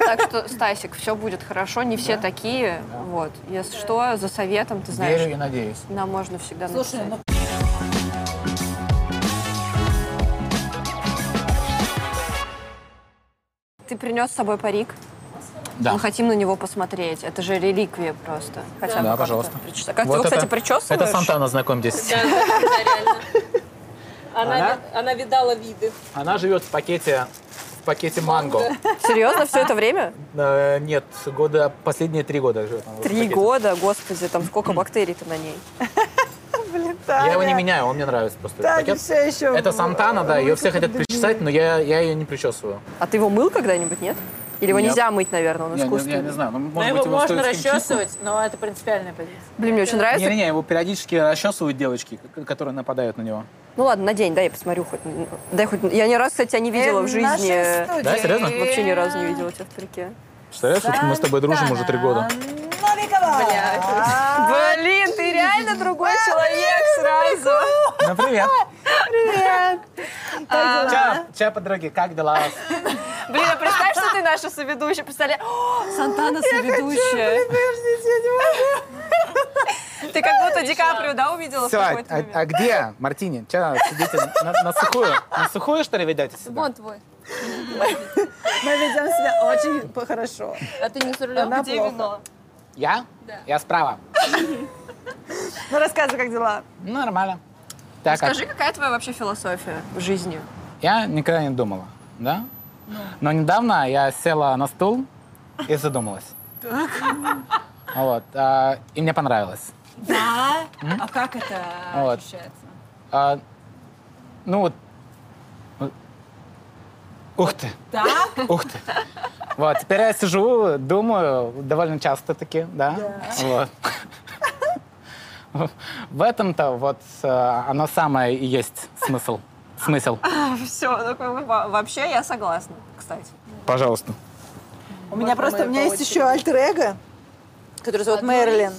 Speaker 1: Так что, Стасик, все будет хорошо, не все такие. Вот. Если что, за советом, ты знаешь.
Speaker 2: Верю и надеюсь.
Speaker 1: Нам можно всегда
Speaker 3: Слушай,
Speaker 1: написать. Ты принес с собой парик?
Speaker 2: Да.
Speaker 1: Мы хотим на него посмотреть. Это же реликвия просто. Хотя бы
Speaker 2: да,
Speaker 1: как-то
Speaker 2: пожалуйста.
Speaker 1: причес- Как ты его, кстати, причесываешь?
Speaker 2: Это Сантана, знакомьтесь.
Speaker 5: Она,
Speaker 2: Она?
Speaker 5: ви- она видала виды.
Speaker 2: Она живет в пакете, в пакете манго.
Speaker 1: Серьезно, все это
Speaker 2: *laughs*
Speaker 1: время?
Speaker 2: Э, Нет, года, последние три года живет. она в
Speaker 1: Три
Speaker 2: пакете.
Speaker 1: года, господи, там сколько бактерий-то на ней.
Speaker 2: Я его не меняю, он мне нравится просто. этот пакет. Это Сантана, да, ее все хотят причесать, но я, я ее не причесываю.
Speaker 1: А ты его мыл когда-нибудь, нет? Или его
Speaker 2: Нет.
Speaker 1: нельзя мыть, наверное, он
Speaker 2: Я не-
Speaker 1: искусственный?
Speaker 2: я не знаю, ну, может
Speaker 3: Но
Speaker 2: быть,
Speaker 3: его
Speaker 2: его
Speaker 3: можно
Speaker 2: стоит скинуть
Speaker 3: расчесывать, но это принципиальная позиция.
Speaker 1: Блин, мне очень нравится.
Speaker 2: Не-не-не, его периодически расчесывают девочки, к- которые нападают на него.
Speaker 1: Ну ладно, на день, да, я посмотрю хоть. Дай хоть. Я ни разу, кстати, тебя не видела
Speaker 3: Э,
Speaker 9: Эм,
Speaker 1: в
Speaker 3: в
Speaker 1: жизни.
Speaker 3: нашей студии. Да, серьезно?
Speaker 1: Вообще ни разу не видела тебя в трике.
Speaker 2: Представляешь, вот мы с тобой дружим уже три года.
Speaker 1: Блин, ты реально другой человек сразу.
Speaker 2: Ну, привет.
Speaker 1: Привет.
Speaker 2: А, Ча, ча, подруги, как дела?
Speaker 1: Блин, а представь, что ты наша соведущая. Представляешь, О, Сантана соведущая. Ты как будто Ди Каприо, да, увидела в
Speaker 2: Все, а,
Speaker 1: какой-то момент?
Speaker 2: а где Мартини? Ча, сидите на, на сухую? На сухую, что ли, ведете себя?
Speaker 9: Вон твой.
Speaker 3: Мы ведем себя очень п- хорошо.
Speaker 9: А ты не за рулем?
Speaker 3: Она Где плохо. вино?
Speaker 2: Я? Да. Я справа. Ну,
Speaker 3: Ну, рассказывай, как дела.
Speaker 2: Нормально. Так, а
Speaker 1: Скажи, какая твоя вообще философия в жизни?
Speaker 2: Я никогда не думала, да?
Speaker 3: Ну.
Speaker 2: Но недавно я села на стул и задумалась. Вот. а, И мне понравилось.
Speaker 3: Да? А как это
Speaker 2: Вот.
Speaker 3: ощущается?
Speaker 2: А, Ну вот. вот. Ух ты!
Speaker 3: Так?
Speaker 2: Ух ты! Вот, теперь я сижу, думаю, довольно часто таки, да? Вот. В этом-то вот э, оно самое и есть смысл. Смысл.
Speaker 1: Все, вообще я согласна, кстати.
Speaker 2: Пожалуйста.
Speaker 3: У меня просто, у меня есть еще альтер эго, который зовут Мэрилин.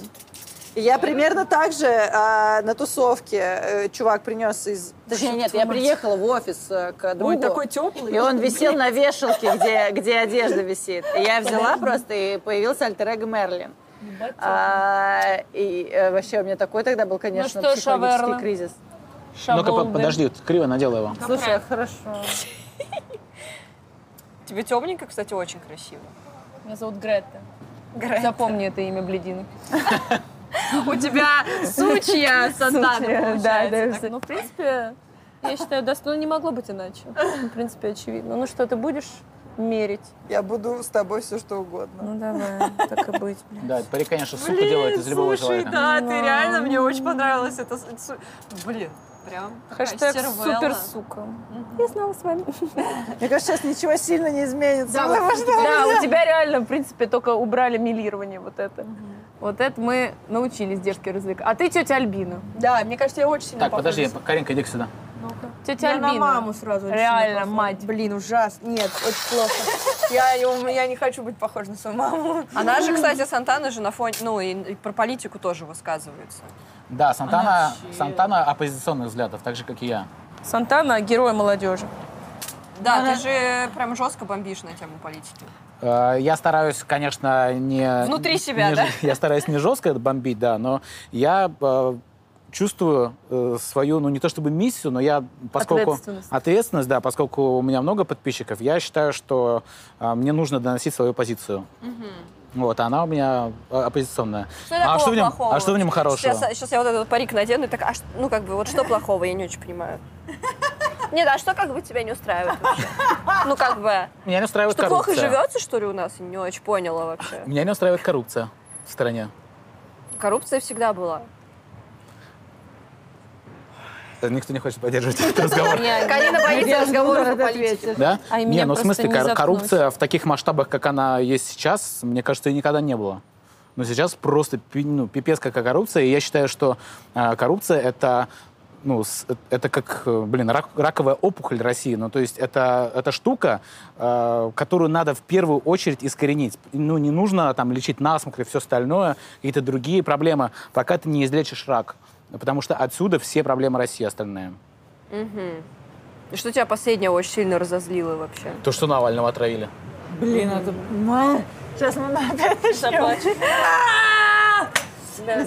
Speaker 3: И я примерно так же а, на тусовке э, чувак принес из... Точнее, нет, я приехала в офис э, к другу.
Speaker 4: такой тёплый.
Speaker 3: И он висел на вешалке, где, где одежда висит. И я взяла просто, и появился альтер эго Мерлин. А, и э, вообще у меня такой тогда был, конечно,
Speaker 5: что,
Speaker 3: психологический
Speaker 5: Шаверла?
Speaker 3: кризис.
Speaker 2: Ну-ка, по- подожди, вот криво надела его.
Speaker 3: Слушай, хорошо.
Speaker 1: Тебе темненько, кстати, очень красиво.
Speaker 5: Меня зовут Гретта.
Speaker 1: Гретта.
Speaker 5: Запомни это имя, бледины.
Speaker 1: У тебя сучья Сантана
Speaker 5: *laughs* Сучья, да,
Speaker 1: получается.
Speaker 5: да, Ну, в принципе, я считаю, да, ну, не могло быть иначе. Ну, В принципе, очевидно. Ну что, ты будешь мерить?
Speaker 3: Я буду с тобой все что угодно.
Speaker 5: Ну давай, так и быть.
Speaker 2: Да, парик, конечно, сука делает из любого
Speaker 1: Слушай,
Speaker 2: человека.
Speaker 1: да, ты реально, мне очень понравилось это. с- су- Блин, прям такая
Speaker 5: Хэштег
Speaker 1: стервелла.
Speaker 5: супер сука. Я снова с вами.
Speaker 3: Мне кажется, сейчас ничего сильно не изменится.
Speaker 5: Да,
Speaker 3: потому
Speaker 5: вот у
Speaker 3: что
Speaker 5: тебя- да,
Speaker 3: меня-
Speaker 5: у тебя реально, в принципе, только убрали милирование вот это. Вот это мы научились девки развлекать. А ты тетя Альбина.
Speaker 4: Да, мне кажется, я очень сильно
Speaker 2: Так, подожди, Каринка, иди сюда.
Speaker 5: Тетя
Speaker 4: Я
Speaker 5: Альбина.
Speaker 4: на маму сразу. очень сильно
Speaker 5: Реально,
Speaker 4: похожа.
Speaker 5: мать.
Speaker 4: Блин, ужасно. Нет, очень плохо. Я, я не хочу быть похожа на свою маму.
Speaker 1: Она же, кстати, Сантана же на фоне, ну и, и про политику тоже высказывается.
Speaker 2: Да, Сантана, Сантана оппозиционных взглядов, так же, как и я.
Speaker 4: Сантана – герой молодежи.
Speaker 1: Да,
Speaker 4: Она-
Speaker 1: ты же прям жестко бомбишь на тему политики.
Speaker 2: Э, Я стараюсь, конечно, не...
Speaker 1: Внутри себя,
Speaker 2: не
Speaker 1: да?
Speaker 2: ж- *laughs* Я стараюсь не жестко бомбить, да, но я э, чувствую э, свою, ну, не то чтобы миссию, но я, поскольку...
Speaker 5: Ответственность.
Speaker 2: Ответственность, да, поскольку у меня много подписчиков, я считаю, что э, мне нужно доносить свою позицию. Вот, а она у меня э, оппозиционная.
Speaker 1: Что такого
Speaker 2: а, что в нем,
Speaker 1: плохого?
Speaker 2: а что в нем хорошего?
Speaker 1: Сейчас, сейчас я вот этот вот парик надену и так, а ш- ну как бы, вот что плохого, я не очень понимаю. Нет, а что как бы тебя не устраивает вообще? Ну как бы,
Speaker 2: Меня не устраивает
Speaker 1: что
Speaker 2: коррупция.
Speaker 1: плохо живется, что ли, у нас? Я Не очень поняла вообще.
Speaker 2: Меня не устраивает коррупция в стране.
Speaker 1: Коррупция всегда была.
Speaker 2: Никто не хочет поддерживать этот разговор.
Speaker 1: Карина боится разговоров о политике.
Speaker 2: Да?
Speaker 1: Ай, А
Speaker 2: не,
Speaker 1: меня
Speaker 2: ну в
Speaker 1: просто
Speaker 2: смысле,
Speaker 1: не
Speaker 2: кор-
Speaker 1: заткнуть.
Speaker 2: коррупция в таких масштабах, как она есть сейчас, мне кажется, и никогда не было. Но сейчас просто пи- ну, пипец какая коррупция. И я считаю, что э, коррупция это ну, с- это как, э, блин, рак- раковая опухоль России. Ну, то есть это, это штука, э, которую надо в первую очередь искоренить. Ну, не нужно там лечить насморк и все остальное, какие-то другие проблемы, пока ты не излечишь рак. Потому что отсюда все проблемы России остальные.
Speaker 1: Мгм. И Что тебя последнее очень сильно разозлило вообще?
Speaker 2: То, что Навального отравили.
Speaker 3: Блин, это... Ма, Сейчас мы опять начнем.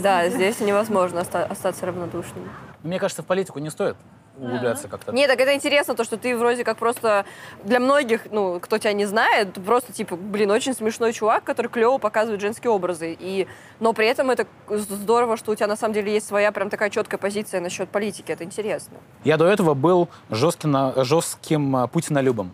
Speaker 1: Да, здесь невозможно оста- остаться равнодушным.
Speaker 2: Ну, Мне кажется, в политику не стоит углубляться как-то.
Speaker 1: Нет, так это интересно, то, что ты вроде как просто для многих, ну, кто тебя не знает, ты просто, типа, блин, очень смешной чувак, который клево показывает женские образы. И... Но при этом это здорово, что у тебя на самом деле есть своя прям такая четкая позиция насчет политики. Это интересно.
Speaker 2: Я до этого был жестким, жестким э, путинолюбом.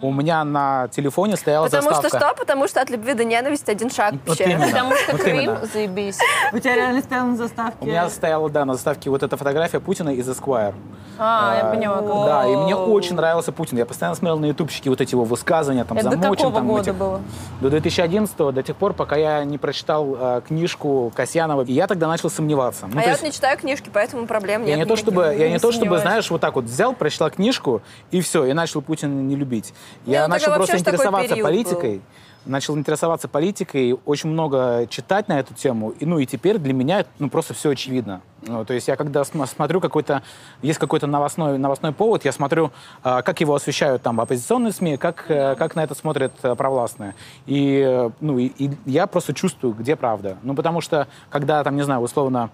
Speaker 2: У меня на телефоне стояла
Speaker 1: Потому что
Speaker 2: заставка.
Speaker 1: что? Потому что от любви до ненависти один шаг
Speaker 2: Вот
Speaker 1: вообще.
Speaker 2: именно. Потому Ну что Вот Крым, именно.
Speaker 1: заебись.
Speaker 3: У тебя реально стоял на заставке.
Speaker 2: У меня стояла, да, на заставке вот эта фотография Путина из Esquire.
Speaker 3: А, я
Speaker 2: Э,
Speaker 3: поняла, как.
Speaker 2: Да, и мне очень нравился Путин. Я постоянно смотрел на ютубчики вот эти его высказывания, там,
Speaker 5: Это до
Speaker 2: замучен.
Speaker 5: какого
Speaker 2: там,
Speaker 5: года
Speaker 2: этих-
Speaker 5: было?
Speaker 2: До 2011 до тех пор, пока я не прочитал э, книжку Касьянова. И я тогда начал сомневаться.
Speaker 1: а
Speaker 2: Ну, то
Speaker 1: я
Speaker 2: есть-
Speaker 1: вот не читаю книжки, поэтому проблем
Speaker 2: Я
Speaker 1: нет.
Speaker 2: не то чтобы,
Speaker 1: никаких.
Speaker 2: я не то чтобы,
Speaker 1: сомневаюсь.
Speaker 2: знаешь, вот так вот взял, прочла книжку и все, и начал Путина не любить.
Speaker 1: Не,
Speaker 2: Я
Speaker 1: ну, тогда
Speaker 2: начал
Speaker 1: вообще
Speaker 2: просто
Speaker 1: ж такой
Speaker 2: интересоваться
Speaker 1: период был.
Speaker 2: политикой, начал интересоваться политикой, очень много читать на эту тему, и ну и теперь для меня ну просто все очевидно. Ну, то есть я когда см- смотрю какой-то, есть какой-то новостной новостной повод, я смотрю, а, как его освещают там оппозиционные СМИ, как э, как на это смотрят э, провластные, и э, ну и, и я просто чувствую, где правда. Ну потому что когда там не знаю условно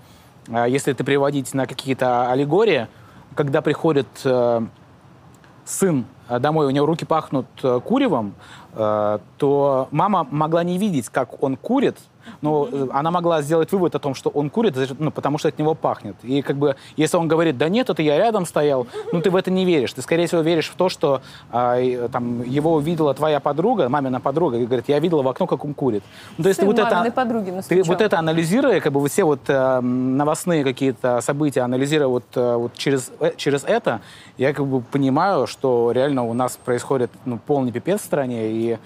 Speaker 2: а, если это переводить на какие-то аллегории, когда приходит э, сын э, домой, у него руки пахнут э, куревом, э, то мама могла не видеть, как он курит, но э, она могла сделать вывод о том, что он курит, за счет- ну, потому что от него пахнет. И как бы, если он говорит, да нет, это я рядом стоял, ну ты в это не веришь. Ты, скорее всего, веришь в то, что а, и, э, там, его увидела твоя подруга, мамина подруга, и говорит, я видела в окно, как он курит. Ну, то есть
Speaker 5: Сын
Speaker 2: вот
Speaker 5: маминой
Speaker 2: это...
Speaker 5: подруги
Speaker 2: Ты
Speaker 5: настучал.
Speaker 2: вот это анализируя, как бы вот все вот э, новостные какие-то события, анализируя вот, э, вот через, э, через это, я как бы понимаю, что реально у нас происходит ну, полный пипец в стране и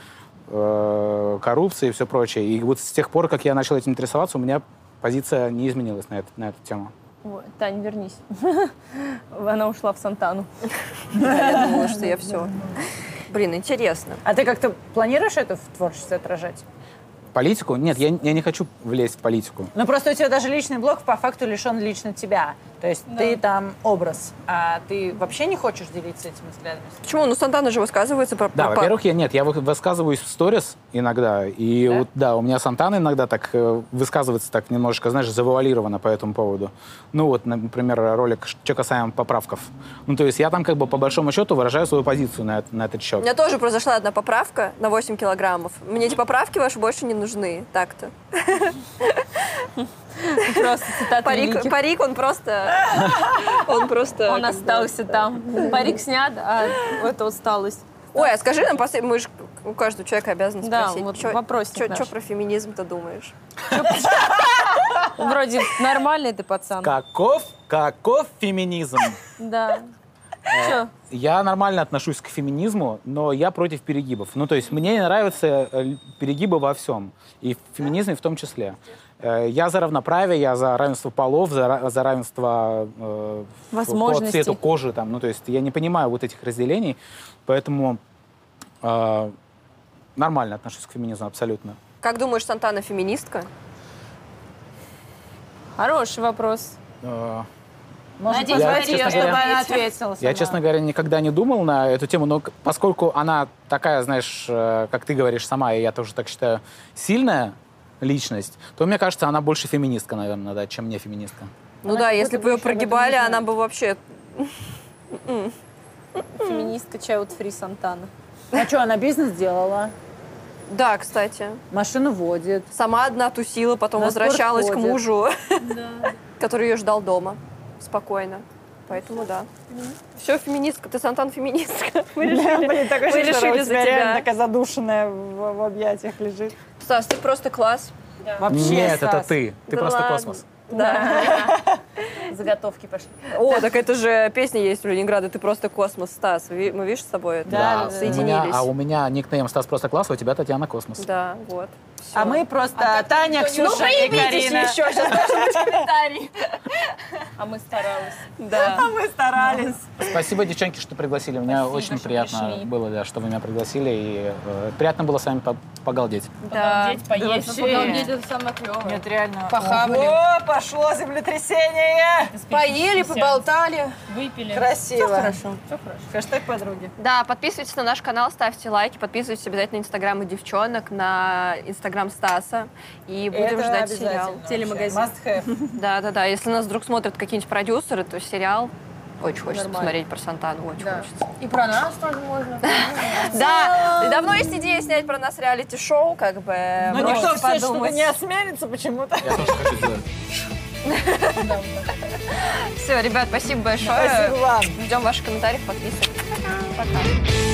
Speaker 2: э, коррупция и все прочее. И вот с тех пор, как я начал этим интересоваться, у меня позиция не изменилась на, это, на эту тему.
Speaker 5: Ой, Тань, вернись. *laughs* Она ушла в Сантану.
Speaker 1: Да, я думала, что я все. Блин, интересно.
Speaker 3: А ты как-то планируешь это в творчестве отражать?
Speaker 2: Политику? Нет, я, я не хочу влезть в политику.
Speaker 3: Ну просто у тебя даже личный блог по факту лишен лично тебя. То есть ты там образ, а ты вообще не хочешь делиться этими взглядами?
Speaker 1: Почему? Ну, Сантана же высказывается про...
Speaker 2: Да,
Speaker 1: про-
Speaker 2: во-первых, я нет, я вы- высказываюсь в сторис иногда, и вот, да, у меня Сантана иногда так э, высказывается так немножко, знаешь, завуалированно по этому поводу. Ну вот, например, ролик «Что касаемо поправков». Ну то есть я там как бы по большому счету выражаю свою позицию на, эт- на этот
Speaker 1: У
Speaker 2: счет.
Speaker 1: меня тоже произошла одна поправка на 8 килограммов. Мне эти поправки ваши больше не нужны. Так-то.
Speaker 5: Просто цитата
Speaker 1: Парик,
Speaker 5: великих.
Speaker 1: парик, он просто... *laughs* Он просто...
Speaker 5: Он остался там. Парик снят, а это усталость.
Speaker 1: Ой, а скажи нам, после- мы же у каждого человека обязаны
Speaker 5: Да,
Speaker 1: спросить.
Speaker 5: вот
Speaker 1: чё-
Speaker 5: вопросик
Speaker 1: чё-
Speaker 5: наш.
Speaker 1: чё про феминизм ты думаешь?
Speaker 5: Вроде нормальный ты пацан.
Speaker 2: Каков, каков феминизм?
Speaker 5: Да.
Speaker 2: Э,
Speaker 5: Чё?
Speaker 2: Я нормально отношусь к феминизму, но я против перегибов. Ну, то есть мне не нравятся э, л- перегибы во всем, и в феминизме в том числе. Э, Я за равноправие, я за равенство полов, за, ра- за равенство э, в- по
Speaker 5: Возможностей.
Speaker 2: цвету кожи. Там. Ну, то есть я не понимаю вот этих разделений, поэтому э, нормально отношусь к феминизму абсолютно.
Speaker 1: Как думаешь, Сантана феминистка?
Speaker 5: Хороший вопрос.
Speaker 2: Э,
Speaker 3: Может,
Speaker 2: Я,
Speaker 3: позвать
Speaker 2: честно
Speaker 3: ее, чтобы
Speaker 2: говоря,
Speaker 3: она ответила сама?
Speaker 2: Я, честно говоря, никогда не думал на эту тему, но к- поскольку она такая, знаешь, э, как ты говоришь сама, и я тоже так считаю, сильная личность, то мне кажется, она больше феминистка, наверное, да, чем не феминистка.
Speaker 1: Ну да, если бы ее прогибали, она бы вообще...
Speaker 5: Феминистка Child Free Сантана.
Speaker 3: А что, она бизнес делала?
Speaker 1: Да, кстати.
Speaker 3: Машину водит.
Speaker 1: Сама одна тусила, потом
Speaker 3: На
Speaker 1: возвращалась к
Speaker 3: спорт ходит.
Speaker 5: *laughs*
Speaker 1: мужу, *laughs* который ее ждал дома спокойно. Поэтому да. Все, феминистка. Ты, Сантан, феминистка. *laughs* Мы решили,
Speaker 3: *laughs* Блин, такое
Speaker 1: мы
Speaker 3: ощущение, что она
Speaker 1: решили
Speaker 3: у
Speaker 1: за
Speaker 3: тебя реально
Speaker 1: тебя.
Speaker 3: такая задушенная в, в объятиях лежит.
Speaker 1: Стас, ты просто класс.
Speaker 3: Вообще,
Speaker 2: Нет, это
Speaker 3: Стас.
Speaker 2: ты. Ты
Speaker 1: Да
Speaker 2: просто
Speaker 1: ладно. *laughs*
Speaker 2: космос.
Speaker 1: Да.
Speaker 14: Заготовки пошли.
Speaker 1: О, так это же песня есть у Ленинграда «Ты просто космос, Стас». Ви- Мы, видишь, с собой это
Speaker 2: У меня-
Speaker 1: соединились.
Speaker 2: а у меня никнейм Стас просто класс, а у тебя Татьяна Космос.
Speaker 1: Да, вот.
Speaker 3: А мы просто Таня,
Speaker 14: кто не-
Speaker 3: Ксюша
Speaker 14: Ну,
Speaker 3: и
Speaker 14: проявитесь
Speaker 3: Карина.
Speaker 14: еще, сейчас должен быть комментарий.
Speaker 5: А мы старались.
Speaker 1: Да.
Speaker 3: А мы старались.
Speaker 2: Спасибо, девчонки, что пригласили. Мне очень приятно было, да, что вы меня пригласили. И э, приятно было с вами по- погалдеть.
Speaker 1: Да.
Speaker 5: Погалдеть, это самое клевое.
Speaker 3: Нет, реально.
Speaker 5: Похавали.
Speaker 3: Ого, пошло землетрясение.
Speaker 5: Поели, поболтали.
Speaker 3: Выпили.
Speaker 1: Всё
Speaker 3: Красиво.
Speaker 1: хорошо.
Speaker 3: Все хорошо. Хэштег подруги.
Speaker 1: Да, подписывайтесь на наш канал, ставьте лайки, подписывайтесь обязательно на инстаграмы девчонок, на инстаграм Стаса. И будем
Speaker 3: Это
Speaker 1: ждать
Speaker 3: обязательно Ну,
Speaker 1: сериал.
Speaker 3: вообще.
Speaker 1: Телемагазин.
Speaker 3: Must have.
Speaker 1: Да, да, да. Если нас вдруг смотрят какие-нибудь продюсеры, то сериал очень хочется
Speaker 5: Нормально.
Speaker 1: посмотреть про Сантану, очень хочется.
Speaker 5: И про нас тоже можно.
Speaker 1: *laughs* Да, и давно есть идея снять про нас реалити-шоу, как бы.
Speaker 3: Но
Speaker 1: можете
Speaker 3: Ну, никто все что-то
Speaker 1: подумать.
Speaker 3: не осмелится почему-то.
Speaker 1: Все, ребят, спасибо большое.
Speaker 3: Спасибо вам.
Speaker 1: Ждем ваших комментариев, подписок. Пока.